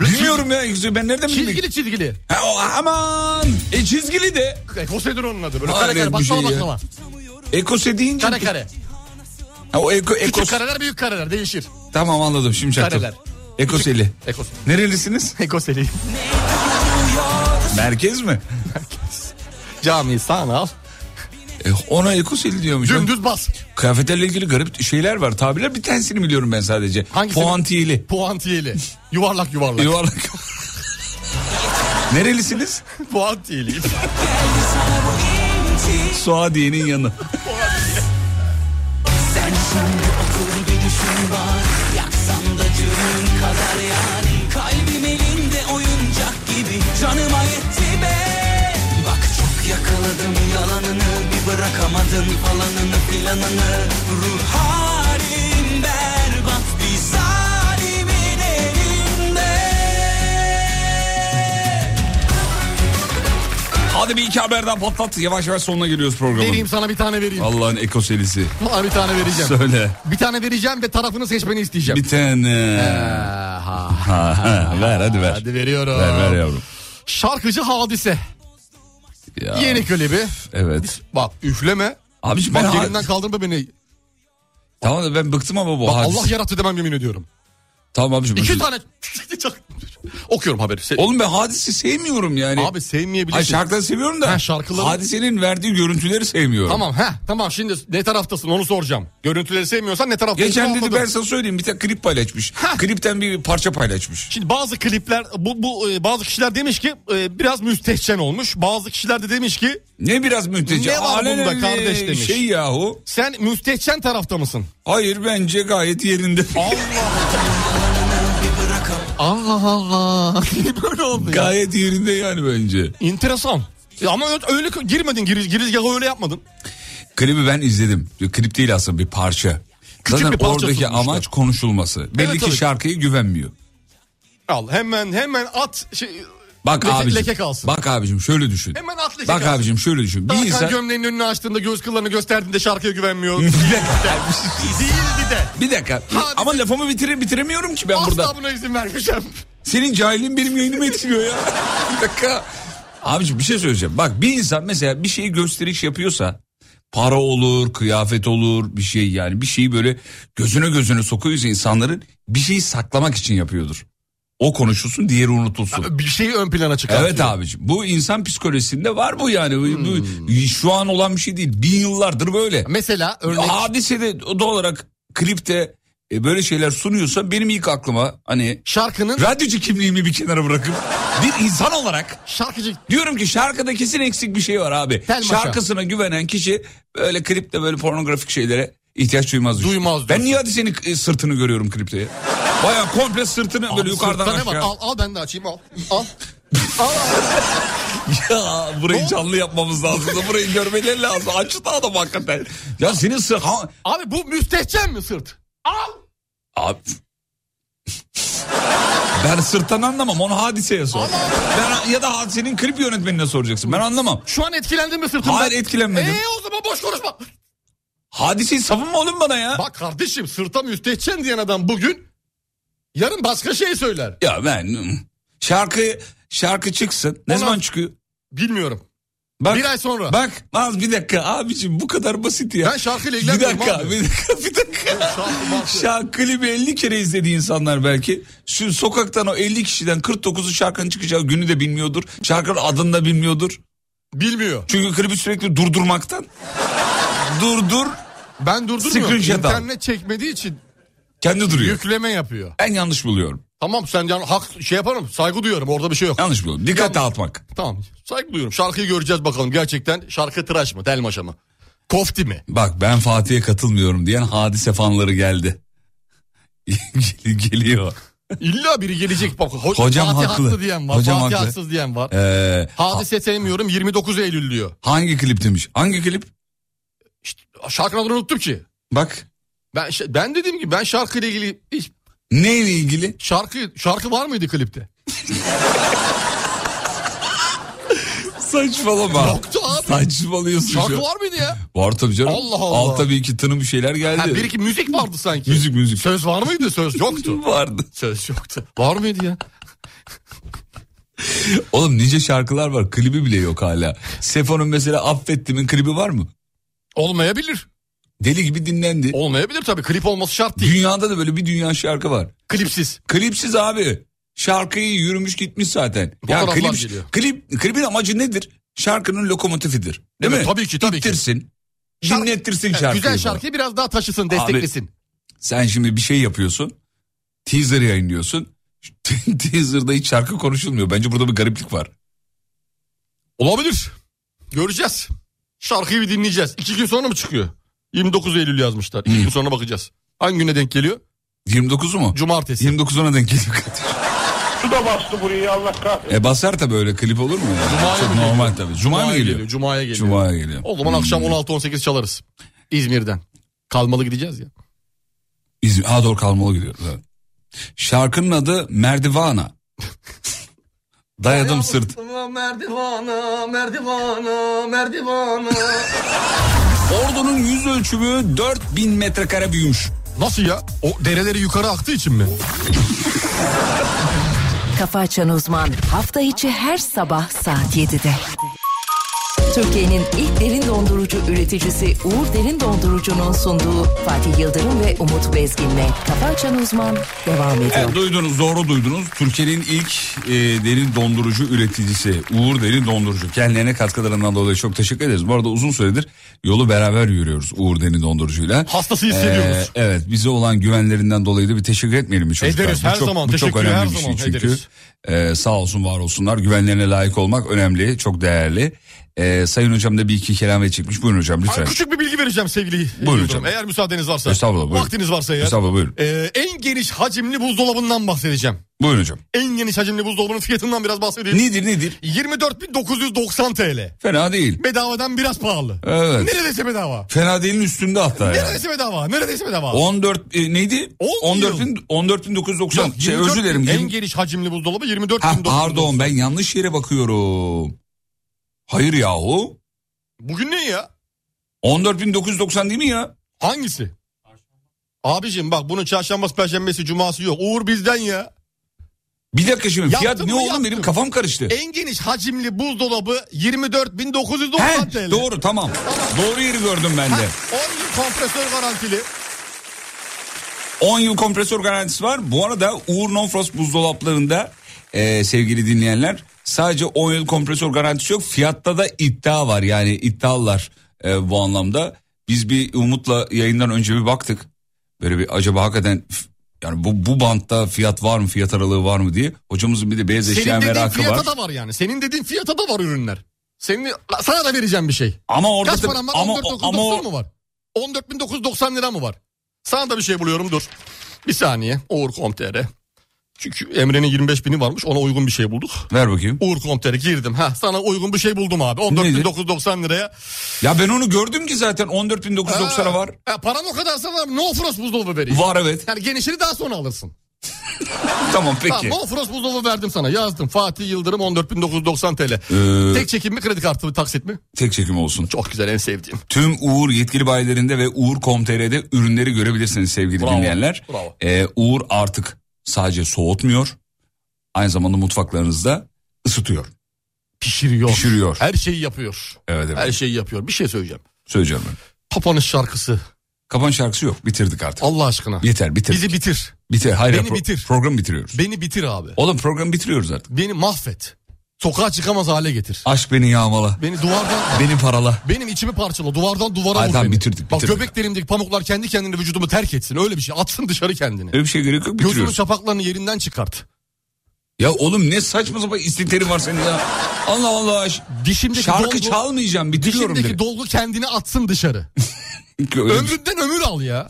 Speaker 3: Bilmiyorum ya Ekose ben nereden bileyim?
Speaker 4: çizgili çizgili.
Speaker 3: Ha, o- aman e çizgili de.
Speaker 4: Ekoselidir onun adı. Böyle kare
Speaker 3: Hayret
Speaker 4: kare
Speaker 3: bir
Speaker 4: baklava
Speaker 3: şey ya.
Speaker 4: baklava.
Speaker 3: Ekose deyince.
Speaker 4: Kare kare.
Speaker 3: Ha, o eko, ekos...
Speaker 4: Küçük kareler büyük kareler değişir.
Speaker 3: Tamam anladım şimdi çaktım.
Speaker 4: Kareler.
Speaker 3: Ekoseli.
Speaker 4: Ekos.
Speaker 3: Nerelisiniz?
Speaker 4: Ekoseli.
Speaker 3: Merkez mi?
Speaker 4: Cami sağına al.
Speaker 3: E, ona ekoseli diyormuş.
Speaker 4: Dümdüz bas.
Speaker 3: Kıyafetlerle ilgili garip şeyler var. Tabirler bir tanesini biliyorum ben sadece.
Speaker 4: Hangisi?
Speaker 3: Puantiyeli.
Speaker 4: Puantiyeli. Yuvarlak yuvarlak.
Speaker 3: Yuvarlak. Nerelisiniz?
Speaker 4: Fuatiyeliyim.
Speaker 3: Suadiye'nin yanı.
Speaker 2: Sen şimdi otur bir düşün var Yaksam da canın kadar yani Kalbim elinde oyuncak gibi Canıma yetti be Bak çok yakaladım yalanını Bir bırakamadım falanını filanını Ruh halim berbat bir zalimin elinde
Speaker 3: Hadi bir iki haber daha patlat. Yavaş yavaş sonuna geliyoruz programın.
Speaker 4: Vereyim sana bir tane vereyim.
Speaker 3: Allah'ın ekoselisi.
Speaker 4: Sana bir tane vereceğim.
Speaker 3: Söyle.
Speaker 4: Bir tane vereceğim ve tarafını seçmeni isteyeceğim. Ee,
Speaker 3: Bir tane. Ha, ha, ver hadi ver.
Speaker 4: Hadi veriyorum.
Speaker 3: Ver ver yavrum.
Speaker 4: Şarkıcı Hadise.
Speaker 3: Ya,
Speaker 4: Yeni klibi.
Speaker 3: Evet.
Speaker 4: Bak üfleme.
Speaker 3: Abi ben
Speaker 4: Bak
Speaker 3: ha-
Speaker 4: yerinden kaldırma beni.
Speaker 3: Tamam da ben bıktım ama bu
Speaker 4: Bak
Speaker 3: hadis-
Speaker 4: Allah yarattı demem yemin ediyorum.
Speaker 3: Tamam abiciğim.
Speaker 4: İki
Speaker 3: özür-
Speaker 4: tane. Okuyorum haberi. Se-
Speaker 3: Oğlum ben hadisi sevmiyorum yani.
Speaker 4: Abi sevmeyebilirsin.
Speaker 3: Ay şarkıları seviyorum da.
Speaker 4: Ha, şarkıları-
Speaker 3: Hadisenin verdiği görüntüleri sevmiyorum.
Speaker 4: Tamam ha tamam şimdi ne taraftasın onu soracağım. Görüntüleri sevmiyorsan ne taraftasın?
Speaker 3: Geçen
Speaker 4: onu
Speaker 3: dedi
Speaker 4: anladım.
Speaker 3: ben sana söyleyeyim bir tane klip paylaşmış.
Speaker 4: Hah.
Speaker 3: Klipten bir parça paylaşmış.
Speaker 4: Şimdi bazı klipler bu, bu e, bazı kişiler demiş ki e, biraz müstehcen olmuş. Bazı kişiler de demiş ki
Speaker 3: Ne biraz müteşem.
Speaker 4: Ne var bunda kardeş demiş.
Speaker 3: Şey yahu.
Speaker 4: sen müstehcen tarafta mısın?
Speaker 3: Hayır bence gayet yerinde.
Speaker 4: Allah Allah. Niye böyle oldu ya?
Speaker 3: gayet yerinde yani bence.
Speaker 4: Enteresan. E, Ama öyle girmedin giriz, girizgahı öyle yapmadın.
Speaker 3: Klibi ben izledim. Klip değil aslında bir parça.
Speaker 4: Küçük
Speaker 3: Zaten
Speaker 4: bir parça
Speaker 3: oradaki
Speaker 4: sunmuşlar.
Speaker 3: amaç konuşulması. Belli ki
Speaker 4: tabii.
Speaker 3: şarkıya güvenmiyor.
Speaker 4: Al hemen hemen at şey,
Speaker 3: Bak
Speaker 4: leke,
Speaker 3: abicim.
Speaker 4: leke kalsın.
Speaker 3: Bak abicim şöyle düşün.
Speaker 4: Hemen at leke
Speaker 3: Bak
Speaker 4: kalsın.
Speaker 3: abicim şöyle düşün. Bir
Speaker 4: Tarkan
Speaker 3: insan
Speaker 4: gömleğinin önünü açtığında göz kıllarını gösterdiğinde şarkıya güvenmiyor. Değildi de.
Speaker 3: bir dakika. Ama lafımı bitire bitiremiyorum ki ben
Speaker 4: Asla
Speaker 3: burada.
Speaker 4: buna izin vermeyeceğim.
Speaker 3: Senin cahilliğin benim yayınımı etkiliyor ya. bir dakika. Abicim bir şey söyleyeceğim. Bak bir insan mesela bir şeyi gösteriş yapıyorsa para olur, kıyafet olur, bir şey yani bir şeyi böyle gözüne gözüne sokuyorsa insanların bir şeyi saklamak için yapıyordur. O konuşulsun, diğeri unutulsun.
Speaker 4: Bir şeyi ön plana çıkartıyor.
Speaker 3: Evet abicim bu insan psikolojisinde var bu yani Bu- bu, şu an olan bir şey değil bin yıllardır böyle.
Speaker 4: Mesela örnek
Speaker 3: Hadisede doğal olarak klipte e, böyle şeyler sunuyorsa benim ilk aklıma hani
Speaker 4: şarkının
Speaker 3: radyocu kimliğimi bir kenara bırakıp bir insan olarak
Speaker 4: şarkıcı
Speaker 3: diyorum ki şarkıda kesin eksik bir şey var abi.
Speaker 4: Telmaşa.
Speaker 3: Şarkısına güvenen kişi böyle klipte böyle pornografik şeylere ihtiyaç duymaz. diyor.
Speaker 4: Duymaz
Speaker 3: Ben
Speaker 4: diyorsun.
Speaker 3: niye hadisenin e, sırtını görüyorum klipte ya? Baya komple sırtını böyle yukarıdan
Speaker 4: sırtlarına bak.
Speaker 3: aşağı.
Speaker 4: Al, al ben de açayım al. Al.
Speaker 3: Ya burayı canlı yapmamız lazım da burayı görmeleri lazım. Açtı adam hakikaten. Ya senin sır... Ha...
Speaker 4: Abi bu müstehcen mi sırt? Al.
Speaker 3: Abi... Ben sırttan anlamam onu hadiseye sor. Ben, ya da hadisenin klip yönetmenine soracaksın. Ben anlamam.
Speaker 4: Şu an etkilendin mi sırtımdan?
Speaker 3: Hayır, etkilenmedim.
Speaker 4: Eee Ee, o zaman boş konuşma.
Speaker 3: Hadiseyi savunma oğlum bana ya.
Speaker 4: Bak kardeşim sırta müstehcen diyen adam bugün yarın başka şey söyler.
Speaker 3: Ya ben şarkı şarkı çıksın. Ne
Speaker 4: Ona-
Speaker 3: zaman çıkıyor?
Speaker 4: Bilmiyorum.
Speaker 3: Bak,
Speaker 4: Bir ay sonra.
Speaker 3: Bak az bir dakika abicim bu kadar basit ya.
Speaker 4: Ben şarkıyla
Speaker 3: bir
Speaker 4: ilgilenmiyorum
Speaker 3: dakika,
Speaker 4: abi.
Speaker 3: bir dakika, bir dakika.
Speaker 4: Şarkı, markı.
Speaker 3: Şarkıyı bir 50 kere izledi insanlar belki. Şu sokaktan o 50 kişiden 49'u şarkının çıkacağı günü de bilmiyordur. Şarkının adını da bilmiyordur.
Speaker 4: Bilmiyor.
Speaker 3: Çünkü klibi sürekli durdurmaktan. Durdur,
Speaker 4: Ben durdurmuyorum.
Speaker 3: Screenshot al.
Speaker 4: İnternet çekmediği için
Speaker 3: kendi duruyor.
Speaker 4: yükleme yapıyor.
Speaker 3: Ben yanlış buluyorum.
Speaker 4: Tamam sen can hak şey yaparım saygı duyuyorum orada bir şey yok.
Speaker 3: Yanlış buluyorum. Dikkat dağıtmak.
Speaker 4: Tamam saygı duyuyorum. Şarkıyı göreceğiz bakalım gerçekten şarkı tıraş mı telmaşa mı? Kofti mi?
Speaker 3: Bak ben Fatih'e katılmıyorum diyen hadise fanları geldi. Gel- Geliyor.
Speaker 4: İlla biri gelecek bak. Ho-
Speaker 3: Hocam
Speaker 4: Fatih
Speaker 3: haklı.
Speaker 4: haklı diyen var.
Speaker 3: Hocam
Speaker 4: Fatih
Speaker 3: haklı.
Speaker 4: haksız diyen var.
Speaker 3: Ee,
Speaker 4: Hadise sevmiyorum 29 Eylül diyor.
Speaker 3: hangi klip demiş? Hangi klip?
Speaker 4: İşte şarkının adını unuttum ki.
Speaker 3: Bak.
Speaker 4: Ben ş- ben dediğim gibi ben şarkıyla ilgili hiç-
Speaker 3: Neyle ilgili?
Speaker 4: şarkı şarkı var mıydı klipte?
Speaker 3: Saçmalama.
Speaker 4: Yoktu abi.
Speaker 3: Saçmalıyorsun
Speaker 4: Şarkı
Speaker 3: şu. an.
Speaker 4: var mıydı ya?
Speaker 3: Var tabii canım.
Speaker 4: Allah Allah.
Speaker 3: Altta bir iki tınım bir şeyler geldi.
Speaker 4: Ha, bir iki müzik vardı sanki.
Speaker 3: Müzik müzik.
Speaker 4: Söz var mıydı? Söz yoktu.
Speaker 3: vardı.
Speaker 4: Söz yoktu. Var mıydı ya?
Speaker 3: Oğlum nice şarkılar var. Klibi bile yok hala. Sefo'nun mesela Affettim'in klibi var mı?
Speaker 4: Olmayabilir.
Speaker 3: Deli gibi dinlendi.
Speaker 4: Olmayabilir tabii. Klip olması şart değil.
Speaker 3: Dünyada da böyle bir dünya şarkı var.
Speaker 4: Klipsiz.
Speaker 3: Klipsiz abi. Şarkıyı yürümüş gitmiş zaten. Ya
Speaker 4: Fotoğraflar
Speaker 3: klip,
Speaker 4: geliyor.
Speaker 3: klip, klibin amacı nedir? Şarkının lokomotifidir. Değil
Speaker 4: Evet,
Speaker 3: mi?
Speaker 4: tabii ki, tabii ki.
Speaker 3: İttirsin.
Speaker 4: Şarkı-
Speaker 3: Dinlettirsin
Speaker 4: Yani
Speaker 3: şarkıyı.
Speaker 4: güzel
Speaker 3: falan.
Speaker 4: şarkıyı biraz daha taşısın, desteklesin.
Speaker 3: Sen şimdi bir şey yapıyorsun. Teaser yayınlıyorsun. Teaser'da hiç şarkı konuşulmuyor. Bence burada bir gariplik var.
Speaker 4: Olabilir. Göreceğiz. Şarkıyı bir dinleyeceğiz. İki gün sonra mı çıkıyor? 29 Eylül yazmışlar. İki gün sonra bakacağız. Hangi güne denk geliyor?
Speaker 3: 29'u mu?
Speaker 4: Cumartesi.
Speaker 3: 29'una denk geliyor.
Speaker 9: Su da bastı burayı Allah kahretsin.
Speaker 3: E basar tabii öyle klip olur mu? ya? Çok normal tabii. Cuma mı geliyor?
Speaker 4: Cuma'ya geliyor. Hmm.
Speaker 3: Cuma'ya geliyor. Hmm.
Speaker 4: O zaman akşam 16-18 çalarız. İzmir'den. Kalmalı gideceğiz ya.
Speaker 3: İzmir, ha doğru kalmalı gidiyoruz. Evet. Şarkının adı Merdivana. Dayadım sırt.
Speaker 4: Merdivana, merdivana, merdivana.
Speaker 3: Ordunun yüz ölçümü 4000 metrekare büyümüş.
Speaker 4: Nasıl ya? O dereleri yukarı aktığı için mi?
Speaker 1: Kafa Açan Uzman hafta içi her sabah saat 7'de. Türkiye'nin ilk derin dondurucu üreticisi Uğur Derin Dondurucu'nun sunduğu Fatih Yıldırım ve Umut Bezgin'le Kafa Açan Uzman devam ediyor.
Speaker 3: Evet, duydunuz doğru duydunuz. Türkiye'nin ilk e, derin dondurucu üreticisi Uğur Derin Dondurucu. Kendilerine katkılarından dolayı çok teşekkür ederiz. Bu arada uzun süredir yolu beraber yürüyoruz Uğur Derin Dondurucu'yla.
Speaker 4: Hastası hissediyoruz.
Speaker 3: Ee, evet bize olan güvenlerinden dolayı da bir teşekkür etmeyelim mi çocuklar?
Speaker 4: Ederiz,
Speaker 3: Bu
Speaker 4: her
Speaker 3: çok,
Speaker 4: zaman.
Speaker 3: Bu çok
Speaker 4: Teşekkürü
Speaker 3: önemli
Speaker 4: her
Speaker 3: bir şey
Speaker 4: zaman
Speaker 3: çünkü.
Speaker 4: ederiz.
Speaker 3: Ee, sağ olsun var olsunlar güvenlerine layık olmak önemli çok değerli. Ee, sayın hocam da bir iki kelam ve çıkmış. Buyurun hocam lütfen.
Speaker 4: Küçük bir bilgi vereceğim sevgili
Speaker 3: Buyurun
Speaker 4: hocam.
Speaker 3: hocam.
Speaker 4: Eğer müsaadeniz varsa.
Speaker 3: Estağfurullah, buyurun.
Speaker 4: Vaktiniz varsa eğer.
Speaker 3: Estağfurullah, buyurun.
Speaker 4: Ee, en geniş hacimli buzdolabından bahsedeceğim.
Speaker 3: Buyurun hocam.
Speaker 4: En geniş hacimli buzdolabının fiyatından biraz bahsedeyim.
Speaker 3: Nedir, nedir?
Speaker 4: 24.990 TL.
Speaker 3: Fena değil.
Speaker 4: Bedavadan biraz pahalı.
Speaker 3: Evet.
Speaker 4: Neredeyse bedava.
Speaker 3: Fena değilin üstünde hatta yani.
Speaker 4: Neredeyse bedava. Neredeyse bedava.
Speaker 3: 14 e, neydi? 14 bin- 14990
Speaker 4: Yok,
Speaker 3: şey
Speaker 4: 24
Speaker 3: özür dilerim.
Speaker 4: En
Speaker 3: Yirmi-
Speaker 4: geniş hacimli buzdolabı 24
Speaker 3: Ha, pardon ben yanlış yere bakıyorum. Hayır yahu.
Speaker 4: Bugün ne ya?
Speaker 3: 14990 değil mi ya?
Speaker 4: Hangisi? Abicim bak bunun çarşambası, perşembesi, cuması yok. Uğur bizden ya.
Speaker 3: Bir dakika şimdi fiyat
Speaker 4: Yaptım
Speaker 3: ne
Speaker 4: mı, E,
Speaker 3: oğlum
Speaker 4: yaptım.
Speaker 3: benim kafam karıştı.
Speaker 4: En geniş hacimli buzdolabı 24.990
Speaker 3: He,
Speaker 4: TL.
Speaker 3: doğru tamam. Doğru yeri gördüm ben de.
Speaker 4: 10 yıl kompresör garantili.
Speaker 3: 10 yıl kompresör garantisi var. Bu arada Uğur Nonfrost buzdolaplarında e, sevgili dinleyenler sadece 10 yıl kompresör garantisi yok. Fiyatta da iddia var yani iddialar e, bu anlamda. Biz bir Umut'la yayından önce bir baktık. Böyle bir acaba hakikaten f- yani bu, bu bantta fiyat var mı fiyat aralığı var mı diye. Hocamızın bir de beyaz eşya
Speaker 4: Senin dediğin
Speaker 3: merakı
Speaker 4: fiyata
Speaker 3: var.
Speaker 4: da var yani. Senin dediğin fiyata da var ürünler. Senin, sana da vereceğim bir şey.
Speaker 3: Ama orada
Speaker 4: Kaç
Speaker 3: da-
Speaker 4: param var?
Speaker 3: ama,
Speaker 4: 14.990
Speaker 3: ama o-
Speaker 4: mı var? 14.990 lira mı var? Sana da bir şey buluyorum dur. Bir saniye. Uğur.com.tr Çünkü Emre'nin 25 bini varmış ona uygun bir şey bulduk.
Speaker 3: ver bakayım.
Speaker 4: Uğur.com.tr girdim. Ha sana uygun bir şey buldum abi. 14.990 liraya.
Speaker 3: Ya ben onu gördüm ki zaten 14.990'a
Speaker 4: Ha,
Speaker 3: var.
Speaker 4: Ha, param o kadarsa var. No frost buzdolabı vereyim.
Speaker 3: Var evet.
Speaker 4: Yani genişini daha sonra alırsın.
Speaker 3: Tamam peki.
Speaker 4: Tamam, no frost buzdolabı verdim sana. Yazdım. Fatih Yıldırım 14.990 TL.
Speaker 3: Ee,
Speaker 4: Tek çekim mi kredi kartı mı taksit mi?
Speaker 3: Tek çekim olsun.
Speaker 4: Çok güzel en sevdiğim.
Speaker 3: Tüm Uğur yetkili bayilerinde ve Uğur.com.tr'de ürünleri görebilirsiniz sevgili
Speaker 4: Bravo,
Speaker 3: dinleyenler.
Speaker 4: bravo.
Speaker 3: Ee, Uğur artık sadece soğutmuyor. Aynı zamanda mutfaklarınızda ısıtıyor.
Speaker 4: Pişiriyor.
Speaker 3: Pişiriyor.
Speaker 4: Her şeyi yapıyor.
Speaker 3: Evet evet.
Speaker 4: Her şeyi yapıyor. Bir şey söyleyeceğim.
Speaker 3: Söyleyeceğim ben.
Speaker 4: Kapanış şarkısı.
Speaker 3: Kapan şarkısı yok. Bitirdik artık.
Speaker 4: Allah aşkına.
Speaker 3: Yeter bitir.
Speaker 4: Bizi bitir.
Speaker 3: Bitir. Hayır,
Speaker 4: Beni
Speaker 3: pro-
Speaker 4: bitir.
Speaker 3: Programı bitiriyoruz.
Speaker 4: Beni bitir abi.
Speaker 3: Oğlum programı bitiriyoruz artık.
Speaker 4: Beni mahvet. Sokağa çıkamaz hale getir.
Speaker 3: Aşk beni yağmala.
Speaker 4: Beni duvardan...
Speaker 3: Beni parala.
Speaker 4: Benim içimi parçala. Duvardan duvara
Speaker 3: Ay,
Speaker 4: vur
Speaker 3: tamam,
Speaker 4: beni.
Speaker 3: bitirdik,
Speaker 4: Bak
Speaker 3: bitirdik.
Speaker 4: göbeklerimdeki pamuklar kendi kendine vücudumu terk etsin. Öyle bir şey. Atsın dışarı kendini.
Speaker 3: Öyle bir şey gerek yok
Speaker 4: Gözünün
Speaker 3: bitiriyoruz.
Speaker 4: çapaklarını yerinden çıkart.
Speaker 3: Ya oğlum ne saçma sapan istikleri var senin ya. Allah Allah. Ş-
Speaker 4: Dişimdeki
Speaker 3: Şarkı
Speaker 4: dolgu-
Speaker 3: çalmayacağım bitiriyorum
Speaker 4: Dişindeki
Speaker 3: dedi.
Speaker 4: dolgu kendini atsın dışarı.
Speaker 3: Öyle- şey-
Speaker 4: Ömründen ömür al ya.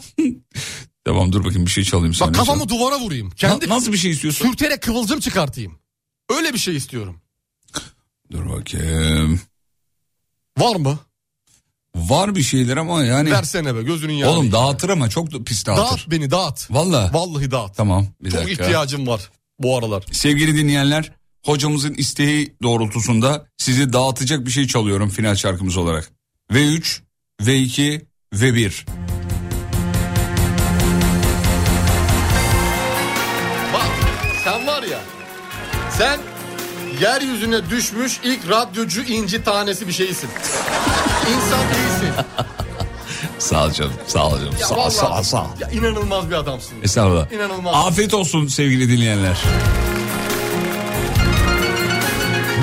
Speaker 3: Tamam dur bakayım bir şey çalayım sana.
Speaker 4: Bak kafamı duvara vurayım. Kendi
Speaker 3: Na- nasıl bir şey istiyorsun?
Speaker 4: sürterek kıvılcım çıkartayım. Öyle bir şey istiyorum.
Speaker 3: Dur bakayım.
Speaker 4: Var mı?
Speaker 3: Var bir şeyler ama yani.
Speaker 4: Versene be gözünün yanına.
Speaker 3: Oğlum dağıtır ama çok da pis dağıtır.
Speaker 4: dağıt beni dağıt.
Speaker 3: Valla.
Speaker 4: Vallahi dağıt.
Speaker 3: Tamam bir
Speaker 4: Çok
Speaker 3: dakika.
Speaker 4: ihtiyacım var bu aralar.
Speaker 3: Sevgili dinleyenler hocamızın isteği doğrultusunda sizi dağıtacak bir şey çalıyorum final şarkımız olarak. V3, V2, V1.
Speaker 4: Bak sen var ya sen yeryüzüne düşmüş ilk radyocu inci tanesi bir şeysin. İnsan değilsin.
Speaker 3: Sağ ol canım sağ ol canım
Speaker 4: Ya
Speaker 3: sağ ol,
Speaker 4: vallahi-
Speaker 3: sağ ol, sağ ol.
Speaker 4: Ya inanılmaz bir adamsın.
Speaker 3: Estağfurullah.
Speaker 4: İnanılmaz.
Speaker 3: Afiyet olsun sevgili dinleyenler.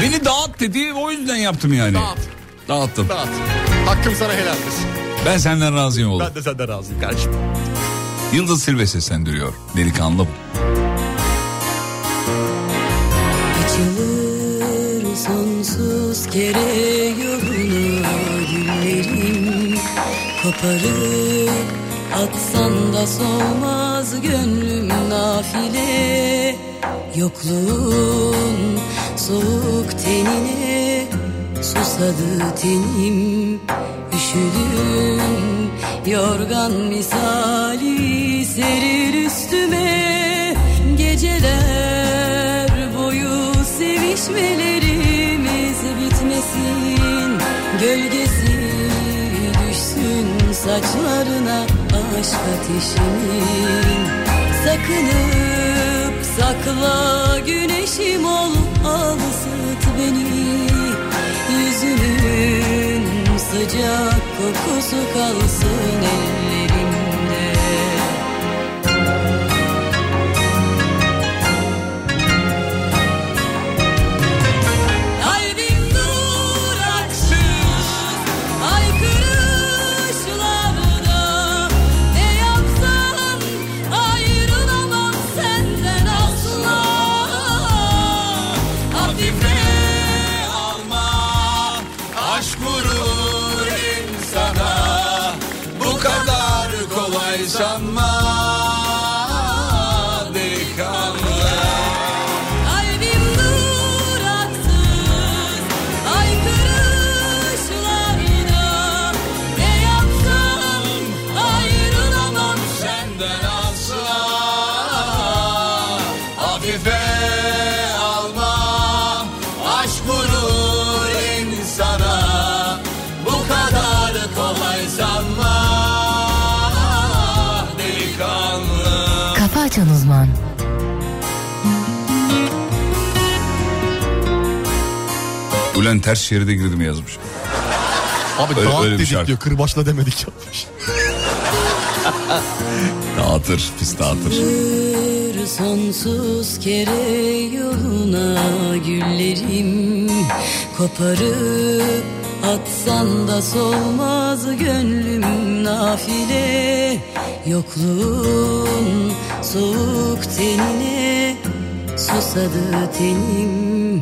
Speaker 3: Beni dağıt dedi o yüzden yaptım yani.
Speaker 4: Dağıt.
Speaker 3: Dağıttım.
Speaker 4: Dağıt. Hakkım sana helaldir.
Speaker 3: Ben senden razıyım oğlum.
Speaker 4: Ben de senden razıyım kardeşim.
Speaker 3: Yıldız Silve seslendiriyor. Delikanlı bu.
Speaker 10: Açılır sonsuz
Speaker 11: Durduk yere yorulur günlerim Koparıp atsan da solmaz gönlüm nafile Yokluğun soğuk tenine susadı tenim Üşüdüm yorgan misali serir üstüme Geceler boyu sevişmelerimiz bitmesin Gölgesi düşsün saçlarına aşk ateşinin Sakınıp sakla güneşim ol al ısıt beni Yüzünün sıcak kokusu kalsın ellerimde Kalbim duraksız haykırışlarda Ne yapsan ayrılamam senden asla
Speaker 6: Hafife alma Aşk vurur insana Bu kadar kolay sanma Delikanlı
Speaker 11: Kalbim duraksız haykırışlarda Ne yapsam ayrılamam
Speaker 6: Senden asla Hafife alma Aşk vurur insana Bu kadar kolay sanma Delikanlı
Speaker 1: Kafa Açan Uzman.
Speaker 3: Ulan ters şeride girdim yazmış.
Speaker 4: Abi
Speaker 3: Öyle-
Speaker 4: dağıt
Speaker 3: öyle bir
Speaker 4: dedik
Speaker 3: şarkı.
Speaker 4: diyor kırbaçla demedik yapmış.
Speaker 3: Dağıtır, pis dağıtır.
Speaker 11: Bir sonsuz kere yoluna güllerim Koparıp atsan da solmaz gönlüm nafile Yokluğun soğuk tenine susadı tenim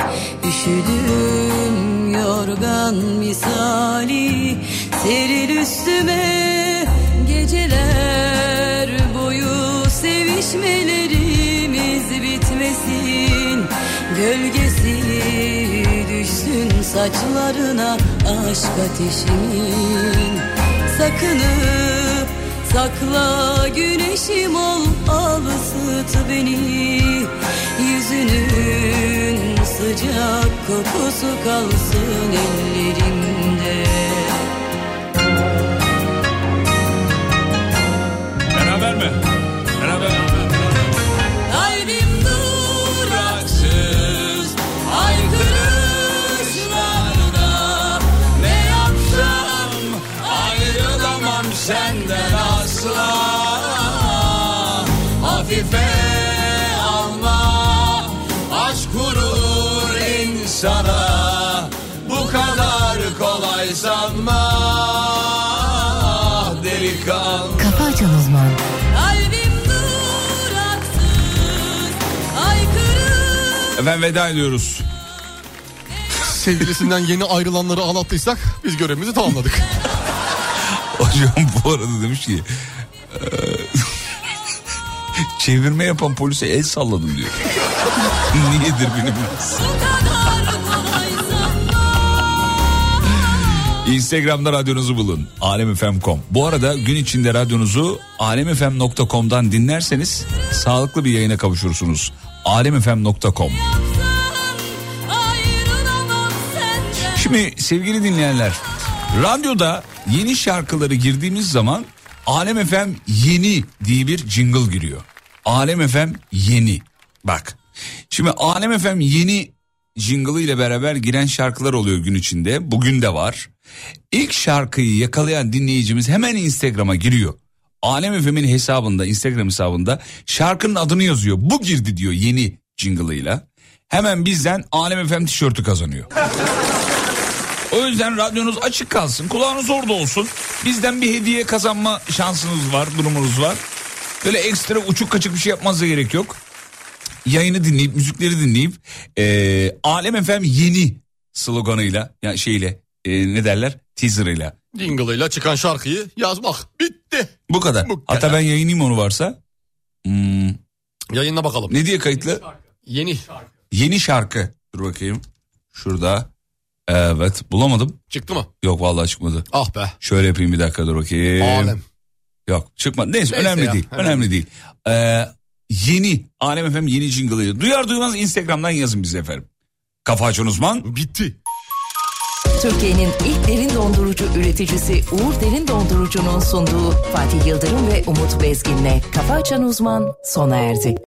Speaker 11: Üşüdüm yorgan misali serir üstüme Geceler boyu sevişmelerimiz bitmesin Gölgesi düşsün saçlarına aşk ateşinin Sakınıp sakla güneşim ol al ısıt beni Yüzünün sıcak kokusu kalsın ellerimde
Speaker 6: Beraber mi? Beraber
Speaker 11: Kalbim duraksız
Speaker 6: Haykırışlarda Ne yapsam Ayrılamam senden asla Hafife alma Aşk vurur insana Bu kadar kolay sanma Ah, Delikanlı
Speaker 1: Kafa Açan Uzman.
Speaker 11: Kalbim duraksız Haykırışlarda
Speaker 3: Efendim veda ediyoruz.
Speaker 4: Sevgilisinden yeni ayrılanları ağlattıysak biz görevimizi tamamladık.
Speaker 3: Hocam bu arada demiş ki... eee, çevirme yapan polise el salladım diyor. Niyedir bilinmez. Instagram'da radyonuzu bulun. Alemfm.com. Bu arada gün içinde radyonuzu alemfm.com'dan dinlerseniz sağlıklı bir yayına kavuşursunuz. alemfm.com. Şimdi sevgili dinleyenler, radyoda yeni şarkıları girdiğimiz zaman Alem FM yeni diye bir jingle giriyor. Alem FM yeni. Bak. Şimdi Alem FM yeni jingle ile beraber giren şarkılar oluyor gün içinde. Bugün de var. İlk şarkıyı yakalayan dinleyicimiz hemen Instagram'a giriyor. Alem FM'in hesabında, Instagram hesabında şarkının adını yazıyor. Bu girdi diyor yeni jingle'ıyla. Hemen bizden Alem FM tişörtü kazanıyor. O yüzden radyonuz açık kalsın. Kulağınız orada olsun. Bizden bir hediye kazanma şansınız var, durumunuz var. Böyle ekstra uçuk kaçık bir şey yapmanıza gerek yok. Yayını dinleyip, müzikleri dinleyip eee Alem FM e, yeni sloganıyla yani şeyle e, ne derler teaserıyla.
Speaker 4: Jingle'ıyla çıkan şarkıyı yazmak. Bitti.
Speaker 3: Bu kadar. Hatta ben yayınlayayım onu varsa. Hmm.
Speaker 4: Yayınla bakalım.
Speaker 3: Ne diye kayıtlı?
Speaker 4: Yeni.
Speaker 3: Yeni şarkı. Dur bakayım. Şurada. Evet bulamadım.
Speaker 4: Çıktı mı?
Speaker 3: Yok vallahi çıkmadı.
Speaker 4: Ah be.
Speaker 3: Şöyle yapayım bir dakika dur bakayım.
Speaker 4: Alem.
Speaker 3: Yok çıkmadı. Neyse,
Speaker 4: Neyse
Speaker 3: önemli
Speaker 4: ya,
Speaker 3: değil.
Speaker 4: hemen.
Speaker 3: Önemli değil. Ee, yeni Alem efendim yeni jingle'ı. Duyar duymaz Instagram'dan yazın bize efendim. Kafa açan uzman.
Speaker 4: Bitti.
Speaker 1: Türkiye'nin ilk derin dondurucu üreticisi Uğur Derin Dondurucu'nun sunduğu Fatih Yıldırım ve Umut Bezgin'le Kafa Açan Uzman sona erdi.